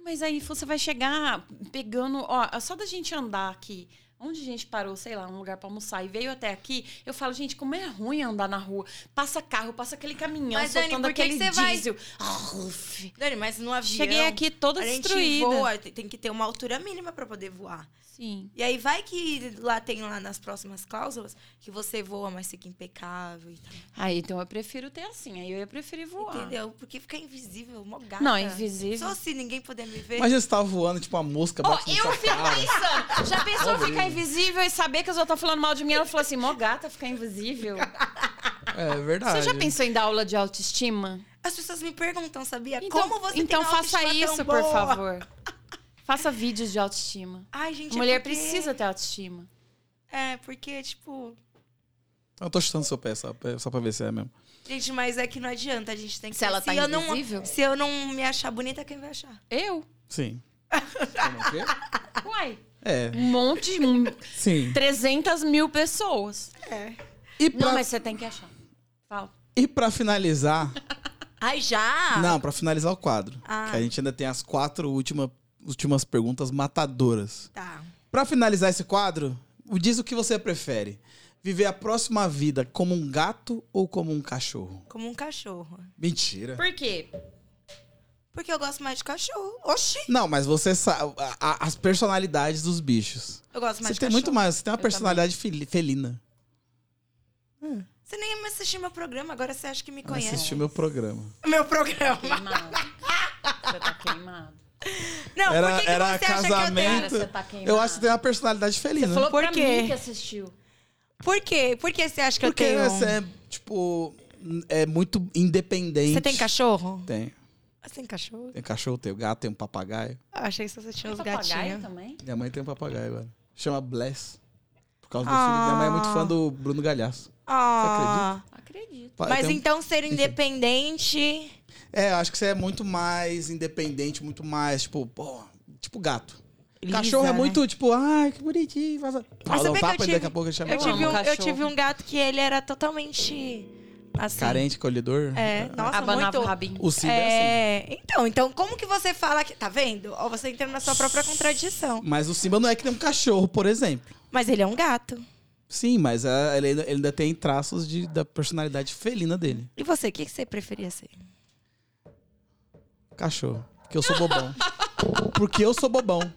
Mas aí você vai chegar pegando... Ó, é só da gente andar aqui... Onde a gente parou, sei lá, um lugar pra almoçar e veio até aqui, eu falo, gente, como é ruim andar na rua. Passa carro, passa aquele caminhão, Mas, Dani, soltando por que aquele que você vai- diesel. Ah, uf. Dani, mas no avião... Cheguei aqui toda a gente destruída. voa, tem- tem que ter uma altura mínima pra poder voar. Sim. E aí vai que lá tem lá nas próximas cláusulas que você voa, mas fica impecável e tal. Aí então eu prefiro ter assim. Aí eu ia preferir voar. Entendeu? Porque fica invisível, mó gata. Não, invisível. Só se ninguém puder me ver. Imagina você tava voando, tipo, uma mosca Ó, bate na eu sua fico cara. pensando. Já pensou Pobre. ficar invisível e saber que as outras estão falando mal de mim? Ela falou assim, mó gata ficar invisível. É verdade. Você já pensou em dar aula de autoestima? As pessoas me perguntam, sabia? Então, Como você tem então uma faça autoestima tão isso, boa? por (laughs) favor. Faça vídeos de autoestima. Ai, gente, A mulher é porque... precisa ter autoestima. É, porque, tipo... Eu tô chutando seu pé, só, pra- só pra ver se é mesmo. Gente, mas é que não adianta, a gente tem que... Se ela tá eu invisível? Não, se eu não me achar bonita, quem vai achar? Eu? (laughs) Sim. Como é que Ah. Uai. É, Um monte, um, sim. 300 mil pessoas. É. E pra, Não, mas você tem que achar. Fala. e pra finalizar... Ai, Ah. já? Não, pra finalizar o quadro. Ah. Que a gente ainda tem as quatro última, últimas perguntas matadoras. Tá. Pra finalizar esse quadro, diz o que você prefere. Viver a próxima vida como um gato ou como um cachorro? Como um cachorro. Mentira. Por quê? Porque eu gosto mais de cachorro. Oxi! Não, mas você sabe a- a- as personalidades dos bichos. Eu gosto mais Você de tem cachorro. muito mais, você tem uma Eu personalidade fel- felina. Você nem me assistiu meu programa, agora você acha que me Ela conhece. Assistiu meu programa. Meu programa. Queimado. Você tá queimado. Não, Era- por que, que era você acha que eu casamento. tenho? Cara, você tá queimado. Eu acho que tem uma personalidade felina. Falou Por pra quê? mim que assistiu. Por quê? Por que você acha que Porque eu tenho? um- você é, tipo, é muito independente. Você tem cachorro? Tem. Você tem cachorro? Tem cachorro, tem gato, tem um papagaio. Eu achei que você tinha uns papagaio então? gatinhos. também? Minha mãe tem um papagaio agora. Chama Bless. Por causa do Ah. filho. Minha mãe é muito fã do Bruno Galhaço. Ah, Acredito. Pa- mas tem um- então ser independente. É, eu acho que você é muito mais independente, muito mais, tipo, pô, tipo gato. Lisa, Cachorro é né? muito, tipo, ai, que bonitinho. Vai, vai. Fala sabia um que papo eu e tive- daqui a pouco ele chama Eu Eu tive, amo um, eu cachorro. tive um gato que ele era totalmente assim. Carente, colhedor. É, né? nossa, Abanava o muito. rabinho. O Cid é... assim. É, então, então como que você fala que tá vendo? Ó, você entra na sua própria contradição. Mas o Simba não é que tem um cachorro, por exemplo. Mas ele é um gato. Sim, mas é, ele, ainda, ele ainda tem traços de, da personalidade felina dele. E você, o que, que você preferia ser? Cachorro. Porque eu sou (laughs) bobão. Porque eu sou bobão.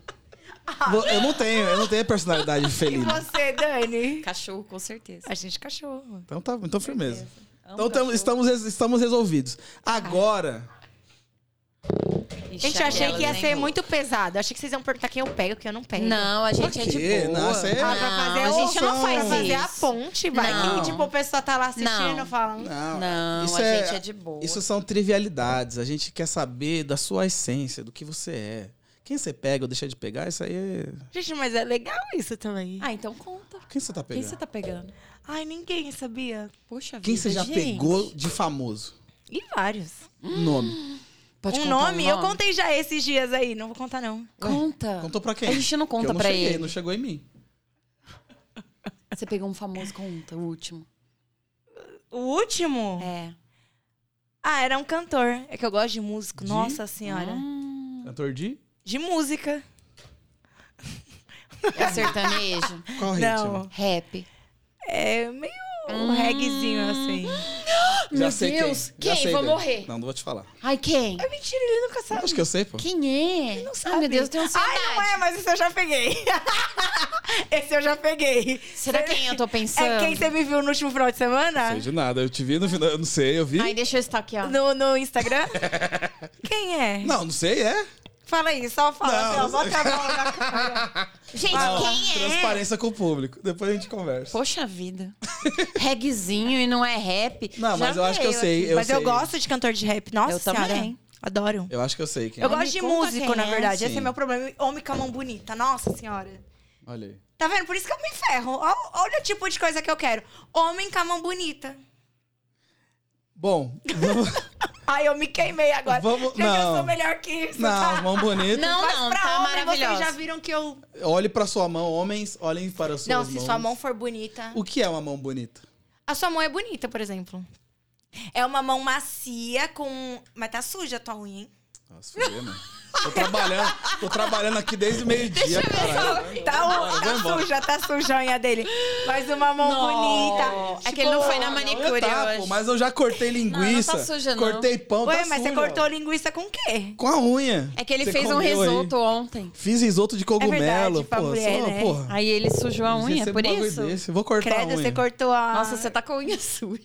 Vo- Eu não tenho, eu não tenho personalidade E felina. você, (laughs) Dani? Cachorro, com certeza. A gente é cachorro. Então tá, então firmeza. é um Amo Então tamo- cachorro. estamos, res- estamos resolvidos. Agora, Ixi, Gente, eu achei aquelas, que ia hein? ser muito pesado. Achei que vocês iam perguntar quem eu pego, quem eu não pego. Não, a gente Por é de quê? boa. Não, isso aí é- Ah, pra fazer a gente opção. não faz Pra fazer a isso. ponte, vai. Não. Que, tipo, a pessoa tá lá assistindo Não. falando. não, Não, isso a é- gente é de boa. isso são trivialidades. A gente quer saber da sua essência, do que você é. Quem você pega ou deixa de pegar, isso aí é... Gente, mas é legal isso também. Ah, então conta. Quem você tá Quem pegando? você tá pegando? Ai, ninguém sabia. Puxa Quem vida, você já gente. Hum. pegou de famoso? E vários. Nome. Pode um, contar nome, um eu contei já esses dias aí. Não vou contar, não. Conta. Contou pra quem? A gente não Porque conta eu não pra cheguei, ele. Não chegou em mim. Você pegou um famoso, conta, o último. O último? É. Ah, era um cantor. É que eu gosto de Ah. músico. De? Nossa senhora. Hum, Cantor de? De música. é sertanejo. Qual Não. ritmo? Rap. É meio um reggaezinho assim. Já Meu sei Deus, quem. Já quem? sei Vou quem. morrer. Não, não vou te falar. Ai, quem? É mentira, ele nunca sabe. Acho que eu sei, pô. Quem é? Não Ai, sabe. meu Deus, eu tenho ansiedade. Ai, não é, mas isso eu já peguei. (laughs) Esse eu já peguei. Será quem eu tô pensando? É quem você me viu no último final de semana? Não sei de nada. Eu te vi no final. Eu não sei, eu vi. é? Ai, deixa eu estaquear. No, (laughs) no Instagram? quem é? Não, não sei, é. Fala aí, só fala. Não. assim, ó, bota a mão na cara. Gente, Não, quem é? Transparência com o público. Depois a gente conversa. Poxa vida. Regzinho e não é rap. Não, Já mas eu acho que eu veio sei. (laughs) aqui. Eu Mas eu sei. gosto de cantor de rap. Nossa Eu senhora. também. Adoro. Eu acho que eu sei quem Eu é. gosto me de conta músico, quem na é, verdade. Esse sim. é meu problema. Homem com a mão bonita. Nossa senhora. Olha aí. Tá vendo? Por isso que eu me ferro. Ó- Olha o tipo de coisa que eu quero. Homem com a mão bonita. Bom, (laughs) vamos. Ai, eu me queimei agora. Vamos- Gente, eu não. sou melhor que isso. não, mão bonita. Não, Mas não, pra tá homem, vocês já maravilhosa. viram que eu... Olhe pra sua mão, homens, olhem para suas não, mãos. se sua mão for bonita... O que é uma mão bonita? A sua mão é bonita, por exemplo. É uma mão macia com... Mas tá suja a tua unha, hein? Nossa, fudeu, né? mano. Tô trabalhando, tô trabalhando aqui desde o meio-dia, caralho. Tá, embora, tá vou embora. suja, tá suja a unha dele. Mas uma mão Não. bonita. É que ele não foi na Não, manicure eu tapo, hoje. mas eu já cortei linguiça. Não, não tá suja, não. Cortei pão, Ué, tá mas suja, você cortou ó. linguiça com o quê? com a unha. É que ele Você fez um comeu aí. risoto ontem. Fiz risoto de cogumelo, verdade, pra pô, mulher, só- né? porra. Aí ele sujou a unha, é Recebo por um bagulho isso? desse. Vou cortar a Credo, unha. você cortou a... Nossa, você assim, tá com a unha (laughs) suja.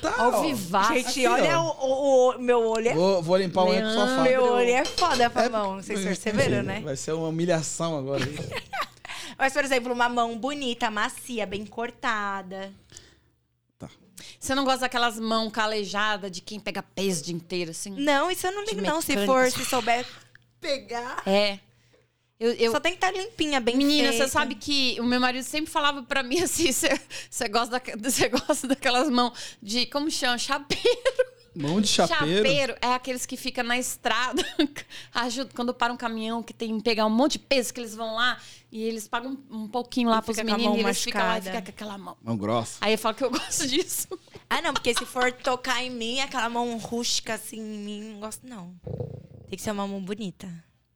Tá, Ao ó. vivaço. Gente, Aqui, olha ó. o, o- o- meu olho. é- Vou, vou limpar a unha com sua Leandro. faca. Meu olho é foda pra mão. porque- (laughs) Vocês perceberam, né? Vai ser uma humilhação agora. Mas, por exemplo, uma mão bonita, macia, bem cortada. Você não gosta daquelas mãos calejadas de quem pega peso o dia inteiro, assim? Não, isso eu não ligo, não. Se mecânica. for, se souber pegar. É. Eu, eu- Só tem que estar limpinha, bem Menina, feita. você sabe que o meu marido sempre falava pra mim (laughs) assim: você gosta, da, (laughs) cê gosta daquelas mãos de. Como chama? Chapeiro. Mão de (laughs) chapeiro. é aqueles que ficam na estrada. (laughs) Ajuda, quando para um caminhão que tem que pegar um monte de peso, que eles vão lá e eles pagam um pouquinho lá E pros fica com a meninos mão e eles ficam lá e machucada. ficam com aquela mão. Mão grossa. Aí eu falo que eu (laughs) gosto disso. Ah, não, porque se for tocar em mim, aquela mão rústica assim em mim, não gosto, não. Tem que ser uma mão bonita.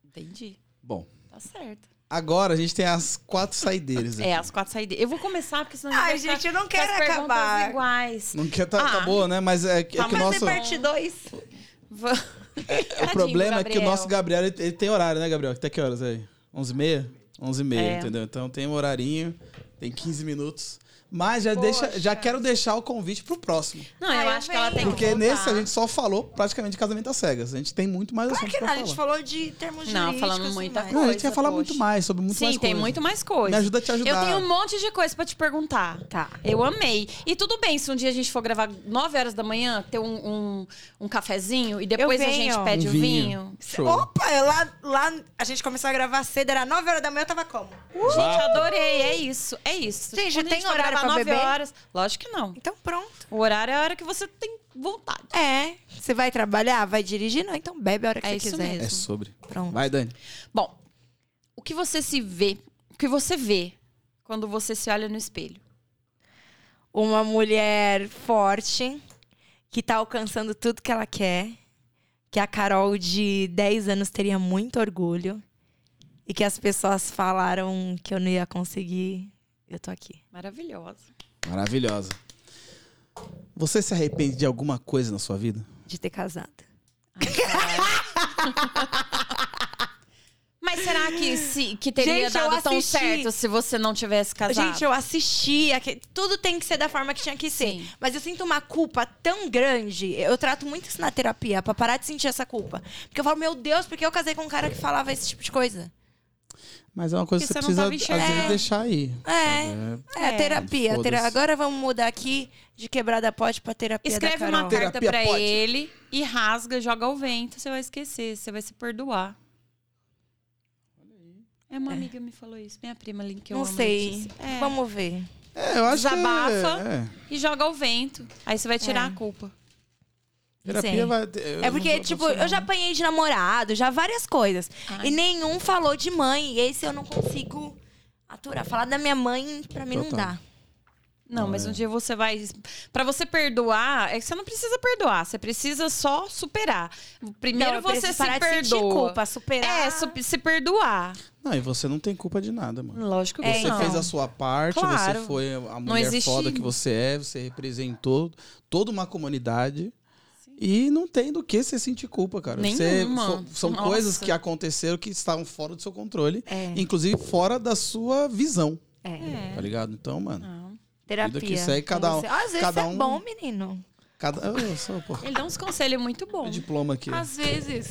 Entendi. Bom, Tá certo. agora a gente tem as quatro saideiras. né? aqui. É, as quatro saídas. Eu vou começar, porque senão Ai, vai ficar gente, eu não com quero as perguntas acabar. iguais. Não quer, tá, tá Ah. boa, né? Mas é, que- é Tá, que o mas nosso. é Parte 2. (laughs) Va- O problema é que o nosso Gabriel, ele, ele tem horário, né, Gabriel? Até que horas aí? 11h30? 11h30, É. entendeu? entendeu? Então tem um horarinho, tem 15 minutos. Mas já, deixa, já quero deixar o convite pro próximo. Não, eu Ah, eu acho que ela venho. tem que Porque voltar. nesse a gente só falou praticamente de casamento às cegas. A gente tem muito mais Claro assunto que pra não, a falar. gente falou de termos Não, jurídicos. falando e muita mais. Não, a gente Coisa, ia falar poxa. muito mais, sobre muito Sim, mais tem coisa. muito mais coisa. Me ajuda a te ajudar. Eu tenho um monte de coisa pra te perguntar. Tá. Eu amei. E tudo bem se um dia a gente for gravar 9 horas da manhã, ter um, um, um cafezinho e depois a venho. gente pede Um o vinho. vinho. Show. Opa, eu lá, lá a gente começou a gravar cedo, era 9 horas da manhã, eu tava como? uh, Gente, adorei. É isso, é isso. Gente, Quando a tem for horário gravar pra nove beber? horas. Lógico que não. Então pronto. O horário é a hora que você tem vontade. É, você vai trabalhar, vai dirigir? Não, então bebe a hora que É você isso quiser. mesmo. É sobre. Pronto. Vai, Dani. Bom, o que você se vê, o que você vê quando você se olha no espelho? Uma mulher forte, que tá alcançando tudo que ela quer, que a Carol de 10 anos teria muito orgulho e que as pessoas falaram que eu não ia conseguir. Eu tô aqui. Maravilhosa. Maravilhosa. Você se arrepende de alguma coisa na sua vida? De ter casado. Mas será que, se, que teria Gente, eu dado tão assisti. certo se você não tivesse casado? Gente, eu assisti. aque- Tudo tem que ser da forma que tinha que ser. Sim. Mas eu sinto uma culpa tão grande. Eu trato muito isso na terapia, pra parar de sentir essa culpa. Porque eu falo, meu Deus, por que eu casei com um É. cara que falava esse tipo de coisa? Mas é uma coisa que você Porque você precisa, não às tava vezes, deixar aí. É. É, É, terapia. foda-se. tera- Agora vamos mudar aqui de quebrada pote pra terapia da Escreve Carol. uma carta Terapia pra pode. ele e rasga, joga ao vento, você vai esquecer, você vai se perdoar. É uma amiga me falou isso, minha prima ali que eu Não amo, sei. Letícia. É. Vamos ver. É, eu acho que... Desabafa. é, é. E joga ao vento. Aí você vai tirar É. a culpa. Terapia Sei. vai ter- eu É não porque, vou- não tipo, sei eu já apanhei de namorado, já várias coisas. Ai. E nenhum falou de mãe. E esse eu não consigo aturar. Falar da minha mãe, pra mim, não Total. dá. Não, Não, mas é. um dia você vai. Pra você perdoar, é que você não precisa perdoar, você precisa só superar. Primeiro Não, eu você preciso se parar perdoa. de sentir culpa, superar. É, su- se perdoar. Não, e você não tem culpa de nada, mano. Lógico que É, Você não. fez a sua parte, então. Claro. você foi a mulher existe- foda que você é, você representou toda uma comunidade. E não tem do que você sentir culpa, cara. Você- Nenhuma. fo- são Nossa. coisas que aconteceram que estavam fora do seu controle, É. inclusive fora da sua visão. É. Tá ligado? Então, mano. Não. Terapia. Vida que segue, cada com um- você. Às vezes cada é um- bom, menino. Cada. Eu sou, pô. Ele dá uns conselhos muito meu bons. diploma aqui. Às vezes.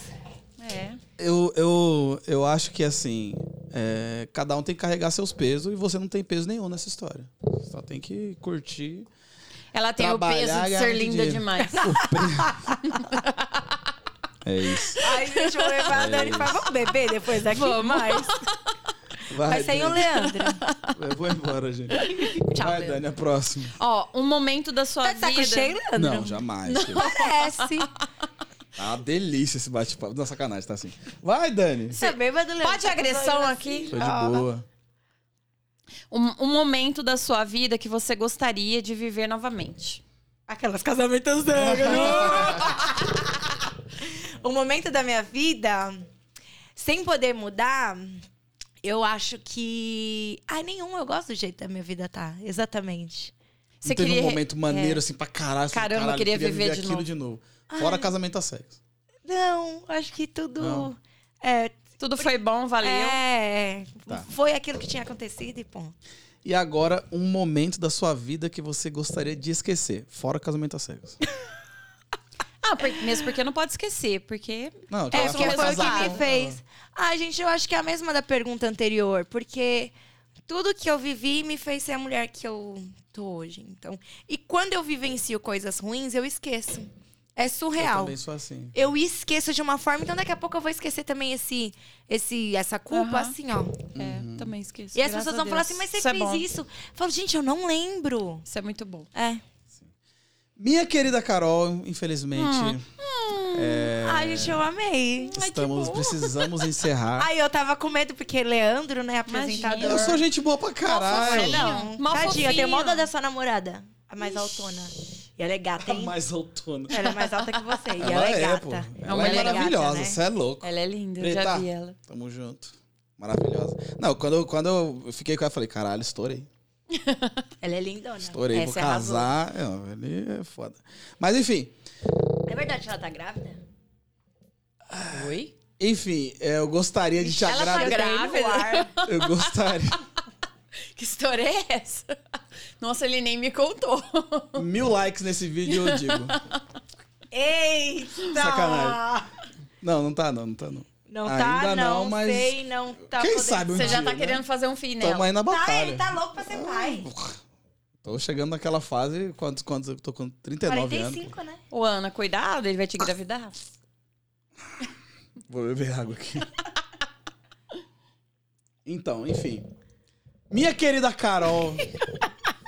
É. Eu, eu, eu acho que assim. é, cada um tem que carregar seus pesos e você não tem peso nenhum nessa história. Só tem que curtir. Ela tem Trabalhar, o peso de ganhar ser linda dinheiro. demais. (laughs) É (laughs) isso. Ai, gente, eu levar a Dani e falar, vamos beber depois daqui? Vamos. Mais. Vai sair o Dani. Leandro. Eu vou embora, gente. um (laughs) Tchau, Vai, Leandro. Dani, a próxima. Ó, um momento da sua Tá de vida. saco cheio, Leandro? Não, jamais. filho. Parece. Tá uma delícia esse bate-papo. Não, sacanagem, tá assim. Vai, Dani. Você é bêbado, Leandro? Tá Pode agressão aqui? assim? Tô de boa. Um, um momento da sua vida que você gostaria de viver novamente. Aquelas (laughs) casamentos negros. o momento da minha vida, sem poder mudar, eu acho que. Ai, nenhum. Eu gosto do jeito da minha vida tá. Exatamente. Você Não teve queria- é. um momento maneiro, assim, pra caralho. assim, Caramba, eu caralho, queria viver de aquilo novo. de novo. Fora casamento a sexo. Não, acho que tudo. Não. É, Tudo foi bom, valeu. é, Tá. Foi aquilo que tinha acontecido e ponto. E agora, um momento da sua vida que você gostaria de esquecer. Fora casamento a sexo. Ah, por- mesmo porque não pode esquecer, porque Não, É, cara, porque fora foi o que casado. me fez. Ah, gente, eu acho que é a mesma da pergunta anterior, porque tudo que eu vivi me fez ser a mulher que eu tô hoje, então. E quando eu vivencio coisas ruins, eu esqueço. É Eu surreal. também sou assim. Eu esqueço de uma forma, então daqui a pouco eu vou esquecer também esse, esse, essa culpa, Aham. assim, ó. é, Uhum. também esqueci. E as pessoas vão falar assim, mas você isso fez é bom. isso. Eu falo, gente, eu não lembro. Isso é muito bom. É. Minha querida Carol, infelizmente, Hum, É. Ai, gente, eu amei. estamos, precisamos encerrar. Ai, eu tava com medo, porque Leandro, né, Imagina. apresentador. Eu sou gente boa pra caralho. Você É, não. Mó Tadinha, eu fofinho. tenho moda da sua namorada. A mais autona. E ela é gata, Tá hein? mais outono. (laughs) Ela é mais alta que você. E ela, é, gata. pô. uma Ela mulher é gata, maravilhosa, né? você é louco. Ela é linda, eu Preta. já vi ela. Tamo junto. Maravilhosa. Não, quando eu, quando eu fiquei com ela, eu falei, caralho, estourei. Ela é lindona. Estourei, É, vou você arrasou. casar. Não, ele é foda. Mas enfim, É verdade que ela tá grávida? Oi? enfim, é, eu gostaria de te Ela tá agradecer. grávida. Eu (laughs) gostaria. Que história é essa? (laughs) Nossa, ele nem me contou. Mil likes nesse vídeo, eu digo. Eita! Sacanagem. Não, não tá não, não tá não. Não Ainda tá, não, não, mas sei, não tá Quem podendo. sabe é um Você dia, já tá né? querendo fazer um fim nela. Tamo aí na Tá, batalha. ele tá louco pra ser pai. Ah, Tô chegando naquela fase, quantos, quantos? Eu tô com 39 anos. 45, né? Ô, Ana, cuidado, ele vai te engravidar. Vou beber água (laughs) aqui. então, enfim. Minha querida Carol,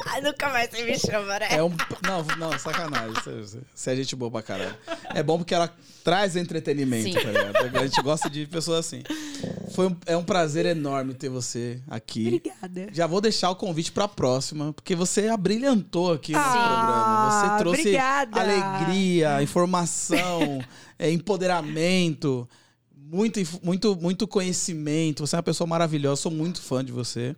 Ai, Ah, nunca mais você me chama, né? é um. Não, não, sacanagem. Você- Você é gente boa pra caralho. É bom porque ela traz entretenimento, Sim. tá ligado? A gente gosta de pessoas assim. Foi um- é um prazer enorme ter você aqui. Obrigada. Já vou deixar o convite pra próxima, porque você abrilhantou aqui no Ah, programa. Você trouxe obrigada. alegria, (laughs) informação, eh, empoderamento, muito, inf- muito, muito conhecimento. Você é uma pessoa maravilhosa, sou muito fã de você.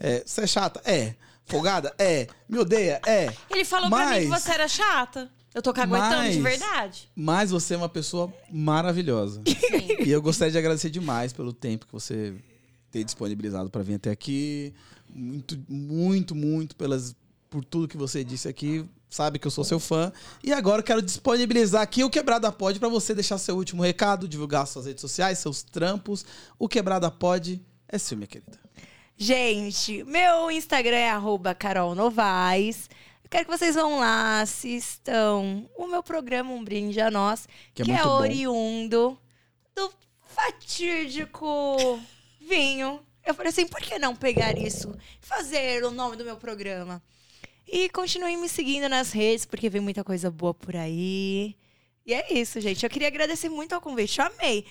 É, você é chata? É. Folgada? É. Me odeia? É. Ele falou pra mim que Mas- você era chata. Eu tô caguetando de Mas- verdade. Mas você é uma pessoa maravilhosa. (laughs) Sim. E eu gostaria de agradecer demais pelo tempo que você ter disponibilizado para vir até aqui. Muito, muito, muito pelas, por tudo que você disse aqui. Sabe que eu sou seu fã. E agora eu quero disponibilizar aqui o Quebrada Pod para você deixar seu último recado, divulgar suas redes sociais, seus trampos. O Quebrada Pod é seu, minha querida. Gente, meu Instagram é arroba Carol Novaes. Eu quero que vocês vão lá, assistam o meu programa Um Brinde a Nós, Que é que, muito é bom. oriundo do fatídico vinho. Eu falei assim, por que não pegar isso? e Fazer o nome do meu programa. E continuem me seguindo nas redes, porque vem muita coisa boa por aí. E é isso, gente. Eu queria agradecer muito ao convite. Eu amei.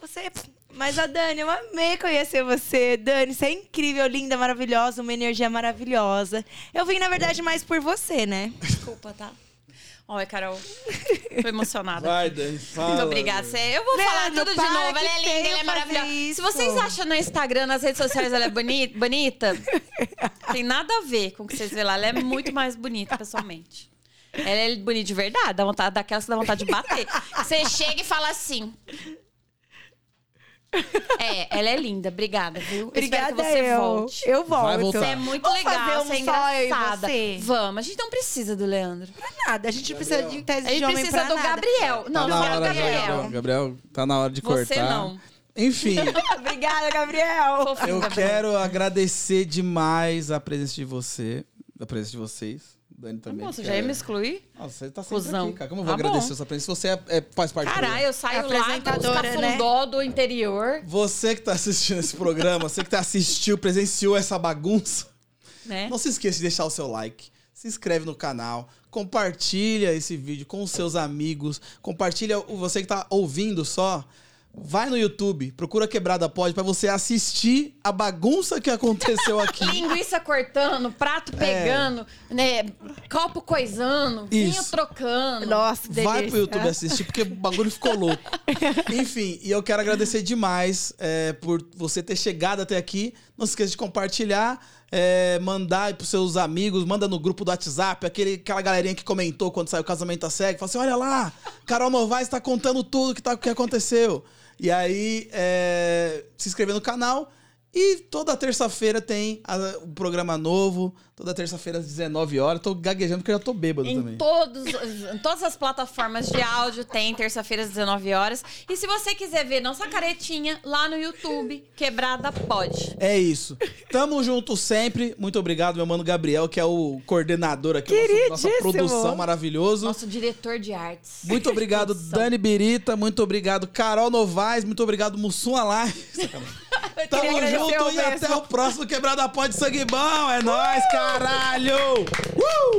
Você. Mas a Dani, eu amei conhecer você. Dani, você é incrível, linda, maravilhosa, uma energia maravilhosa. Eu vim, na verdade, mais por você, né? Desculpa, tá? Olha, Carol, tô emocionada. Dani, Muito obrigada. Cê- Eu vou Leandro, falar tudo de para novo. que Ela é linda, feio ela é maravilhosa. fazer isso. Se vocês acham no Instagram, nas redes sociais, ela é boni- (laughs) bonita, tem nada a ver com o que vocês vê lá. Ela é muito mais bonita, pessoalmente. Ela é bonita de verdade, dá vontade, daquelas que dá vontade de bater. Você chega e fala assim. É, ela é linda. Obrigada, viu? Obrigada, Espero que você eu. volte. Eu Vai volto. Você voltar. é muito Vamos legal, fazer um você é só eu e engraçada. você? Vamos, a gente não precisa do Leandro. Nada, a gente não precisa de tese A de gente homem precisa pra do nada. Gabriel. Não, Tá não na é o hora, Gabriel. Gabriel. Gabriel, tá na hora de cortar. Você não. Enfim, Obrigada, Gabriel. Fofinho, eu Gabriel. quero agradecer demais a presença de você, a presença de vocês. Dani também. Nossa, quero. já é ia me excluir? Nossa, você tá sempre Cusão. aqui, cara. Como eu vou Ah, bom. agradecer essa presença? Você é- é- faz parte do Caralho, eu saio lá com os É Apresentadora, né? cafundó do interior, Você que tá assistindo esse programa, você que tá assistiu, presenciou essa bagunça, né? não se esqueça de deixar o seu like, se inscreve no canal, compartilha esse vídeo com os seus amigos, compartilha o- você que tá ouvindo só. Vai no YouTube, procura Quebrada Pod pra você assistir a bagunça que aconteceu (laughs) aqui. Linguiça cortando, É. prato pegando, né? Copo coisando, vinho Isso. trocando. Nossa, que delícia. Vai pro YouTube assistir, porque o bagulho ficou louco. (laughs) Enfim, e eu quero agradecer demais é, por você ter chegado até aqui. Não se esqueça de compartilhar, é, mandar aí pros seus amigos, manda no grupo do WhatsApp, aquele, aquela galerinha que comentou quando saiu o casamento a cego, fala assim: olha lá, Carol Novaes tá contando tudo que, tá, que aconteceu. E aí, é, se inscrever no canal. E toda terça-feira tem a- um programa novo. Toda terça-feira às 19 horas. Tô gaguejando porque eu já tô bêbado Então, também. Em, todos, em todas as plataformas de áudio tem terça-feira às 19 horas. E se você quiser ver nossa caretinha lá no YouTube, Quebrada Pode. É isso. Tamo junto sempre. Muito obrigado, meu mano Gabriel, que é o coordenador aqui da nossa, nossa Queridíssimo. produção maravilhoso. Nosso diretor de artes. Muito obrigado, Dani Birita. Muito obrigado, Carol Novaes. Muito obrigado, Mussum (laughs) Alai. Tamo agradecer junto eu e até o próximo Quebrada Pó de Sangue Bom. É nóis, caralho! Uh!